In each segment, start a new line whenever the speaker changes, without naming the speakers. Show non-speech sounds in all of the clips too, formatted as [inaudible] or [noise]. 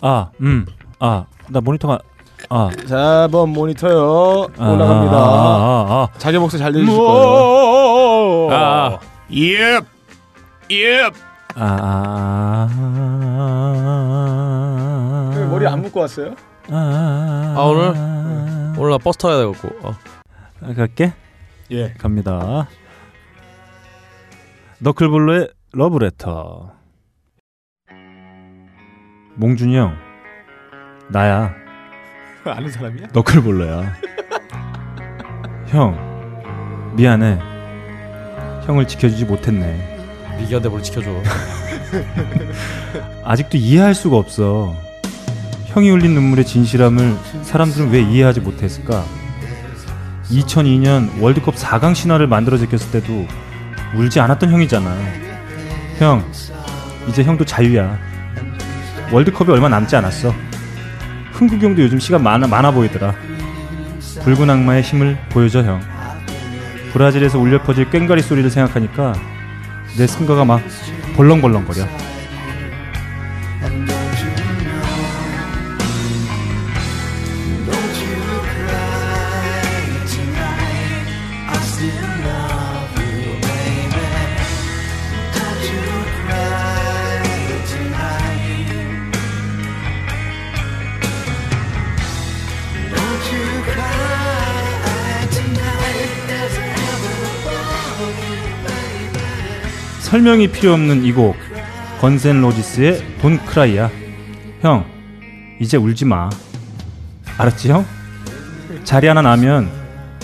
아, 음, 아, 나 모니터가 아,
자, 4번 모니터요.
아,
올라갑니다.
아, 아,
자기 목소리 잘
아,
들으실 거예요. 예.
아,
Yep. Yep.
아, 아,
왜 머리 안 묶고 왔어요?
아,
아, 오늘? 오늘 나 버스 타야 되겠고. 어.
네. 갈게.
예.
갑니다. 너클볼로의 러브레터. 몽준이 형, 나야.
[laughs] 아는 사람이야?
[laughs]
[laughs]
너클볼러야. 형, 미안해. 형을 지켜주지 못했네.
미기한테 뭘 지켜줘.
아직도 이해할 수가 없어. 형이 흘린 눈물의 진실함을 사람들은 왜 이해하지 못했을까? 2002년 월드컵 4강 신화를 만들어 제꼈을 때도 울지 않았던 형이잖아. 형, 이제 형도 자유야. 월드컵이 얼마 남지 않았어. 흥국형도 요즘 시간 많아, 많아 보이더라. 붉은 악마의 힘을 보여줘, 형. 브라질에서 울려 퍼질 꽹과리 소리를 생각하니까 내 승가가 막 벌렁벌렁거려. 설명이 필요 없는 이 곡 건센 로지스의 돈 크라이야 형 이제 울지 마 알았지 형 자리 하나 나면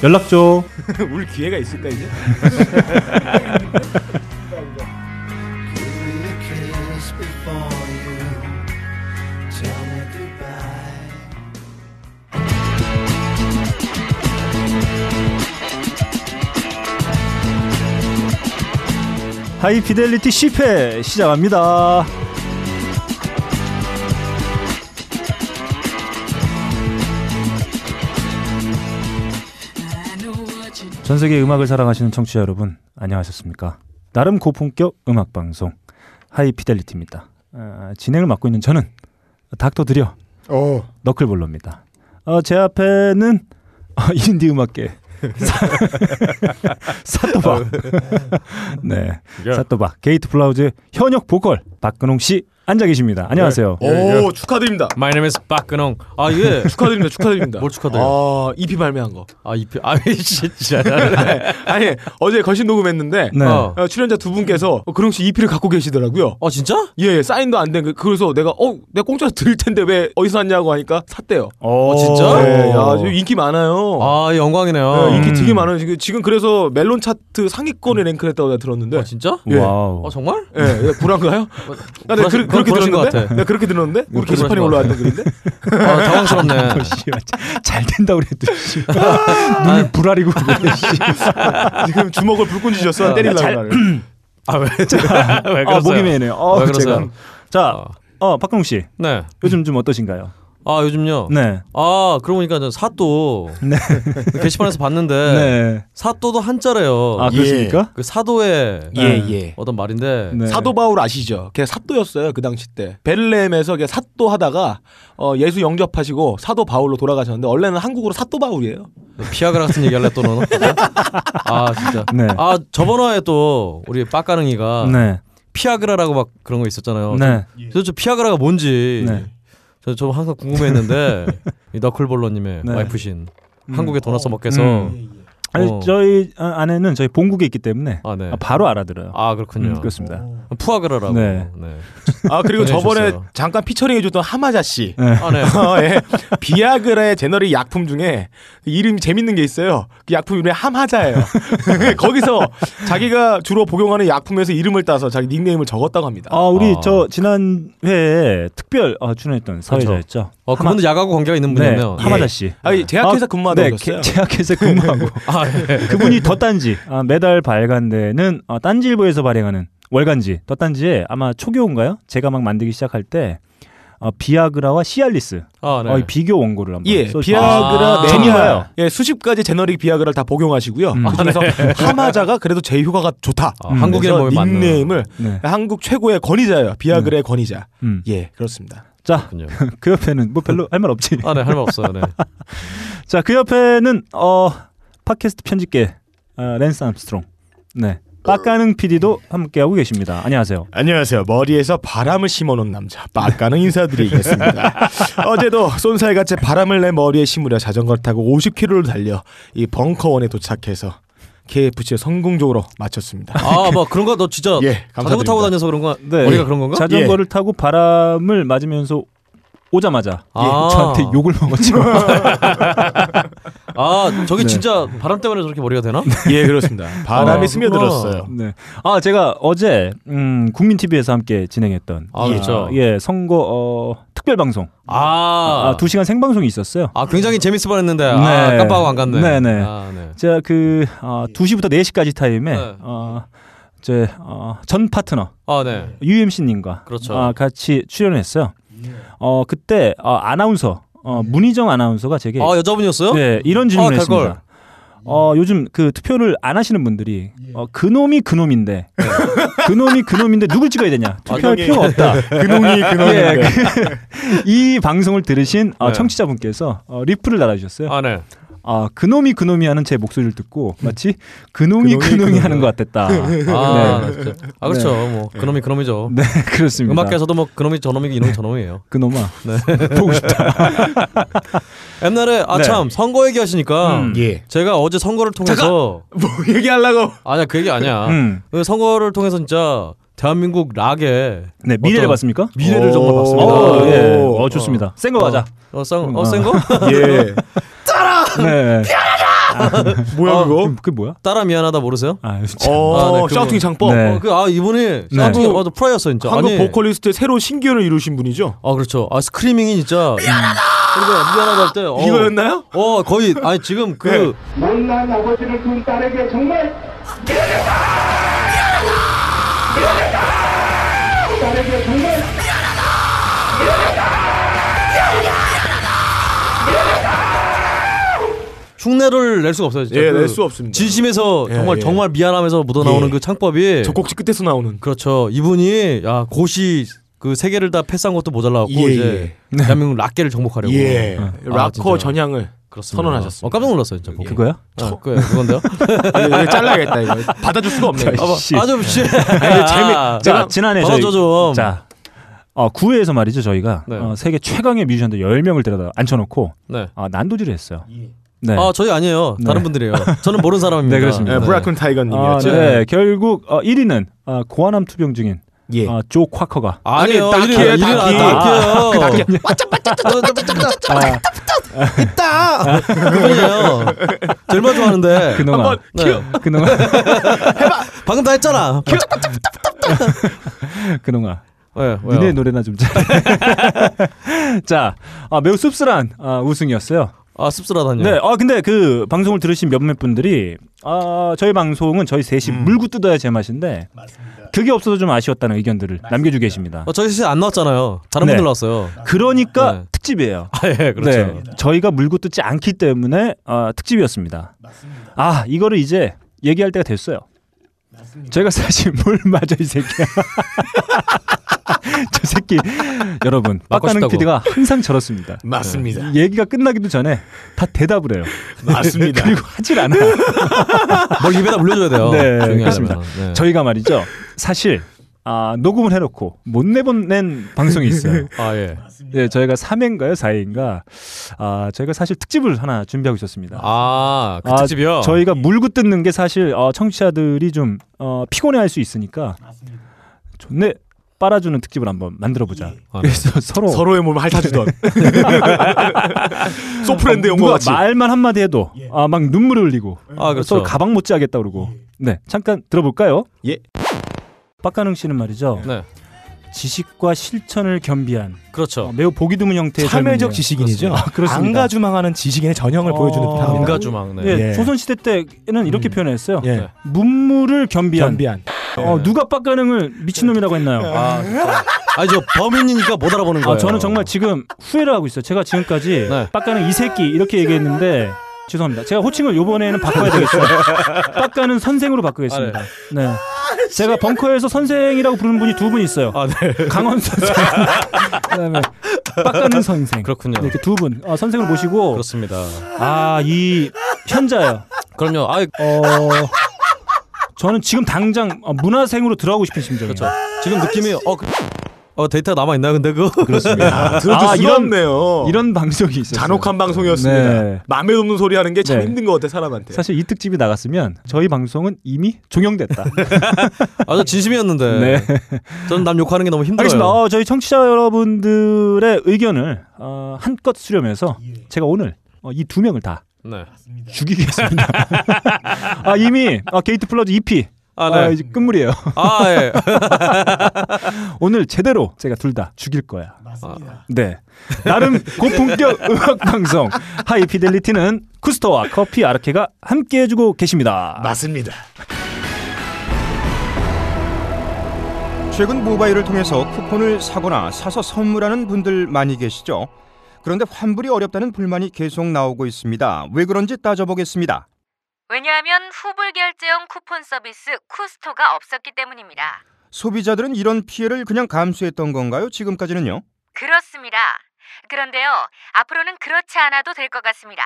연락 줘
울 기회가 있을까 이제?
하이피델리티 10회 시작합니다 전 세계 음악을 사랑하시는 청취자 여러분 안녕하셨습니까 나름 고품격 음악 방송 하이피델리티입니다 아, 진행을 맡고 있는 저는 닥터 드려
어.
너클볼러입니다. 어, 제 앞에는 어, [laughs] 인디 음악계 사- [laughs] 사또박 네 사또박 게이트 플라우즈 현역 보컬 박근홍 씨 앉아 계십니다. 안녕하세요.
네. 오, 축하드립니다.
My name is 박근홍. 아 예.
축하드립니다.
[laughs]
축하드립니다.
뭘 축하드려요?
아, [laughs] EP 발매한 거.
아 이피 아 진짜.
아니, 어제 거신 녹음했는데
네.
어.
어, 출연자 두 분께서 어, 그릉 씨 EP를 갖고 계시더라고요.
어 진짜?
예, 예, 사인도 안 된. 그, 그래서 내가 어, 내가 공짜로 드릴 텐데 왜 어디서 샀냐고 하니까 샀대요.
어,
진짜?
예, 야, 지금 인기 많아요.
아 영광이네요.
예, 인기
음.
되게 많아요. 지금 지금 그래서 멜론 차트 상위권에 랭크했다고 내가 들었는데.
음. 어 진짜?
예.
와우.
어
[laughs]
정말?
예, 예, 불안가요? 나
그러-
그, 렇게
그러신 것
들었는데,
같아.
나 그렇게 들었는데, 우리
그러신
게시판에
것
올라왔던 글인데,
아
[laughs]
당황스럽네.
씨발, 자- 잘 된다 그랬더니 씨발. 눈이 불아리고 그래, 씨.
지금 주먹을 불끈 쥐셨어
네,
때리려고 나를.
음, 아왜 왜
아,
그러세요?
목이 메네요. 어,
왜
제가.
그러세요?
자, 어, 박근홍 씨.
네.
요즘 좀 어떠신가요?
아 요즘요.
네.
아 그러고 보니까 저 사또 게시판에서 봤는데
네.
사또도 한자래요.
아, 그렇습니까?
그 사도의
예, 예.
어떤 말인데
네.
사도 바울 아시죠? 걔 사도였어요 그 당시 때 베를렘에서 걔 사도 하다가 어, 예수 영접하시고 사도 바울로 돌아가셨는데 원래는 한국으로 사도 바울이에요.
피아그라 같은 얘기 할래 또
[laughs]
너는 아 진짜
네.
아 저번 화에 또 우리 빡가능이가
네.
피아그라라고 막 그런 거 있었잖아요
네.
도대체 피아그라가 뭔지
네.
저, 저 항상
[laughs]
궁금했는데 이 너클볼러님의
네.
와이프신
음.
한국에 돈나 써먹겠어
예,
음. 아니,
어.
저희 어, 아내는 저희 본국에 있기 때문에
아 네.
아, 바로 알아들어요.
아 그렇군요.
음, 그렇습니다.
푸아그라라고.
네.
네.
아 그리고 저번에
보내주셨어요.
잠깐 피처링 해줬던 하마자 씨.
아 네.
[laughs] 어, 예. 비아그라의 제너리 약품 중에 이름이 재밌는 게 있어요. 그 약품 이름이 함하자예요. [laughs] 거기서 자기가 주로 복용하는 약품에서 이름을 따서 자기 닉네임을 적었다고 합니다.
아 우리
아.
저 지난 회에 특별 어, 출연했던 사회자였죠.
어 그분도 야가고 관계가 있는
네,
분이었네요. 예.
하마자 씨.
아니, 제약회사
아,
근무하다
네,
오셨어요.
게-
[laughs]
제약회사 근무하고
아 예.
그분이 더딴지 아, 매달 발간되는 어, 딴지일보에서 발행하는 월간지 더딴지에 아마 초교인가요? 제가 막 만들기 시작할 때 어, 비아그라와 시알리스
아, 네.
어, 이 비교 원고를 한번
예,
써주-
비아그라
아,
매니아요.
정말요?
예, 수십 가지 제너릭 비아그라를 다 복용하시고요.
음.
그중에서 하마자가 그래도 제 효과가 좋다.
아,
음.
네. 한국인
그래서
몸에 맞는.
닉네임을
네.
한국 최고의 권위자예요. 비아그라의 권위자.
음.
예, 그렇습니다.
자,
군요.
그 옆에는 뭐 별로 할 말
[laughs]
없지.
아, 네, 할 말 없어요. 네.
자, 그 옆에는 어 팟캐스트 편집계 어, 랜스 암스트롱. 네. 빡가능 PD도 함께하고 계십니다. 안녕하세요.
안녕하세요. 머리에서 바람을 심어놓은 남자 빠까는 인사드리겠습니다. 어제도 쏜살같이 바람을 내 머리에 심으려 자전거를 타고 50km를 달려 이 벙커원에 도착해서 KFC에 성공적으로 마쳤습니다.
아, 뭐 그런 거너 진짜
예,
자전거
감사드립니다.
타고 다녀서 그런 거
네.
머리가 그런 건가?
자전거를 타고 바람을 맞으면서 오자마자
아.
예, 저한테 욕을 [laughs] 먹었죠.
아, 저게
네.
진짜 바람 때문에 저렇게 머리가 되나?
예, 그렇습니다. 바람이
아,
스며들었어요.
네. 아 제가 어제 음, 국민 TV에서 함께 진행했던
아, 그렇죠.
예 선거 어, 특별 방송
아,
아, 두 시간 생방송이 있었어요.
아, 굉장히 재밌을 뻔했는데 아,
네.
깜빡하고 안 갔네.
네, 네.
아, 네.
제가 그 어, 2시부터 4시까지 타임에
네.
어, 제, 어, 전 파트너
아, 네.
UMC님과
그렇죠.
아, 같이 출연했어요. 어, 그때 어, 아나운서 어, 문희정 아나운서가 제게
네. 아, 여자분이었어요?
네, 이런 질문을
아, 갈걸.
했습니다. 어, 요즘 그 투표를 안 하시는 분들이
예.
어, 그놈이 그놈인데
네.
[laughs] 그놈이 그놈인데 누굴 찍어야 되냐 투표할
완전히-
필요가 없다
네.
[laughs] 그놈이 그놈이.
예, 그- [laughs] 이 방송을 들으신 어,
네.
청취자분께서 어, 리플을 달아주셨어요.
아, 네.
아 그놈이 그놈이 하는 제 목소리를 듣고 마치 그놈이
그놈이
그놈이,
그놈이요.
하는 것 같았다.
아,
네.
진짜. 아 그렇죠. 뭐 그놈이 그놈이죠.
네 [laughs] 그렇습니다.
음악계에서도 뭐 그놈이 저놈이 이놈이 저놈이에요. 네.
그놈아 [laughs] 보고 싶다.
[laughs] 옛날에
네.
아참 선거 얘기하시니까
음.
예.
제가 어제 선거를 통해서
뭐 얘기하려고.
아니야 그 얘기 아니야.
음.
그 선거를 통해서 진짜 대한민국 락의
네 미래를
어떤-
봤습니까?
미래를 정말 봤습니다.
어,
오.
예. 어 좋습니다. 센 거 가자.
어, 쌍,
어.
어, 센 거?
[laughs]
예.
[laughs] 어?
네.
뭐야 그거?
그게 뭐야?
따라 미안하다 모르세요?
아
아,
진짜.
네,
어,
그거.
샤우팅 창법.
네.
어, 그, 아, 이분이
네.
아, 진짜 맞아 프라이였어 진짜.
한국
아니,
보컬리스트의 새로운 신기원을 이루신 분이죠.
아 그렇죠. 아 스크리밍이 진짜 미안하다. 그리고 미안하다 할 때 어,
이거였나요?
어 거의 아니 지금 그
[laughs] 네.
못난 아버지를 둔 딸에게 정말 미안하다! 미안하다! 딸에게 정말
흉내를 낼 수가 없어요 진짜.
예,
그
낼수 없습니다.
진심에서
예,
정말
예.
정말 미안하면서 묻어나오는
예.
그 창법이
저 꼭지 끝에서 나오는.
그렇죠. 이분이 야 고시 그 세 개를 다 패스한 것도 모자라갖고
예,
이제 네. 대한민국 락계를 정복하려고
예.
아,
락커
어. 진짜요?
전향을
그렇습니다.
선언하셨습니다. 예.
어, 깜짝 놀랐어요, 진짜. 그거.
그거야?
어, 그 그건데요.
[laughs] 아, 이거 잘라야겠다 이거. 받아줄 수가 없네요.
아, 씨.
아좀 씨. [laughs]
재미-
자 지난해 저희
받아줘 좀.
자 어, 9회에서 말이죠 저희가
네.
어, 세계 최강의 뮤지션들 10명을 데려다 앉혀놓고
네.
아, 난도질을 했어요. 네.
아 저희 아니에요. 다른
네.
분들이에요. 저는 모르는 사람입니다.
[laughs] 네, 그렇습니다.
예, 브라큰
아,
타이거님이었죠.
네. 결국 어, 1위는 어, 고아남 투병 중인
예.
어, 조 쿼커가
아니에요.
아니, 딱이에요,
이리는- 이리는 안
딱이.
그
닦여요.
아,
그분이에요. 제일 먼저 하는데.
그놈아
네.
그놈아
방금 다 했잖아.
[laughs] 그놈아
네, 왜요?
니네 노래나 좀 [laughs] 자, 아, 매우 씁쓸한 아, 우승이었어요.
아 씁쓸하다니.
네, 아 근데 그 방송을 들으신 몇몇 분들이 아 저희 방송은 저희 셋이
음.
물고 뜯어야 제맛인데 그게 없어서 좀 아쉬웠다는 의견들을 남겨주고 계십니다.
어, 저희 사실 안 나왔잖아요. 다른
네.
분들 나왔어요.
그러니까
네.
특집이에요.
아 예, 그렇죠.
네, 저희가 물고 뜯지 않기 때문에 아, 특집이었습니다. 아 이거를 이제 얘기할 때가 됐어요. 저희가 사실 [laughs] 뭘 맞아 이 새끼야. 저 새끼 여러분
맞고
빡가는
싶다고.
PD가 항상 저렇습니다.
맞습니다.
얘기가 끝나기도 전에 다 대답을 해요.
맞습니다.
[laughs] 그리고 하질 않아.
뭘 입에다 물려줘야 돼요.
네,
조용히
그렇습니다.
하려면은. 네.
저희가 말이죠. 사실 아, 녹음을 해놓고 못 내보낸 방송이 있어요.
아 예.
예, 저희가 3회인가요? 4회인가? 아, 저희가 사실 특집을 하나 준비하고 있었습니다.
아, 그
아,
특집이요?
저희가 물고 뜯는 게 사실 어, 청취자들이 좀 어, 피곤해할 수 있으니까 존내 빨아주는 특집을 한번 만들어보자.
아, 네.
그래서 예. [laughs] 서로
서로의 몸을 핥아주던 소프랜드 용과
누가
같이.
말만 한마디 해도 아, 막 눈물을 흘리고
아, 그렇죠.
서로 가방 못 지하겠다 그러고 네 잠깐 들어볼까요?
예.
박가능 씨는 말이죠
네.
지식과 실천을 겸비한 어,
그렇죠.
매우 보기 드문 형태의
참여적
젊은이에요.
지식인이죠.
아, 그렇습니다.
안가주망하는 지식인의 전형을
어,
보여주는
안
프로입니다.
가주-
인가주망. 네.
예,
예.
조선 시대 때는 이렇게 표현했어요.
예.
네.
문물을 겸비한.
변비한. 네.
어, 누가 박가능을 미친놈이라고 했나요?
아, 그렇죠. 아니 저 범인이니까 못 알아보는
네.
거예요.
아, 저는 정말 지금 후회를 하고 있어요. 제가 지금까지
네.
빡가는 이 새끼 이렇게 얘기했는데 죄송합니다. 제가 호칭을 요번에는 바꿔야 되겠어요. 빡가는 선생으로 바꾸겠습니다.
아,
네. 제가 벙커에서 선생이라고 부르는 분이 두 분 있어요.
아, 네.
강원 선생. [laughs] 그다음에 빡가는 선생.
그렇군요.
네, 이렇게 두 분. 아, 선생을 모시고
[laughs] 그렇습니다.
아, 이 현자요.
그럼요. 아,
어 저는 지금 당장 어, 문화생으로 들어가고 싶은 심정이에요.
아,
저 지금 느낌이 어, 그, 어 데이터 남아 있나 근데 그거.
그렇습니다.
들어도
아, 이런-
수없네요
이런 방송이 있어요.
잔혹한 방송이었습니다.
네.
마음에 없는 소리 하는 게 참
네.
힘든 것 같아 사람한테.
사실 이 특집이 나갔으면 저희 방송은 이미
[laughs]
종영됐다.
[laughs] 아저 진심이었는데.
네.
저는 남 욕하는 게 너무 힘들어요.
알겠습니다. 어, 저희 청취자 여러분들의 의견을 어, 한껏 수렴해서
예.
제가 오늘 어, 이 두 명을 다 아.
네.
죽이겠습니다. [laughs] 아, 이미 어, 게이트 플러즈 2피
아,
아,
네.
이제 끝물이에요. [laughs]
아, 예.
오늘 제대로 제가 둘 다 죽일 거야. 네. 나름 고품격 [laughs] 음악 방송 하이피델리티는 쿠스터와 커피 아르케가 함께 해주고 계십니다.
맞습니다. [laughs]
최근 모바일을 통해서 쿠폰을 사거나 사서 선물하는 분들 많이 계시죠? 그런데 환불이 어렵다는 불만이 계속 나오고 있습니다. 왜 그런지 따져보겠습니다.
왜냐하면 후불 결제형 쿠폰 서비스 쿠스토가 없었기 때문입니다.
소비자들은 이런 피해를 그냥 감수했던 건가요? 지금까지는요?
그렇습니다. 그런데요, 앞으로는 그렇지 않아도 될 것 같습니다.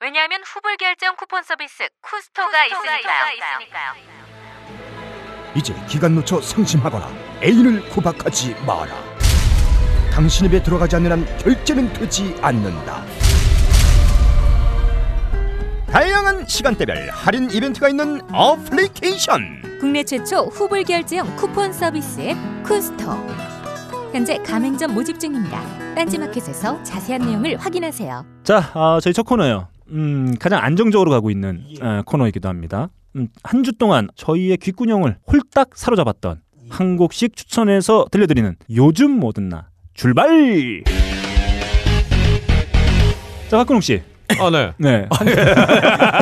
왜냐하면 후불 결제형 쿠폰 서비스 쿠스토가, 있으니까요.
이제 기간 놓쳐 상심하거나 애인을 구박하지 마라. 당신 입에 들어가지 않는 한 결제는 되지 않는다. 다양한 시간대별 할인 이벤트가 있는 어플리케이션.
국내 최초 후불 결제형 쿠폰 서비스 앱 쿠스토. 현재 가맹점 모집 중입니다. 딴지마켓에서 자세한 내용을 확인하세요.
자, 아, 저희 첫 코너요. 음, 가장 안정적으로 가고 있는
예.
어, 코너이기도 합니다. 음, 한 주 동안 저희의 귓구녕을 홀딱 사로잡았던
예.
한 곡씩 추천해서 들려드리는 요즘 뭐든 나 출발! 자, 박근홍 씨.
아, 네.
네.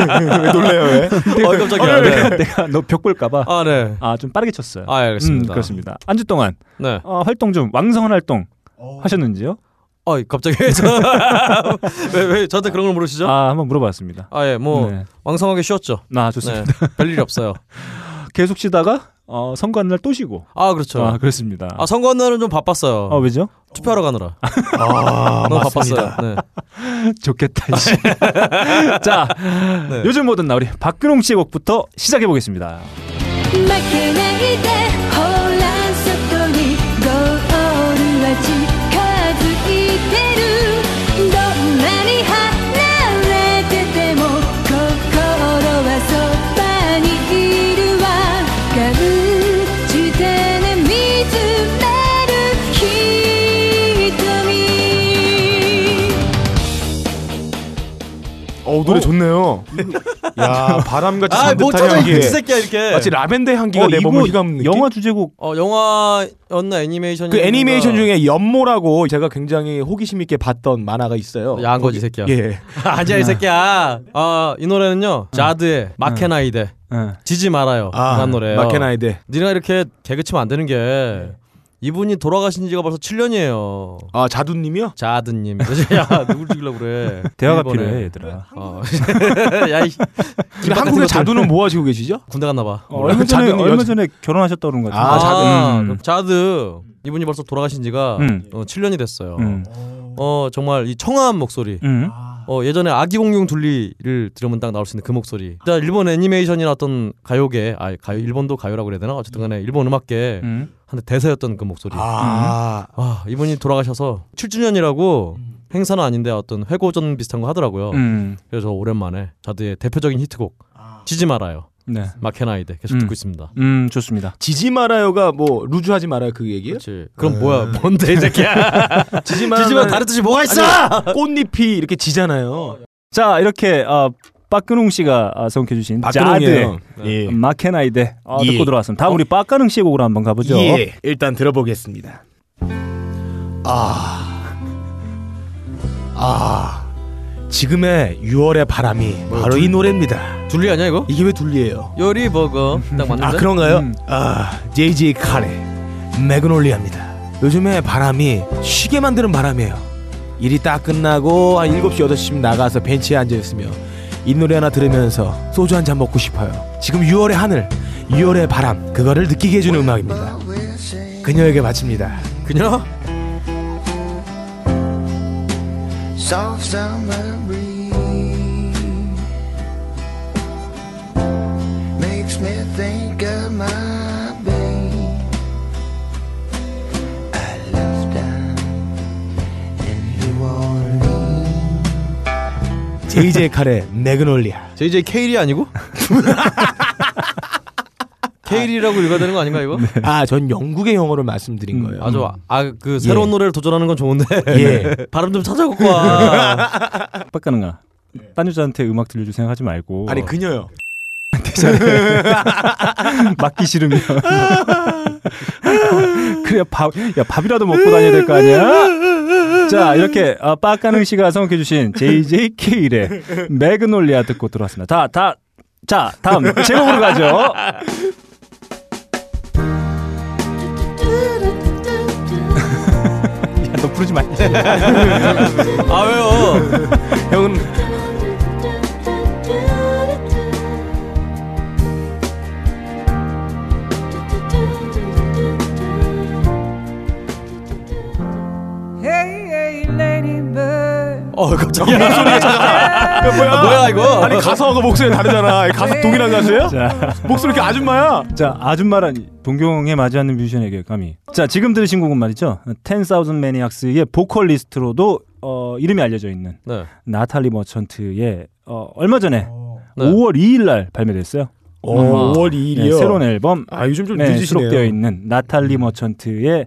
왜 놀래요? 왜?
어, 깜짝이야.
내가,
네.
[laughs] 내가 너 벽 볼까봐
아, 네.
아, 좀 빠르게 쳤어요.
아, 예, 알겠습니다.
음, 그렇습니다. 한 주 동안
네.
어, 활동 좀 왕성한 활동
어.
하셨는지요?
아, 갑자기 [laughs] 왜왜 왜 저한테 그런 걸 물으시죠? 아,
아, 한번 물어봤습니다.
예. 뭐
네.
왕성하게 쉬었죠.
아, 좋습니다.
네. 별일 없어요. 네.
계속 쉬다가 어, 선거 한 날 또 쉬고.
아, 그렇죠.
아,
아,
그렇습니다.
선거 날은 좀 바빴어요.
아 왜죠?
투표하러 가느라. [laughs]
아,
너무
맞습니다.
바빴어요. 네.
[laughs] 좋겠다. 네. 씨. 자, 요즘 뭐든 나 우리 박근홍 씨의 곡부터 시작해 보겠습니다.
마그네이데 혼란 속도니 고오를 알지 가득 이대로 너만이 하나를 때때모 걸어와서 많이 이루와 가을 주대는 믿음 나를 히토미
어 노래 좋네요. 야 바람같이
아, 못
산뜻한
찾아
향기.
이 새끼야 이렇게.
마치 라벤더 향기가 내
어, 이거
몸을 휘감는 느낌.
영화 주제곡
어 영화였나 애니메이션
그
어.
애니메이션 중에 연모라고 제가 굉장히 호기심 있게 봤던 만화가 있어요.
야한 거지 이 새끼야.
예.
[laughs] 아니야 이 새끼야. 아이 노래는요. 자드의 마케나이데
예.
지지 말아요.
아,
라는 노래예요.
마케나이데. 네.
네가 이렇게 개그치면 안 되는 게 이분이 돌아가신 지가 벌써 7년이에요.
아 자두님이요? [laughs]
자드님. 야 누굴 죽이려고 그래.
대화가
일본에.
필요해 얘들아.
어. [laughs] 야, 이,
근데 한국의 자두는 뭐 하시고 계시죠?
군대 갔나 봐.
어, 얼마 전에
자두는
얼마
여자-
전에 결혼하셨다 그런 거
아,
같은데.
자드.
음.
자드. 이분이 벌써 돌아가신 지가
음.
어, 7년이 됐어요.
음.
어 정말 이 청아한 목소리.
음.
어 예전에 아기 공룡 둘리를 들으면 딱 나올 수 있는 그 목소리. 일단 일본 애니메이션이나 어떤 가요계, 아 가요 일본도 가요라고 그래야 되나? 어쨌든간에 일본 음악계
음.
한때 대세였던 그 목소리. 아.
아
이분이 돌아가셔서 7주년이라고 행사는 아닌데 어떤 회고전 비슷한 거 하더라고요.
음.
그래서 오랜만에 자드의 대표적인 히트곡 지지 말아요
네.
마케나이데 계속
음.
듣고 있습니다.
음, 좋습니다.
지지 말아요가 뭐 루즈하지 말아요 그 얘기예요?
그렇지. 네. 그럼 뭐야? 뭔데 이 새끼야? 지지
지지
말 다른 뜻이 뭐가 있어?
아니, 꽃잎이 이렇게 지잖아요.
자, 이렇게 어, 박근홍 씨가 아, 선곡해 주신 자드
박근홍이에요. 예.
마케나이데 아,
예.
듣고 돌아왔습니다. 다음 우리 박가능 씨의 곡으로 한번 가보죠.
예, 일단 들어보겠습니다. 아, 아, 지금의 6월의 바람이 바로 이 노래입니다.
둘리 아니야 이거?
이게 왜 둘리예요?
요리 버거 딱 맞는데?
아 그런가요?
음.
아, JJ 카레 매그놀리아입니다. 요즘에 바람이 쉬게 만드는 바람이에요. 일이 딱 끝나고 한 7시, 8시쯤 나가서 벤치에 앉아있으면 이 노래 하나 들으면서 소주 한 잔 먹고 싶어요. 지금 6월의 하늘, 6월의 바람, 그거를 느끼게 해주는 음악입니다. 그녀에게 바칩니다.
그녀?
soft summer breeze makes me think of my babe. I left her in New Orleans.
제이제이 칼의 매그놀리아.
JJ 케일이 아니고? [laughs] 케일이라고 읽어야 되는 거 아닌가 이거?
아, 전 영국의 영어로 말씀드린 거예요.
아주 아 그 새로운
예.
노래를 도전하는 건 좋은데
예.
[laughs] 발음 좀 찾아갖고 와.
빡가능아. 딴 여자한테 음악 들려줄 생각하지 말고
아니 그녀요.
맞기 싫으면 그래야 밥, 야 밥이라도 먹고 다녀야 될 거 아니야? 자 이렇게 아, 빠까능 씨가 선곡해 주신 JJK의 매그놀리아 듣고 들어왔습니다. 다 다 자 다음 제목으로 가죠. 야너 부르지 마.
그
아 왜요?
형은
어 갑자기 무슨
[laughs]
소리야 잠깐만.
뭐야?
뭐야 이거? 어,
아니 가사하고 목소리 다르잖아. 가사 동일한 가수예요?
네. 자,
목소리 이렇게 아줌마야?
자 아줌마라니 동경에 맞지 않는 뮤지션에게 감히. 자 지금 들으신 곡은 말이죠. 10,000 Maniacs의 보컬리스트로도 어, 이름이 알려져 있는
네.
나탈리 머천트의 어, 얼마 전에
네.
5월 2일 날 발매됐어요.
오, 5월 2일이요.
네, 새로운 앨범
아 요즘 좀
네,
늦으시네요. 음.
수록되어 있는 나탈리 머천트의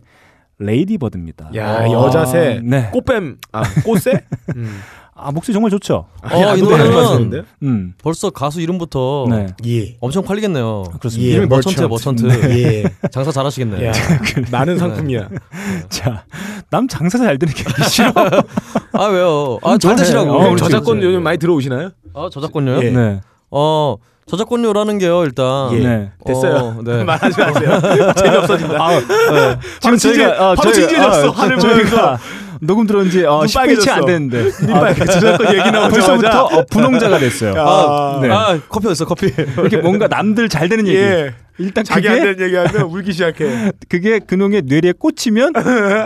레이디 버드입니다.
야 여자새
네.
꽃뱀 아 꽃새? 음.
아 목소리 정말 좋죠.
아,
어, 이 노래는
음.
벌써 가수 이름부터
네.
네. 예.
엄청 팔리겠네요.
그렇습니다.
이름이
예,
머천트
머천트.
머천트.
예.
장사 잘하시겠네.
야, 나는 상품이야.
자, 남 장사 잘 되는 게
[laughs]
싫어.
아 왜요? 아잘
좋아요.
되시라고.
어,
형
그렇지,
네. 저작권
그렇지.
요즘 많이 들어오시나요?
아 저작권료요?
그렇죠, 예.
네.
어 저작권료라는 게요 일단.
예.
네.
됐어요.
어, 네.
[laughs] 말하지 마세요. [laughs] 재미없어진다.
아, 네.
바로
지금
진지해-
저희가
바로
아, 저희-
진지해졌어.
아,
하늘
저- 저희가
보면서.
녹음 들어온 지 어,
눈
10분치
빨개졌어.
안 됐는데.
빨리 저작권 얘기
아,
나오자마자
벌써부터 어, 분홍자가 됐어요.
아,
네.
아 커피 어딨어 커피.
이렇게 뭔가 남들 잘 되는 얘기.
예.
일단
자기
그게
안된 얘기하면 울기 시작해.
그게 근홍의 뇌리에
[laughs]
꽂히면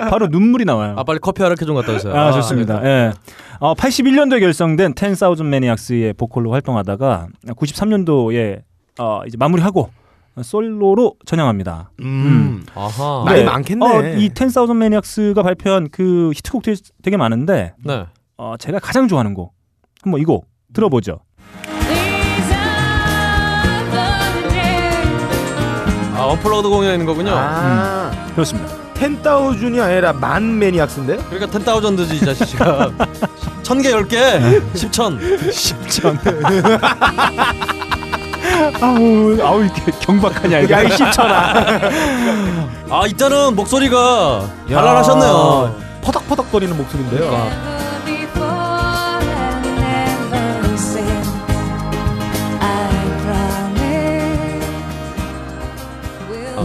바로 눈물이 나와요.
아 빨리 커피 하나 켜좀 갖다 주세요.
아, 좋습니다.
네.
예. 어, 81년도에 결성된 10,000 Maniacs의 보컬로 활동하다가 93년도에 어, 이제 마무리하고 솔로로 전향합니다.
음.
아하.
나이 많겠네.
어, 이 10,000 Maniacs가 발표한 그 히트곡 되게, 되게 많은데
네.
어, 제가 가장 좋아하는 곡 한번 이 곡 들어보죠.
아 언플러드 공연인 거군요.
아,
그렇습니다.
텐다우준이 아니라 만 매니악스인데?
그러니까 텐다우전드지 이
[laughs]
자식아. 천 개, 열 개,
네.
십천.
아우, 아우 이렇게 경박하냐 이거.
야, 이 시천아.
아 일단은 목소리가 발랄하셨네요.
퍼덕퍼덕거리는 목소리인데요.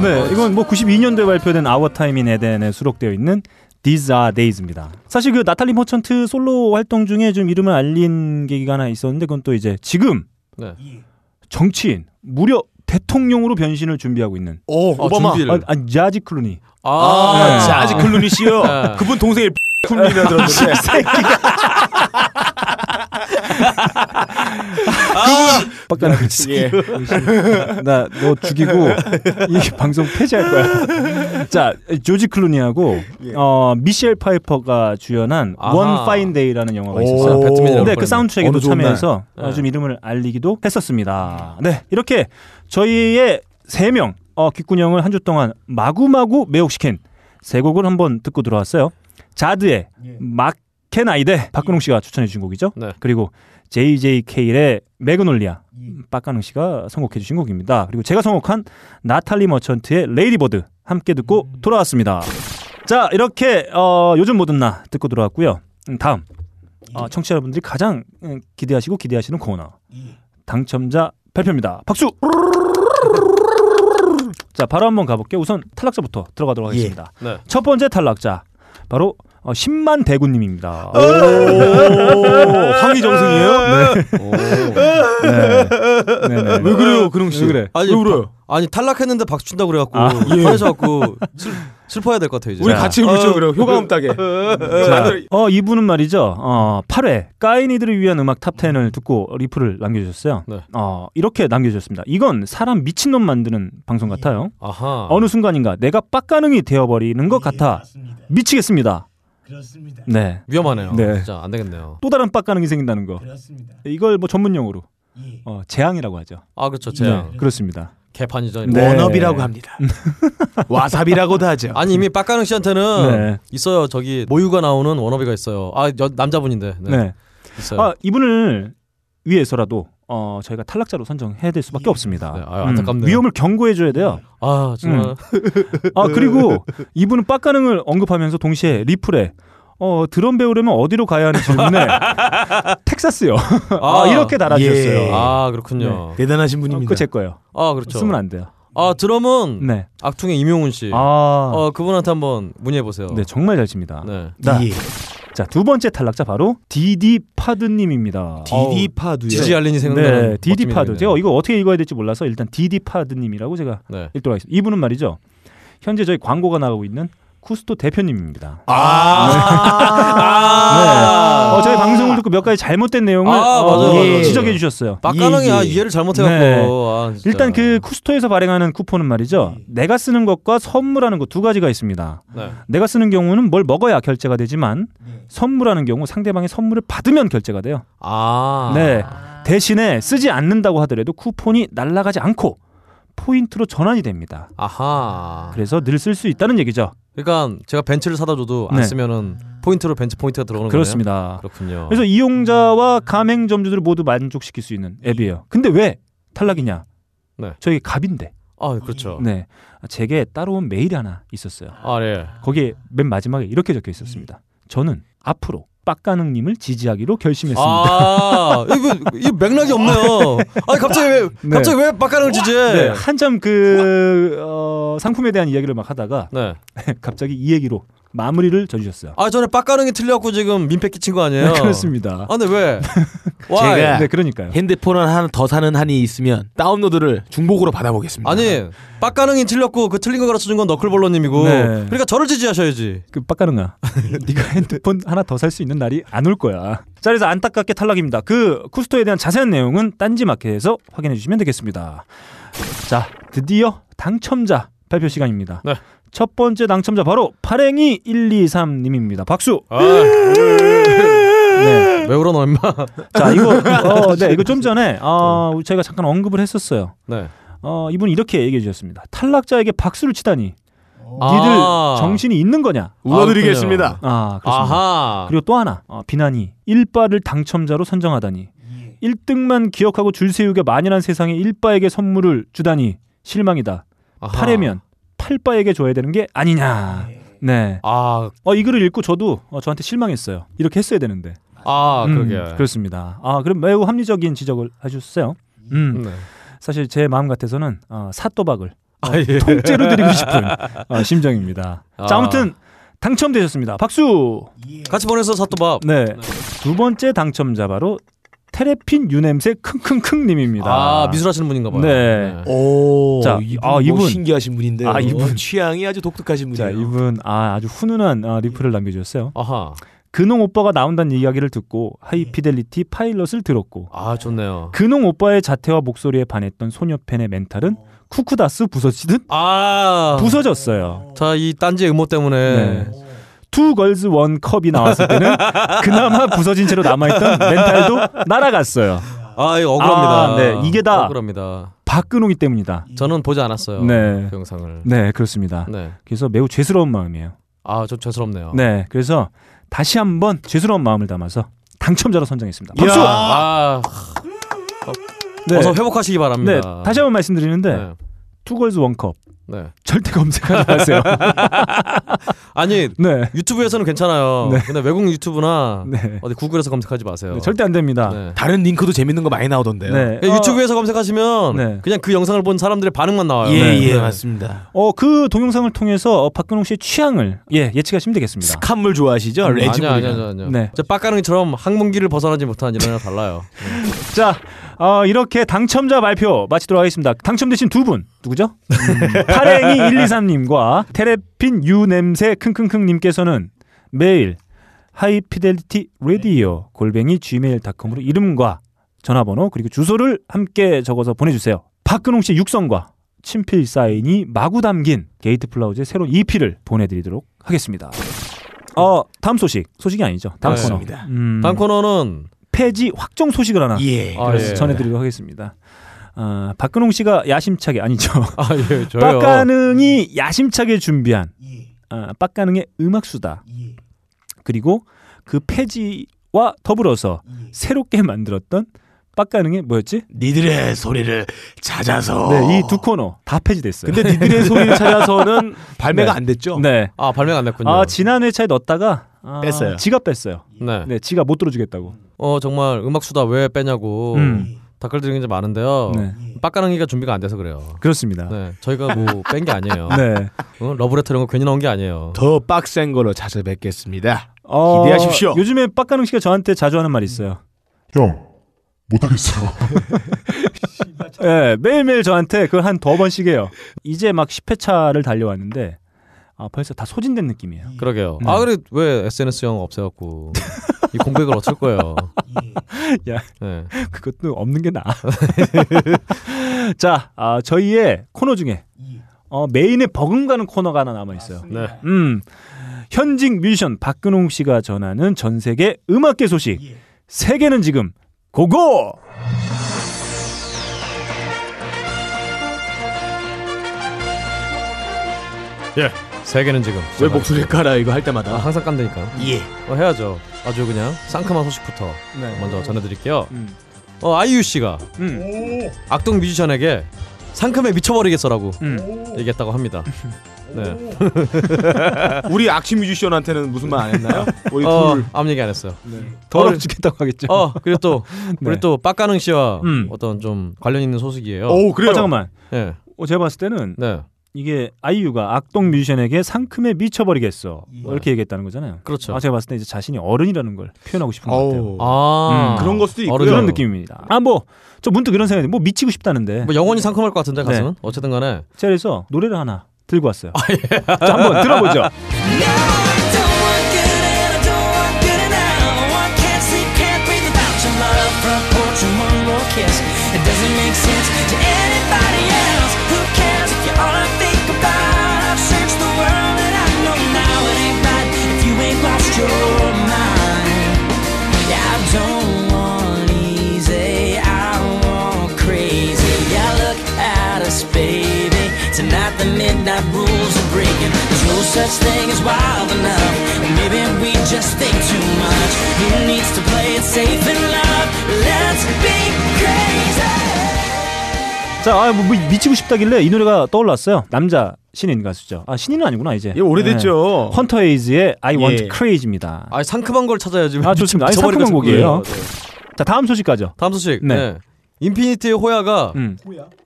네, 이건 뭐 92년도에 발표된 Our Time in Eden에 수록되어 있는 These Are Days입니다. 사실 그 나탈리 머천트 솔로 활동 중에 좀 이름을 알린 계기가 하나 있었는데 그건 또 이제 지금
네.
정치인 무려 대통령으로 변신을 준비하고 있는
오,
어,
오바마.
준비를.
아, 아 자지 클루니
아,
네.
자지 클루니 씨요.
네.
아, 그분 동생이 [laughs] 쿨리라
[laughs]
들었는데. 아,
빡가는 거지. 예. 나 너 죽이고 이 방송 폐지할 거야. 자 조지 클루니하고
예.
어, 미셸 파이퍼가 주연한
아하.
원 파인 데이라는 영화가 있었어요.
오.
배트맨이라고
네, 그
그러네.
사운드트랙에도
어느 좋은 네.
참여해서
날.
어, 좀 이름을 알리기도 했었습니다. 네, 이렇게 저희의 세 명 어, 귓구녕을 한 주 동안 마구마구 매혹시킨 세 곡을 한번 듣고 들어왔어요. 자드의
예.
마케나이데 박근홍 씨가 추천해 주신 곡이죠.
네.
그리고 JJK의 매그놀리아
예.
박가능 씨가 선곡해 주신 곡입니다. 그리고 제가 선곡한 나탈리 머천트의 레이디버드 함께 듣고
음.
돌아왔습니다. 자 이렇게 어, 요즘 뭐든 나 듣고 들어왔고요. 음, 다음 어, 청취자 여러분들이 가장 음, 기대하시고 기대하시는
예.
코너 당첨자 발표입니다. 박수. 자, 바로 한번 가볼게요. 우선 탈락자부터 들어가도록
예.
하겠습니다.
네.
첫 번째 탈락자 바로 어, 10만 대구님입니다.
황희정승이에요? 네.
네. 네, 네.
왜 그래요, 근홍 씨?
왜 그래?
아니,
왜 그래요?
아니 탈락했는데 박수 친다 그래갖고
아,
예.
화내서 갖고 슬, 슬퍼해야 될 것 같아요 네. 이제.
우리
자.
같이 울죠, 그럼 효과음 따게. 네.
자, 어 이분은 말이죠. 어 8회 까인이들을 위한 음악 탑 10을 듣고 리플을 남겨주셨어요.
네.
어 이렇게 남겨주셨습니다. 이건 사람 미친놈 만드는 방송 같아요.
아하.
어느 순간인가 내가 빡가능이 되어버리는 것 같아 미치겠습니다. 예, 그렇습니다. 네.
위험하네요.
네.
진짜 안 되겠네요.
또 다른 빡가능이 생긴다는 거. 그렇습니다. 이걸 뭐 전문 용어로 어, 재앙이라고 하죠.
아 그렇죠. 제가
네, 그렇습니다.
개판이죠.
네.
원업이라고 [laughs] 합니다. 와사비라고도 하죠.
아니 이미 빡가능 씨한테는
네.
있어요. 저기 모유가 나오는 워너비가 있어요. 아 여, 남자분인데. 네.
네.
있어요.
아 이분을 위해서라도 어 저희가 탈락자로 선정해야 될 수밖에 없습니다. 음,
네, 아유, 안타깝네요.
위험을 경고해 줘야 돼요.
아 정말.
음. 아 그리고 이분은 빡가능을 언급하면서 동시에 리플에 어 드럼 배우려면 어디로 가야 하는 질문에 텍사스요. 아, 이렇게 달아주셨어요.
예.
아 그렇군요.
대단하신
어,
분입니다.
그거 제 거예요.
아 그렇죠.
쓰면 안 돼요.
아 드럼은
네.
악퉁의 임용훈 씨.
아.
어 그분한테 한번 문의해 보세요.
네 정말 잘 칩니다.
네.
나-
예.
자 두 번째 탈락자 바로 디디 파드님입니다.
디디 파두요.
지지 알린이 생각나는.
네, 디디
멋진
파드.
이름이네요.
제가 이거 어떻게 읽어야 될지 몰라서 일단 디디 파드님이라고 제가
네.
읽도록 하겠습니다. 이분은 말이죠. 현재 저희 광고가 나가고 있는 쿠스토 대표님입니다.
아.
아. 네. 어, 저희 방송을 듣고 몇 가지 잘못된 내용을
아,
어,
맞아요,
맞아요.
지적해 주셨어요.
빡가능이 아
예, 예.
이해를 잘못해갖고.
네.
아, 진짜.
일단 그 쿠스토에서 발행하는 쿠폰은 말이죠. 내가 쓰는 것과 선물하는 것 두 가지가 있습니다.
네.
내가 쓰는 경우는 뭘 먹어야 결제가 되지만 선물하는 경우 상대방의 선물을 받으면 결제가 돼요.
아.
네. 대신에 쓰지 않는다고 하더라도 쿠폰이 날아가지 않고 포인트로 전환이 됩니다.
아하.
그래서 늘 쓸 수 있다는 얘기죠.
그러니까 제가 벤츠를 사다 줘도 안
네.
쓰면은 포인트로 벤츠 포인트가 들어오는 거예요. 음.
그렇습니다.
그렇군요.
그래서 이용자와 가맹점주들을 모두 만족시킬 수 있는 앱이에요. 근데 왜 탈락이냐?
네.
저희 갑인데.
아 그렇죠.
네. 제게 따로 온 메일이 하나 있었어요.
아 예.
거기에 맨 마지막에 이렇게 적혀 있었습니다. 저는 앞으로 빡가능님을 지지하기로 결심했습니다.
아 이거 이 맥락이
[laughs]
없네요. 아니 갑자기 왜
네.
갑자기 왜 빡가능을 지지해?
네, 한참 그 어, 상품에 대한 이야기를 막 하다가 [laughs]
네.
갑자기 이 얘기로 마무리를 져주셨어요.
아 전에 빡가능이 틀려갖고 지금 민폐 끼친 거 아니에요?
네, 그렇습니다.
아 근데
[laughs]
왜? 와.
제가
네, 그러니까요.
핸드폰 하나 더 사는 한이 있으면 다운로드를 중복으로 받아보겠습니다.
아니 빡가능이 틀렸고 그 틀린 거 가르쳐 준 건 너클볼러님이고
네.
그러니까 저를 지지하셔야지.
그 빡가능아, [laughs] 네가 핸드폰 하나 더 살 수 있는 날이 안 올 거야. 자, 그래서 안타깝게 탈락입니다. 그 쿠스토에 대한 자세한 내용은 딴지마켓에서 확인해 주시면 되겠습니다. 자, 드디어 당첨자 발표 시간입니다.
네.
첫 번째 당첨자 바로 파랭이 123님입니다. 박수.
아,
네.
왜 울어 너 임마?
자, [laughs] 이거 어, 네, 이거 좀 전에 어, 저희가 잠깐 언급을 했었어요.
네.
어, 이분 이렇게 얘기해 주셨습니다. 탈락자에게 박수를 치다니 니들
아.
정신이 있는 거냐?
울어드리겠습니다.
아, 그렇습니다.
아하.
그리고 또 하나 어, 비난이 일바를 당첨자로 선정하다니 1등만 기억하고 줄 세우기가 만연한 세상에 일바에게 선물을 주다니 실망이다.
아하.
팔에면 팔바에게 줘야 되는 게 아니냐. 네.
아,
어, 이 글을 읽고 저도 어, 저한테 실망했어요. 이렇게 했어야 되는데.
아,
음,
그러게.
그렇습니다. 아, 그럼 매우 합리적인 지적을 해주셨어요. 음,
네.
사실 제 마음 같아서는 어, 사또박을
아, 예.
통째로 드리고 싶은 어, 심정입니다. 자,
아.
아무튼 당첨되셨습니다. 박수.
[laughs] 같이 보내서 사또밥.
네. 두 번째 당첨자 바로 테레핀 유냄새 킁킁킁 님입니다.
아, 미술하시는 분인가 봐요.
음. 네.
오,
자,
이분,
아,
뭐
이분.
신기하신 분인데.
아, 이분.
취향이 아주 독특하신 분이에요.
자, 이분 아, 아주 훈훈한 아, 리플을 남겨주셨어요.
아하.
근홍 오빠가 나온다는 이야기를 듣고 하이피델리티 파일럿을 들었고
아, 좋네요.
근홍 오빠의 자태와 목소리에 반했던 소녀팬의 멘탈은 쿠쿠다스 부서지듯
아.
부서졌어요.
자, 이 딴지 음모 때문에
네. 투 걸즈 원 컵이 나왔을 때는 그나마 부서진 채로 남아있던 멘탈도 날아갔어요.
아, 이거 억울합니다.
아, 네. 이게 다-
억울합니다.
박근홍이 때문이다.
저는 보지 않았어요.
네.
그 영상을.
네, 그렇습니다.
네.
그래서 매우 죄스러운 마음이에요.
아, 좀 죄스럽네요.
네, 그래서 다시 한번 죄스러운 마음을 담아서 당첨자로 선정했습니다.
이야.
박수!
아,
네,
어서 회복하시기 바랍니다.
네, 다시 네, 한번 말씀드리는데
네.
투걸즈 원컵
네.
절대 [laughs] 검색하지 마세요.
[laughs] 아니
네.
유튜브에서는 괜찮아요.
네.
근데 외국 유튜브나
네.
아, 어디 구글에서 검색하지 마세요.
네, 절대 안 됩니다. 네.
네.
다른 링크도 재밌는 거 많이 나오던데요.
그냥 네. 그러니까 유튜브에서 검색하시면
어. 네.
그냥 그 영상을 본 사람들의 반응만 나와요.
예,
네.
예,
네.
맞습니다.
어, 그 동영상을 통해서 어, 박근홍 씨의 취향을 예, 예측하시면 되겠습니다.
스칸물 좋아하시죠?
음,
레즈물.
아니야, 아니야, 아니야, 아니야.
네.
저 빡가능처럼 항문기를 벗어나지 못한 이런 애랑 달라요.
자, 어, 이렇게 당첨자 발표 마치도록 하겠습니다. 당첨되신 두 분, 누구죠? 파랭이 123님과 테레핀 유 냄새 킁킁킁님께서는 매일 하이피델리티 레디오 골뱅이 gmail.com으로 이름과 전화번호 그리고 주소를 함께 적어서 보내주세요. 박근홍 씨 육성과 친필 사인이 마구 담긴 게이트 플라우즈의 새로운 EP를 보내드리도록 하겠습니다. 어 다음 소식 소식이 아니죠 다음
네.
코너 음,
다음 코너는
폐지 확정 소식을 하나
예.
아,
그래서
예.
전해드리도록 하겠습니다. 아, 박근홍 씨가 야심차게
[laughs]
아니죠.
아, 예, 저요.
빡가능이 야심차게 준비한 아, 빡가능의 음악 수다. 그리고 그 폐지와 더불어서 새롭게 만들었던 빡가능의 뭐였지?
니들의 소리를 찾아서.
네, 이 두 코너 다 폐지됐어요.
어. 근데
[laughs]
니들의 소리를 찾아서는 발매가
네.
안 됐죠?
[laughs] 네.
아, 발명 안 됐군요.
아, 지난 회차에 넣었다가 아,
뺐어요.
지가 뺐어요.
네.
네, 지가 못 들어주겠다고.
어, 정말 음악 수다 왜 빼냐고
음.
댓글들이 굉장히 많은데요.
네.
빡가능이가 준비가 안 돼서 그래요.
그렇습니다. 네.
네, 저희가 뭐
[laughs]
뺀 게 아니에요.
[laughs]
어, 러브레터 이런 거 괜히 나온 게 아니에요.
더 빡센 걸로 찾아뵙겠습니다.
어,
기대하십시오.
요즘에 빡가능 씨가 저한테 자주 하는 말이 있어요.
형 못하겠어.
[laughs] 예, 매일매일 저한테 그걸 한 두 번씩 해요. 이제 막 10회차를 달려왔는데 아, 벌써 다 소진된 느낌이에요.
그러게요.
네.
아, 그래 왜 SNS 형 없애갖고 이
[laughs]
공백을 어쩔 거예요.
야.
네.
[laughs] 그것도 없는 게 나아. [laughs] 자, 아, 저희의 코너 중에 어, 메인에 버금가는 코너가 하나 남아 있어요.
네.
음. 현직 뮤지션 박근홍 씨가 전하는 전 세계 음악계 소식. 세계는 지금 고고!
세계는 지금
왜 목소리 깔아 이거 할
아,
때마다.
항상 깐다니까.
예.
어, 해야죠. 아주 그냥 상큼한 소식부터
네.
먼저 전해드릴게요.
음.
어, 아이유 씨가
음.
악동 뮤지션에게 상큼에 미쳐버리겠어라고
음.
얘기했다고
[laughs]
합니다. 네.
우리 악취 뮤지션한테는 무슨 말 안 [laughs] 했나요? 우리
어,
둘.
아무 얘기 안 했어요.
더럽 죽겠다고 하겠죠.
어, 그리고 또 우리
[laughs] 네.
또 빡가능 씨와
음.
어떤 좀 관련 있는 소식이에요.
오, 그래요.
어, 잠깐만.
예.
어, 제가 봤을 때는
네.
이게 아이유가 악동 뮤지션에게 상큼에 미쳐버리겠어
예.
뭐 이렇게 얘기했다는 거잖아요.
그렇죠.
아 제가 봤을 때 이제 자신이 어른이라는 걸 표현하고 싶은 것 같아요.
어우.
아
음.
그런 걸 수도 있고요.
어른
그런 느낌입니다. 아 뭐 저 문득 그런 생각이 뭐 미치고 싶다는데
뭐 영원히 상큼할 것
네.
같은데 가수는 어쨌든 간에
제가 그래서 노래를 하나 들고 왔어요.
아, 예.
자 한번 들어보죠.
Baby, tonight the midnight rules are breaking. There's no such thing as wild enough. And maybe we just think too much. Who needs to play it safe in love? Let's be crazy.
자 아, 뭐 미치고 싶다길래 이 노래가 떠올랐어요. 남자 신인 가수죠. 아 신인은 아니구나 이제.
예, 오래됐죠.
네. 헌터 에이즈의 I Want
예.
Crazy입니다.
아 상큼한 걸 찾아야지.
아, 좋습니다. 아니,
미쳐버리겠어.
상큼한 곡이에요.
예,
네.
자 다음 소식 가죠.
다음 소식.
네.
네. 인피니티의 호야가
음.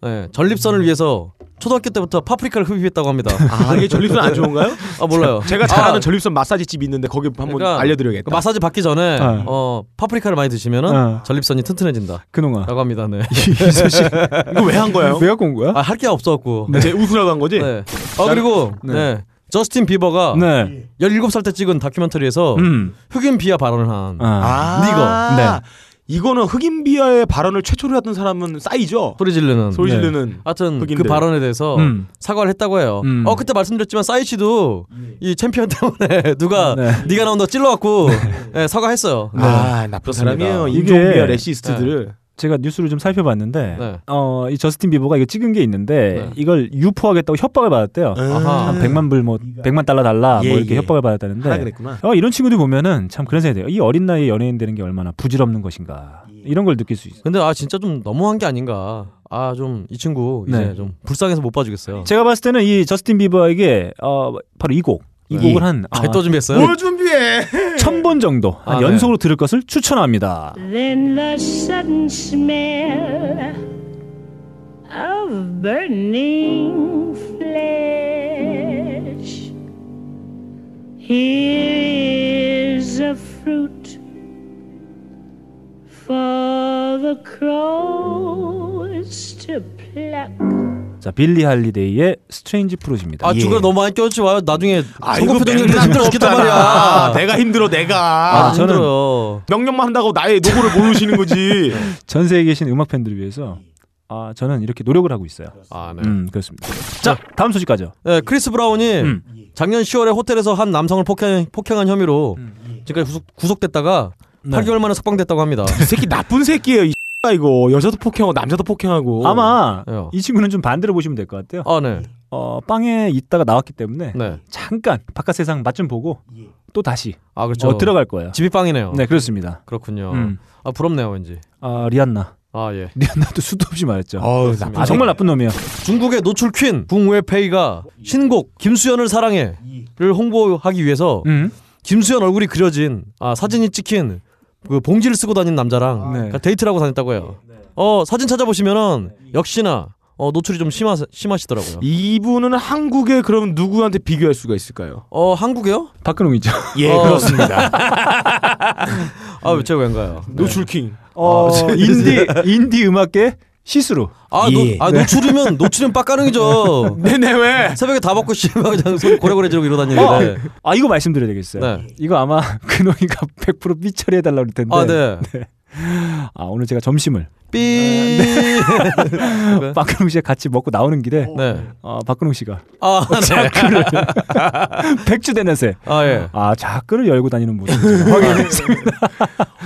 네, 전립선을 위해서 초등학교 때부터 파프리카를 흡입했다고 합니다.
아, 이게 전립선 안 좋은가요?
아 몰라요.
제가 잘 아는
아,
전립선 마사지 집이 있는데 거기 한번
그러니까 그
알려드려야겠다. 네.
마사지 받기 전에
어.
어. 파프리카를 많이 드시면은
어.
전립선이 튼튼해진다라고
그놈아.
합니다. 네.
예? 이거 왜 네. 한 거예요?
왜 갖고 온 거야?
아할 게 없어갖고.
제 웃으라고 한 거지?
네. 아 그리고 네. 저스틴 비버가
네.
17살 때 찍은 다큐멘터리에서
음.
흑인 비하 발언을 한
아.
아, 이거는 흑인 비하의 발언을 최초로 했던 사람은 싸이죠.
소리 지르는
소리
네.
지르는
하여튼
흑인들.
그 발언에 대해서
음.
사과를 했다고 해요.
음.
어 그때 말씀드렸지만 사이 씨도 이 챔피언 때문에 [laughs] 누가
네.
네. 가 나온다 찔러갖고 네, 사과했어요.
아, 나쁜
그렇습니다.
사람이에요.
이게-
인종 비하 레시스트들을.
제가 뉴스를 좀 살펴봤는데
네.
어, 이 저스틴 비버가 이거 찍은 게 있는데
네.
이걸 유포하겠다고 협박을 받았대요.
네. 음,
아하.
한 100만 불 뭐 100만 달러 달라
예,
뭐 이렇게
예.
협박을
하나
받았다는데
그랬구나.
어, 이런 친구들 보면은 참 그런 생각이 돼요. 이 어린 예. 나이에 연예인 되는 게 얼마나 부질없는 것인가. 이런 걸 느낄 수 있어요.
근데 아 진짜 좀 너무한 게 아닌가. 아 좀 이 친구 이제
네.
좀 불쌍해서 못 봐주겠어요.
제가 봤을 때는 이 저스틴 비버에게 어, 바로 이 곡, 이
네.
곡을 한 아,
아, 또 준비했어요.
뭘 준비해?
천 번 정도 한
아, 네.
연속으로 들을 것을 추천합니다.
Then the sudden smell of burning flesh. Here is a fruit for the crows to pluck.
자, 빌리 할리데이의 스트레인지 프로즈입니다.
아 주가 너무 많이 껴주지 마요. 나중에
아, 이거
선거 표정이
맨날
힘들어 죽겠단 말이야.
아, 내가 힘들어 내가
아,
아, 저는-
힘들어요.
명령만 한다고 나의 노고를 모르시는 [laughs] 거지.
전 세계에 계신 음악 팬들을 위해서 아, 저는 이렇게 노력을 하고 있어요.
아 네.
음, 그렇습니다. 자, 다음 소식 가죠.
네, 크리스 브라운이 작년 10월에 호텔에서 한 남성을 폭행, 폭행한 혐의로 지금까지 구속, 구속됐다가
네.
8개월 만에 석방됐다고 합니다.
이 새끼 나쁜 새끼예요. 이 [laughs] X가 이거 여자도 폭행하고 남자도 폭행하고.
아마
예.
이 친구는 좀 반대로 보시면 될 것 같아요.
아, 네.
어, 빵에 있다가 나왔기 때문에
네.
잠깐 바깥 세상 맛 좀 보고 또 다시
아, 그렇죠.
어, 들어갈 거예요.
집이 빵이네요.
네, 그렇습니다.
그렇군요.
음.
아, 부럽네요, 왠지.
아, 리안나. [laughs]
아, 예.
리안나도 수도 없이 말했죠.
어우,
아,
나쁜
정말 나쁜 놈이야.
중국의 노출 퀸 궁웨페이가 신곡 김수현을 사랑해를 홍보하기 위해서
음.
김수현 얼굴이 그려진 아, 사진이 찍힌 그 봉지를 쓰고 다닌 남자랑
네.
그러니까 데이트를 하고 다녔다고 해요. 어, 사진 찾아보시면은 역시나 어, 노출이 좀 심하, 심하시더라고요.
어. 이분은 한국에 그럼 누구한테 비교할 수가 있을까요?
어, 한국이요?
박근홍이죠.
예,
어.
[laughs] 그렇습니다.
아, 왜 제가 왠가요?
노출킹.
어, [laughs] 인디 인디 음악계 시스루.
아,
예.
노,
네.
아 노출이면 노출이면
[laughs]
빡가능이죠.
네네 왜?
새벽에 다 먹고 씨발 그냥 손 고래고래 지르고 이러다니. 네.
아 이거 말씀드려야 되겠어요.
네.
이거 아마 [laughs] 그 근홍이가 100% 삐처리 해달라 그럴 텐데.
아, 네.
아, 오늘 제가 점심을
삐. 네.
박근홍 씨와 같이 먹고 나오는 길에
[laughs] 네.
아, 박근홍 씨가 [laughs]
아, 네.
백주 대낮에
아, 예.
아 자크를 열고 다니는 모습
[laughs]
확인했어요.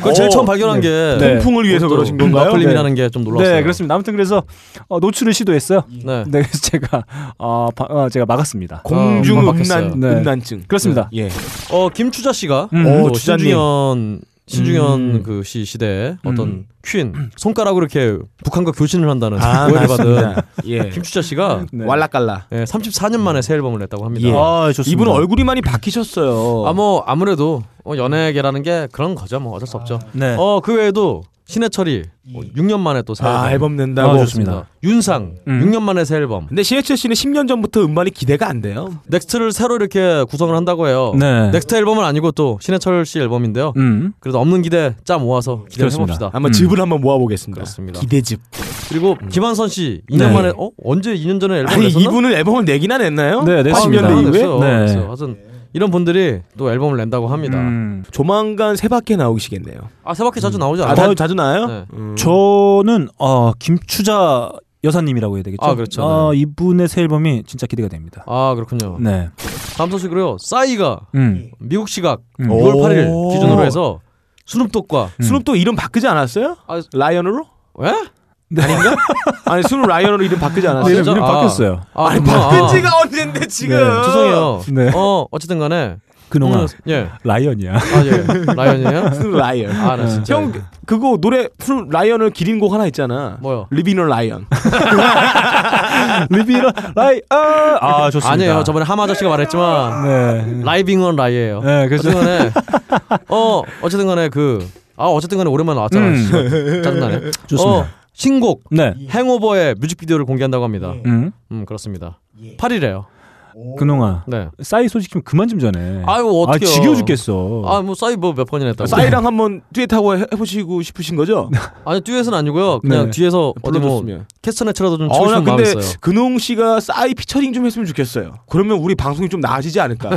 그 제일 처음 발견한 게
네.
통풍을 위해서
그것도
그러신 건가요?
마클림이라는 게 좀 놀랐어요.
네 그렇습니다. 아무튼 그래서 어, 노출을 시도했어요.
네.
네 그래서 제가 어, 바- 어, 제가 막았습니다.
공중
아,
음란
네.
음란증.
그렇습니다.
예.
어, 김추자 씨가
음.
또
오, 추자님.
신중현 신중현
음.
그 시 시대에
음.
어떤 퀸 손가락으로 이렇게 북한과 교신을 한다는
아,
오해를 받은
맞습니다. 예.
김추자 씨가
네.
왈라깔라.
예, 34년 만에 새 앨범을 냈다고 합니다.
예.
아 좋습니다.
이분 얼굴이 많이 바뀌셨어요.
아 뭐 아무래도 어, 연예계라는 게 그런 거죠. 뭐 어쩔 수 없죠.
네.
어 그 외에도 신해철이 뭐 6년 만에 또 새 앨범.
아, 앨범 낸다고.
아, 좋습니다.
윤상
음.
6년 만에 새 앨범.
근데 신해철 씨는 10년 전부터 음반이 기대가 안 돼요.
넥스트를 새로 이렇게 구성을 한다고 해요.
네.
넥스트 앨범은 아니고 또 신해철 씨 앨범인데요.
음.
그래도 없는 기대 짜 모아서 기대를
그렇습니다.
해봅시다.
한번
음.
즙을 한번 모아보겠습니다.
그렇습니다.
기대즙.
그리고 김한선 씨 2년
네.
만에 어 언제 2년 전에 앨범
아니
냈었나? 아,
이분은 앨범을 내기나 냈나요?
네, 냈습니다.
80년대 이후에.
냈어요.
네.
냈어요. 하여튼 이런 분들이 또 앨범을 낸다고 합니다.
음.
조만간 세 바퀴 나오시겠네요.
아 세바퀴 자주 나오지
아,
않아요?
다, 자주 나와요?
네.
음.
저는 어, 김추자 여사님이라고 해야 되겠죠.
아, 그렇죠.
어, 이분의 새 앨범이 진짜 기대가 됩니다.
아 그렇군요.
네.
다음 소식으로요. 싸이가
음.
미국 시각
음.
6월
오.
8일 기준으로 해서 스눕독과
음.
스눕도 이름 바꾸지 않았어요?
아,
라이언으로?
왜?
아닌가? 아니 스눕 라이언으로 이름 바꾸지
네,
않았어요?
이름,
진짜?
이름
아.
바뀌었어요.
아,
아니
그렇구나.
바꾼 지가 언젠데 지금.
네,
죄송해요.
네.
어 어쨌든 간에
근홍아
음, 예.
라이언이야. [laughs]
아 예. 라이언이에요?
스눕 라이언.
아 나 진짜.
형 그거 노래 스눕 라이언을 기린 곡 하나 있잖아.
뭐요?
리비너 라이언.
리비라 라이언. 아 좋습니다.
아니에요. 저번에 하마 저씨가 말했지만
네.
라이빙 온 라이예요.
네, 그래서-
어쨌든
[laughs]
간에 어 어쨌든 간에 그 아 어쨌든 간에 오랜만에 나왔잖아.
음.
요 짜증나네.
좋습니다.
어, 신곡
네.
행오버의 뮤직비디오를 공개한다고 합니다.
음.
음 그렇습니다.
예.
8일에요.
근홍아.
네.
싸이 소식 좀 그만 좀 전해.
아유 어떻게?
아, 지겨워 죽겠어.
아뭐 싸이 뭐 몇 번이나 했다고.
싸이랑 한번 듀엣하고 해- 해보시고 싶으신 거죠?
아니 듀엣은 아니고요. 그냥
네.
뒤에서 어디 뭐
불러줬으면.
캐스터네츠라도 좀 치고
어, 나
싶은 마음이
근데
있어요.
근홍 씨가 싸이 피처링 좀 했으면 좋겠어요. 그러면 우리 방송이 좀 나아지지 않을까?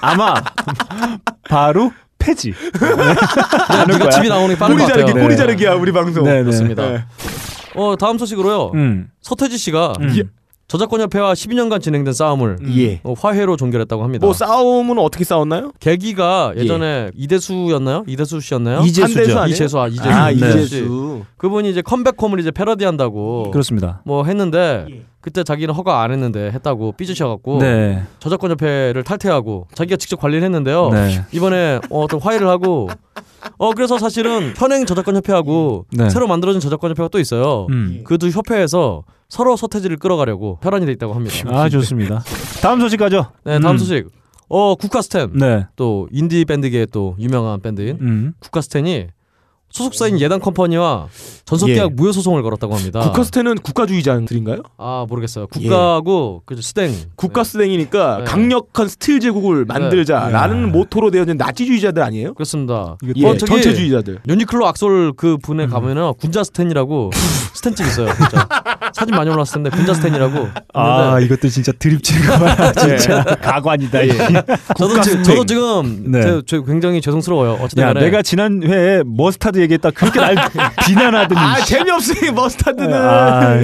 아마 [laughs] 바로 폐지.
그냥 네가 집이 나오는 게 빠른
꼬리
것
자르기,
같아요.
네.
꼬리 자르기야 우리 방송.
네, 네.
그렇습니다. 어 다음 소식으로요.
음.
서태지 씨가
음.
저작권 협회와 12년간 진행된 싸움을
예.
어, 화해로 종결했다고 합니다.
뭐 싸움은 어떻게 싸웠나요?
계기가 예전에 이대수였나요? 이대수 씨였나요?
이재수죠.
한대수 아니에요?
이재수 아 이재수
아
씨.
이재수.
그분이 이제 컴백홈을 이제 패러디한다고
그렇습니다.
뭐 했는데 그때 자기는 허가 안 했는데 했다고 삐지셔갖고
네.
저작권 협회를 탈퇴하고 자기가 직접 관리를 했는데요.
네.
이번에 어, 떤 화해를 하고 어 그래서 사실은 현행 저작권 협회하고
네.
새로 만들어진 저작권 협회가 또 있어요.
음.
그 두 협회에서 서로 서태지를 끌어가려고 혈안이 돼 있다고 합니다.
아 좋습니다. 다음 소식 가죠.
네, 다음
음.
소식. 어 국카스텐.
네.
또 인디 밴드계의 또 유명한 밴드인
음.
국카스텐이 소속사인 예단 컴퍼니와 전속계약
예.
무효 소송을 걸었다고 합니다.
국카스텐은 국가주의자들인가요?
아 모르겠어요. 국가하고 그 스탱.
국가스댕이니까
네.
강력한 스틸 제국을 만들자라는 모토로 되어진 나치주의자들 아니에요?
그렇습니다.
예,
어, 저기
전체주의자들.
유니클로 악솔 그 분에 가면은 군자 스탠이라고 스탠집 있어요. 진짜. 사진 많이 올라왔을 텐데 군자 스탠이라고.
아 이것도 진짜 드립치가 많아
네. [laughs]
진짜 가관이다. 예.
저도, 지, 저도 지금
네.
제, 제 굉장히 죄송스러워요. 어쨌든
야
간에
내가 지난 회에 머스타드 얘기했다 그렇게 날 비난하더니.
아 재미없으니 머스타드는
아,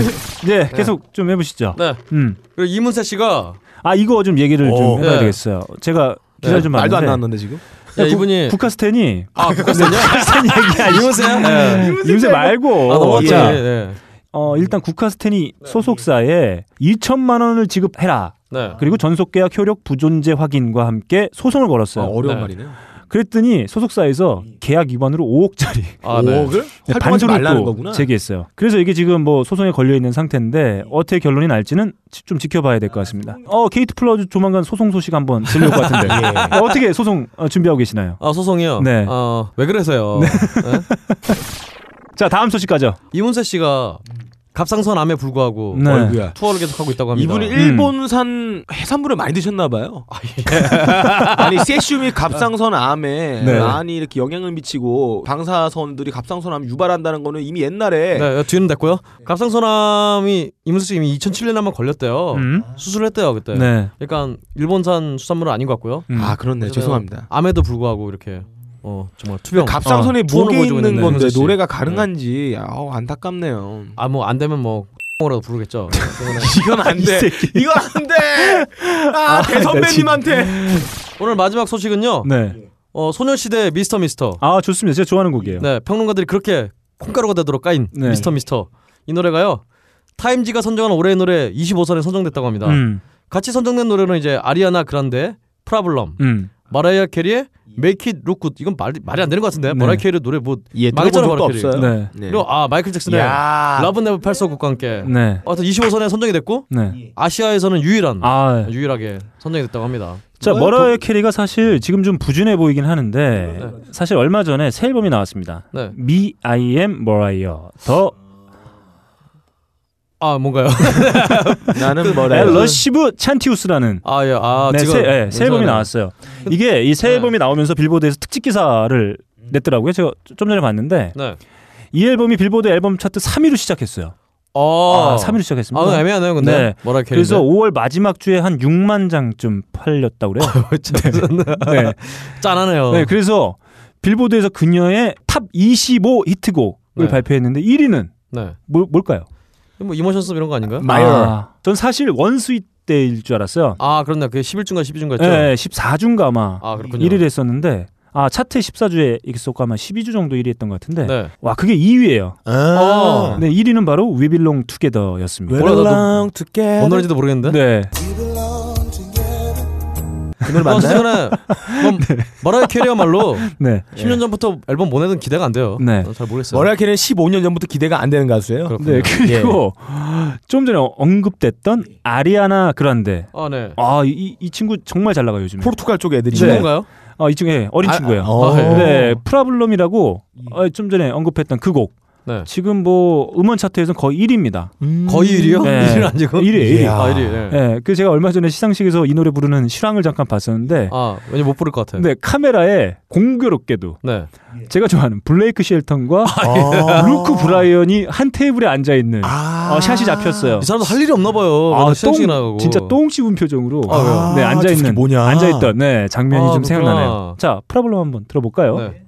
이제 계속 좀 해보시죠.
네.
음.
그리고 이문세 씨가
아 이거 좀 얘기를
어.
좀 해봐야
네.
되겠어요. 제가 기사 좀
말도 안
봤는데
나왔는데 지금
야, 이분이
국카스텐이
아 국가스탠이요?
네.
국카스텐 얘기야.
이문세요? 네.
요새 말고
아 넘어갔죠.
자,
예, 예.
어, 일단 국카스텐이 소속사에 2천만 원을 지급해라.
네.
그리고 전속계약 효력 부존재 확인과 함께 소송을
아,
걸었어요.
어려운
네.
말이네요.
그랬더니 소속사에서 계약 위반으로 5억짜리
아, 네.
5억을 활동하지 말라는
반수를
거구나.
또 제기했어요. 그래서 이게 지금 뭐 소송에 걸려 있는 상태인데 어떻게 결론이 날지는 지- 좀 지켜봐야 될 것 같습니다. 어 게이트 플러즈 조만간 소송 소식 한번 들려올 것 [laughs] 같은데 어, 어떻게 소송 어, 준비하고 계시나요?
아 소송이요.
네.
어, 왜 그래서요? 네?
자 다음 소식 가죠.
이문세 씨가 갑상선 암에 불구하고
네.
어이구야.
투어를 계속하고 있다고 음. 합니다.
이분이 일본산 해산물을 많이 드셨나 봐요. [laughs] 아니 세슘이 갑상선 암에
네.
많이 이렇게 영향을 미치고 방사선들이 갑상선 암 유발한다는 거는 이미 옛날에
네, 뒤는 됐고요. 갑상선암이 이문세 씨 이미 2007년에만 걸렸대요.
음.
수술했대요 그때.
네.
그러니까 일본산 수산물은 아닌 것 같고요.
음.
아 그렇네
그래서
죄송합니다.
암에도 불구하고 이렇게 어 정말 투병.
갑상선이
어, 투혼을
목에
보여주고
있는
있는데,
건데
이문세 씨.
노래가 가능한지 아우 안타깝네요.
아뭐 안 되면 뭐 [laughs] X라도 부르겠죠. 때문에
이건
아,
[laughs] 안 돼. 이건 안
[laughs]
돼. 아,
네,
대선배님한테.
오늘 마지막 소식은요.
네.
어 소녀시대 미스터 미스터.
아 좋습니다. 제가 좋아하는 곡이에요.
네 평론가들이 그렇게 콩가루가 되도록 까인
네.
미스터 미스터 이 노래가요. 타임지가 선정한 올해의 노래 25선에 선정됐다고 합니다.
음.
같이 선정된 노래는 이제 아리아나 그란데 프라블럼
음.
마라이어 캐리의 Make It Look Good 이건 말, 말이 안 되는 것 같은데
네.
마라이어 캐리 노래 뭐
예,
망했잖아,
들어본 적도
바로
없어요.
네.
네.
그리고 아 마이클 잭슨의
야.
러브 네버 849과 함께
네.
아무튼 25선에 선정이 됐고
네.
아시아에서는 유일한
아
유일하게 선정이 됐다고 합니다.
자,
뭐야,
머라이어 캐리가 사실 지금 좀 부진해 보이긴 하는데 사실 얼마 전에 새 앨범이 나왔습니다.
네.
Me I Am Mariah 더
아 뭔가요? [laughs]
나는
네.
뭐래?
엘러시브 찬티우스라는
아 예. 아
네,
지금
새, 예, 새 앨범이
괜찮아요.
나왔어요. 이게 이 새
네. 음.
앨범이 나오면서 빌보드에서 특집 기사를 냈더라고요. 제가 좀 전에 봤는데
네.
이 앨범이 빌보드 앨범 차트 3위로 시작했어요.
어.
아, 3위로 시작했습니다.
아 애매하네요. 근데
네.
마라이어 캐리
그래서 5월 마지막 주에 한 6만 장쯤 팔렸다고 그래요.
[laughs]
네.
짠하네요.
네, 그래서 빌보드에서 그녀의 탑 25 히트곡을
네.
발표했는데 1위는
네.
뭘, 뭘까요?
뭐 이모션스 이런 거 아닌가요?
음.
아, 전 사실 원스윗 때일 줄 알았어요.
아 그렇네. 그게 11주인가 12주인가였죠.
네, 14주인가 아마
아 그렇군요.
1위를 했었는데 아 차트 14주에 있었고 아마 12주 정도 1위 했던 것 같은데
네.
와 그게 2위예요.
아.
어.
네, 1위는 바로 We Belong Together였습니다.
몰라, 나도
together.
뭔 노래인지도 모르겠는데. [laughs]
네,
그 노래 맞나요?
어쨌거나 마라이어 캐리야말로
네,
10년 전부터 앨범 보내던 기대가 안 돼요.
네.
어, 잘 모르겠어요.
머라이어 캐리는 15년 전부터 기대가 안 되는 가수예요.
그렇군요.
네 그리고
예.
좀 전에 언급됐던 아리아나 그란데.
아 네.
아, 이, 이 친구 정말 잘 나가요 요즘에.
포르투갈 쪽 애들이.
친구인가요?
아, 이 중에 어린
아,
친구예요.
아, 어.
네, 프라블럼이라고 어, 좀 전에 언급했던 그 곡.
예. 네.
지금 뭐 음원 차트에서는 거의 1위입니다.
거의 1위요?
네.
1위는 아니고.
1위, 1위.
이야.
아 1위. 네.
예, 그 제가 얼마 전에 시상식에서 이 노래 부르는 실황을 잠깐 봤었는데,
아 왠지 못 부를 것 같아.
근데 카메라에 공교롭게도
네.
제가 좋아하는 블레이크 쉘턴과
어.
[laughs] 루크 브라이언이 한 테이블에 앉아 있는
아.
어, 샷이 잡혔어요.
이 사람도 할 일이 없나 봐요.
아,
시상식 나가고.
진짜 똥 씹은 표정으로
아, 왜요?
네,
아,
앉아
저 새끼
있는
뭐냐.
앉아 있던 네, 장면이
아,
좀
그렇구나.
생각나네요. 자, 프라블럼 한번 들어볼까요?
네.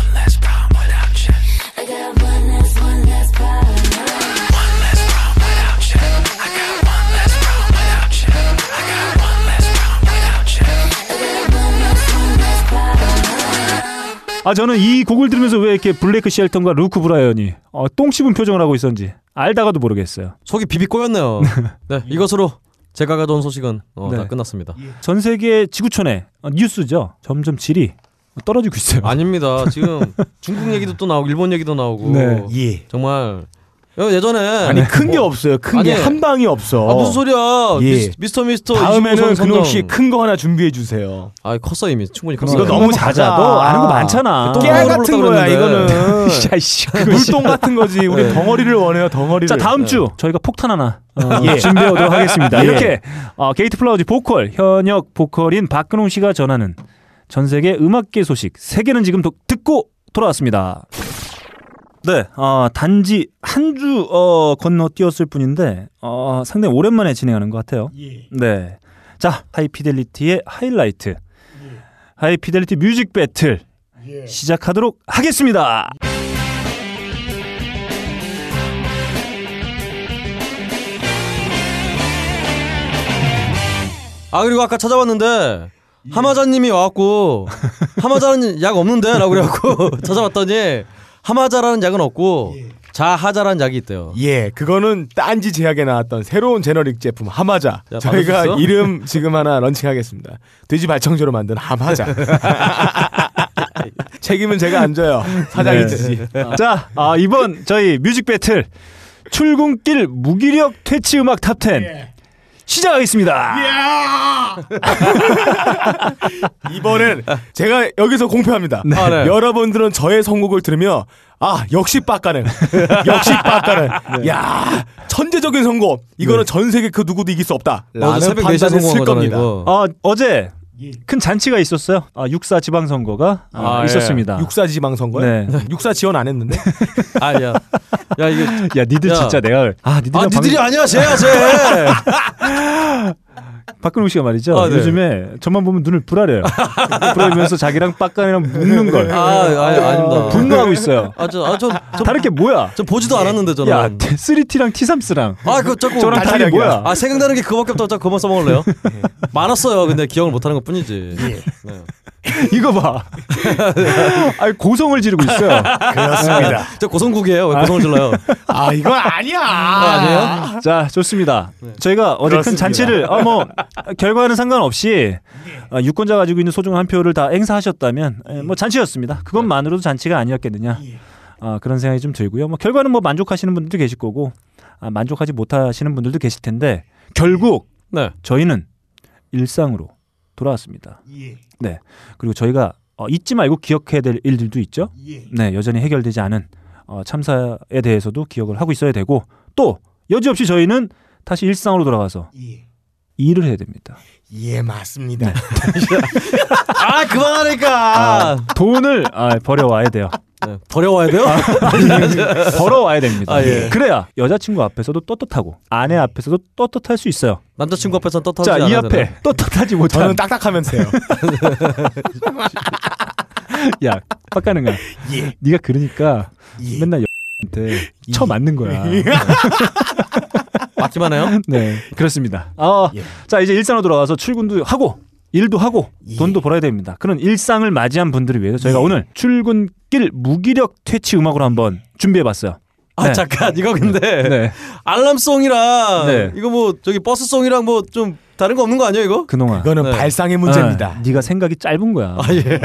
I got one less problem without you. I got one less problem without you.
아 저는 이 곡을 들으면서 왜 이렇게 블레이크 쉘턴과 루크 브라이언이 어, 똥 씹은 표정을 하고 있었는지 알다가도 모르겠어요.
속이 비비
[laughs]
꼬였네요. 네, 이것으로 제가 가져온 소식은 어,
네.
다 끝났습니다.
전 세계 지구촌의 어, 뉴스죠. 점점 질이 떨어지고 있어요.
아닙니다. 지금 중국 얘기도 또 나오고 일본 얘기도 나오고
네.
예.
정말 여- 예전에
아니 큰 게 없어요. 큰 게
네. 아니,
한 방이 없어.
아, 무슨 소리야?
예.
미스- 미스터 미스터
다음에는
25선 선정.
근홍 씨큰 거 하나 준비해 주세요.
아 컸어 이미 충분히 컸어.
이거 너무 자자.
너 아는 거 많잖아.
똥
깨알
덩어리로
같은 거야
불렀다고
이거는.
[laughs] 야, 씨. 그거 씨.
물똥 같은 거지. 우리
네.
덩어리를 원해요. 덩어리를.
자 다음 주 저희가 폭탄 하나 어,
예.
[laughs] 준비해 오도록 하겠습니다.
예.
이렇게 어, 게이트 플라워즈 보컬 현역 보컬인 박근홍 씨가 전하는 전 세계 음악계 소식 세계는 지금 도- 듣고 돌아왔습니다. 네, 어, 단지 한 주 어, 건너뛰었을 뿐인데 어, 상당히 오랜만에 진행하는 것 같아요.
예.
네, 자 하이피델리티의 하이라이트, 하이피델리티 뮤직 배틀
예.
시작하도록 하겠습니다.
아 그리고 아까 찾아봤는데 하마자님이
[laughs]
와갖고 하마자는 약 없는데라고 그래갖고 찾아봤더니 하마자라는 약은 없고 자하자라는 약이 있대요.
예, 그거는 딴지 제약에 나왔던 새로운 제너릭 제품 하마자.
야,
저희가
받았었어?
이름 지금 하나 런칭하겠습니다. 돼지 발청제로 만든
[laughs]
하마자. 책임은 제가 안 져요. 사장이
네.
지지.
자, 아, 이번 저희 뮤직 배틀 출근길 무기력 퇴치 음악 탑 10 시작하겠습니다.
이번엔 제가 여기서 공표합니다.
아, 네.
여러분들은 저의 선곡을 들으며 아 역시 빡가는 역시
네.
빡가는 야 천재적인 선곡 이거는 전 세계 그 누구도 이길 수 없다.
어제
라는
네. 새벽 4시에 성공한
판단을 쓸
거잖아
겁니다.
이거.
어, 어제 큰 잔치가 있었어요. 아, 육사 지방선거가 아,
아, 예.
있었습니다.
육사 지방선거요?
네.
육사 지원 안
[laughs]
했는데?
아야, 야 이게
야, 니들
야.
진짜 내가 아, 니들
아 니들이 [laughs] 아니야 쟤야 쟤.
예. 박근홍 씨가 말이죠.
아, 네.
요즘에 저만 보면 눈을 불아려요. 불아리면서 자기랑 빡간이랑 묻는 걸
[laughs] 아, 아 아닙니다.
분노하고 있어요.
아저아저저
다른 게 뭐야?
저 보지도 않았는데 저는.
야, 3T랑 T3스랑
아, 그 자꾸
저랑 다른 게 뭐야? 예.
아 생각나는 게 그거밖에 없다고 자꾸 그만
[laughs]
써먹을래요? 많았어요. 근데 기억을 못하는 것 뿐이지. 네.
이거
[laughs]
봐. 아 고성을 지르고 있어요. 네.
그렇습니다.
아,
그러니까.
저 고성국이에요. 왜 고성을
[laughs]
질러요?
아 이건 아니야.
아, 아니에요?
자, 좋습니다. 저희가 어제 큰
그렇습니다. 예.
잔치를
[laughs]
어, 뭐 결과는 상관없이 어, 유권자 가지고 있는 소중한 한 표를 다 행사하셨다면 예, 뭐 잔치였습니다.
네.
그것만으로도 잔치가 아니었겠느냐.
예.
아, 그런 생각이 좀 들고요. 뭐 결과는 뭐 만족하시는 분들도 계실 거고 아, 만족하지 못하시는 분들도 계실 텐데 결국
네.
저희는 일상으로 돌아왔습니다. 네. 그리고 저희가 어, 잊지 말고 기억해야 될 일들도 있죠. 네. 여전히 해결되지 않은 어, 참사에 대해서도 기억을 하고 있어야 되고 또 여지없이 저희는 다시 일상으로 돌아가서 일을 해야 됩니다.
예 맞습니다.
아 그만하니까.
돈을 아,
[laughs]
버려와야 돼요.
네. 버려와야 돼요?
아. 벌어와야 됩니다.
아, 예.
그래야 여자친구 앞에서도 떳떳하고 아내 앞에서도 떳떳할 수 있어요.
남자친구 앞에서 떳떳하지
자, 이
않아야 되나?
앞에 떳떳하지 못한
저는 딱딱하면 돼요.
야, 빡가는 거야.
예.
네가 그러니까
예.
맨날 한테
예.
쳐 맞는 거야.
맞기만 해요?
네, 그렇습니다. 아,
예.
자 이제 일상으로 돌아가서 출근도 하고 일도 하고
예.
돈도 벌어야 됩니다. 그런 일상을 맞이한 분들을 위해서 저희가 오늘 출근길 무기력 퇴치 음악으로 한번 준비해봤어요.
아
네.
잠깐 이거 근데
네,
알람송이랑
네.
이거 뭐 저기 버스송이랑 뭐 좀 다른 거 없는 거 아니에요 이거?
그놈아.
이거는
네.
발상의 문제입니다.
아, 네가 생각이 짧은 거야.
예.
예.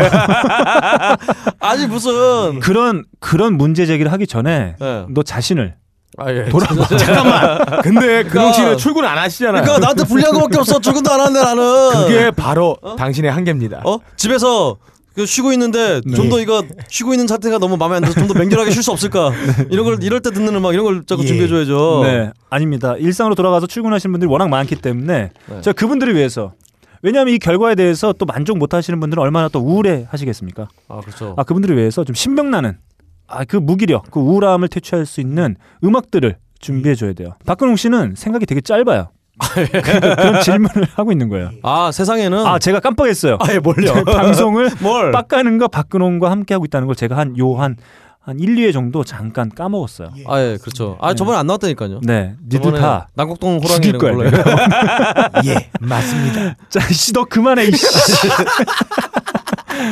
[laughs] 아니 무슨
그런 그런 문제 제기를 하기 전에
네.
너 자신을
아, 예.
돌아봐.
잠깐만. 근데 근홍 씨는
그러니까-
출근 안 하시잖아요.
그러니까 나한테 불리한 거밖에 없어 출근도 안 하는데 나는
그게 바로 당신의 한계입니다.
어 집에서 그 쉬고 있는데
네.
좀 더 이거 쉬고 있는 상태가 너무 마음에 안 들어서 좀 더 맹렬하게 쉴 수 없을까 이런 걸 이럴 때 듣는 음악 이런 걸 자꾸
예.
준비해줘야죠
네, 아닙니다. 일상으로 돌아가서 출근하시는 분들이 워낙 많기 때문에
네.
저 그분들을 위해서. 왜냐하면 이 결과에 대해서 또 만족 못하시는 분들은 얼마나 또 우울해 하시겠습니까?
아 그렇죠
아 그분들을 위해서 좀 신명나는 아 그 무기력 그 우울함을 퇴치할 수 있는 음악들을 준비해 줘야 돼요. 박근홍 씨는 생각이 되게 짧아요.
예.
그러니까 그런 질문을 하고 있는 거예요.
아 세상에는
아 제가 깜빡했어요.
아예 뭘요
방송을
뭘
빡가는과 박근홍과 함께 하고 있다는 걸 제가 한 요 한 한 1, 2회 정도 잠깐 까먹었어요.
아예 그렇죠 아 저번에 안 나왔다니까요
네, 니들
저번에
다.
난곡동 호랑이
죽일
이런
거야.
걸로 해요.
예 맞습니다.
자, 씨, 너 그만해, 이씨.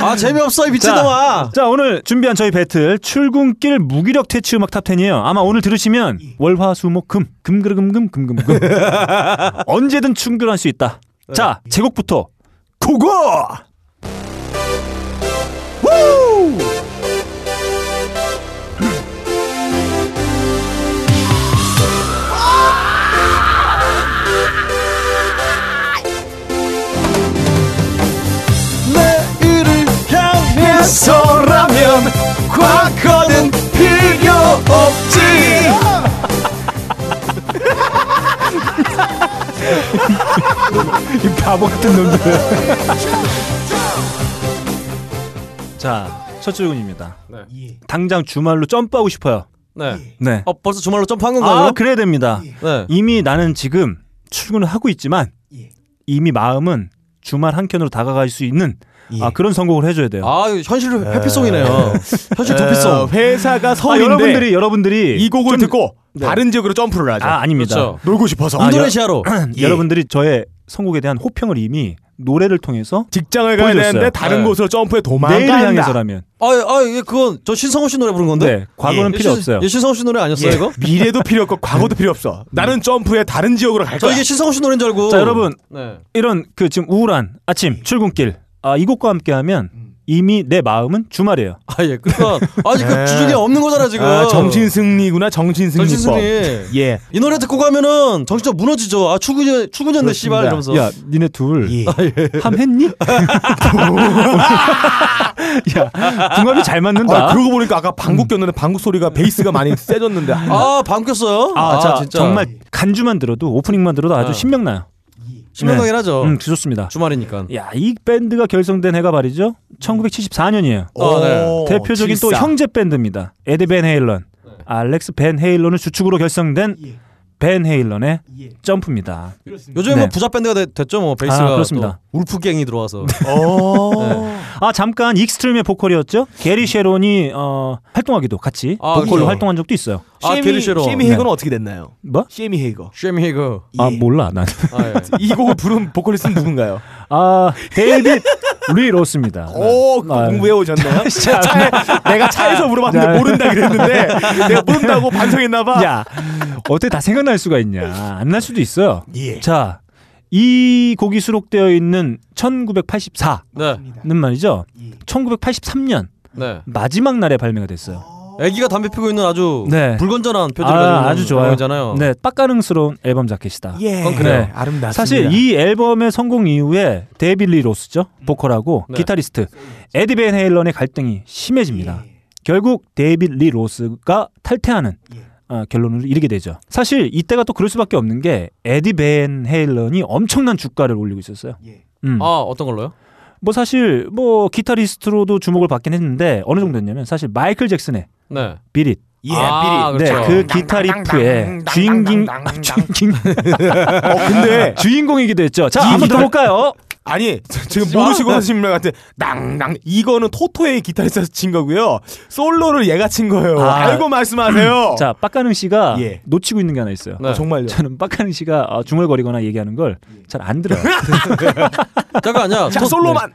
아 재미없어 이 미친놈아.
자, 자, 오늘 준비한 저희 배틀 출근길 무기력 퇴치 음악 탑 10이에요. 아마 오늘 들으시면 월화수목금 금그르금금 [laughs] 금금금 언제든 충돌할 수 있다. 자 제곡부터 고고. 우!
내일을 향해서라면 과거는 필요 없지
이 바보 같은
[laughs]
놈들.
자첫 출근입니다.
네.
당장 주말로 점프하고 싶어요.
네.
네.
어 벌써 주말로 점프한 건가요?
아 그래야 됩니다.
네.
이미 나는 지금 출근을 하고 있지만 이미 마음은 주말 한 켠으로 다가갈 수 있는 아, 그런 선곡을 해줘야 돼요.
아 이거 현실 회피송이네요. 현실 도피송.
어, 회사가
아,
서울인데
여러분들이 여러분들이
이 곡을 듣고 다른 지역으로 점프를 하죠.
아 아닙니다. [clears throat]
그렇죠.
놀고 싶어서
아,
인도네시아로.
예.
여러분들이 저의 선곡에 대한 호평을 이미 노래를 통해서
직장을 가야
보여줬어요.
되는데 다른
네.
곳으로 점프해
내일을
도망간다.
향해서라면
아아 이게 그건 저 신성호 씨 노래 부른 건데.
네 과거는
예,
필요
신-
없어요.
예, 신성호 씨 노래 아니었어요
예.
이거?
[laughs] 미래도 필요 없고 과거도 필요 없어. 나는 점프해 다른 지역으로 갈
저
거야.
이게 신성호 씨 노래인 줄 알고.
자, 여러분.
네.
이런 그 지금 우울한 아침
음.
출근길 아, 이 곡과 함께하면 이미 내 마음은 주말이에요. 어.
아 예. 그러니까 아직 그
네.
주중에 없는 거잖아 지금.
아, 정신 승리구나 정신 승리법.
정신승리.
예.
이 노래 듣고 가면은 정신적 무너지죠. 아 출근 출근했네 씨발 이러면서.
야 니네 둘
예. [laughs]
함했니? [laughs] 야 궁합이 잘 맞는다.
아, 그러고 보니까 아까 방구 꼈는데 방구 소리가 베이스가 많이 세졌는데. 아,
아 반겼어요.
아,
아,
자,
진짜
정말 간주만 들어도 오프닝만 들어도 아주
아.
신명나요.
신명나긴 하죠.
음, 좋습니다.
주말이니까.
야, 이 밴드가 결성된 해가 말이죠. 1974년이에요.
어, 네.
대표적인 또 형제 밴드입니다. 에디 벤 헤일런, 알렉스 벤 헤일런을 주축으로 결성된 벤 헤일런의 점프입니다.
요즘에
네.
뭐 부자 밴드가 되- 됐죠. 뭐 베이스가
아, 그렇습니다.
또 울프갱이 들어와서.
네.
아 잠깐 익스트림의 보컬이었죠. 게리 쉐론이 어, 활동하기도 같이
아,
보컬로
그렇죠.
활동한 적도 있어요.
아
쉐미,
게리쉐로.
쉐미 헤이거는 어떻게 됐나요?
뭐?
쉐미 헤이거.
쉐미헤그.
아 몰라 난.
아, 예.
이 곡을 부른 보컬리스트는 누군가요?
아
[laughs]
데이빗 리 로스입니다.
오,
아,
그거 어, 공부해 오셨나요? 차에, 내가 차에서 물어봤는데
야.
모른다 그랬는데 내가 모른다고 반성했나봐.
[laughs] 야, 어떻게 다 생각날 수가 있냐? 안 날 수도 있어요.
예.
자, 이 곡이 수록되어 있는 1984는
네.
말이죠.
예.
1983년
네.
마지막 날에 발매가 됐어요.
아기가 담배 피고 있는 아주
네.
불건전한 표정을 가지고
아,
있는
아주 좋아요.
영화잖아요.
네, 빡가능스러운 앨범 자켓이다.
예.
그건 그래요.
네.
아름답습니다.
사실 이 앨범의 성공 이후에 데이빌 리 로스죠 보컬하고
네.
기타리스트 에디 벤 헤일런의 갈등이
예.
심해집니다. 결국 데이빌 리 로스가 탈퇴하는
예.
어, 결론을 이르게 되죠. 사실 이때가 또 그럴 수밖에 없는 게 에디 벤 헤일런이 엄청난 주가를 올리고 있었어요.
예.
음.
아 어떤 걸로요?
뭐 사실 뭐 기타리스트로도 주목을 받긴 했는데 어느 정도였냐면 사실 마이클 잭슨의
[laughs]
네.
비릿
예,
아,
미리.
그렇죠.
네, 그 기타 리프의 주인공 [laughs] 주인공
어, 근데
[laughs] 주인공이기도 했죠. 자,
이
한번
기타-
들어볼까요?
아니 지금 모르시고 하신 분 같은 낭낭 이거는 토토의 기타리스트 친 거고요. 솔로를 얘가 친 거예요.
아. 음,
알고 말씀하세요.
자, 빡가능 씨가
어. 예.
놓치고 있는 게 하나 있어요.
네.
어, 정말요.
저는 빡가능 씨가 어, 중얼거리거나 얘기하는 걸
예.
잘 안
[laughs]
들어요.
잠깐요.
자 솔로만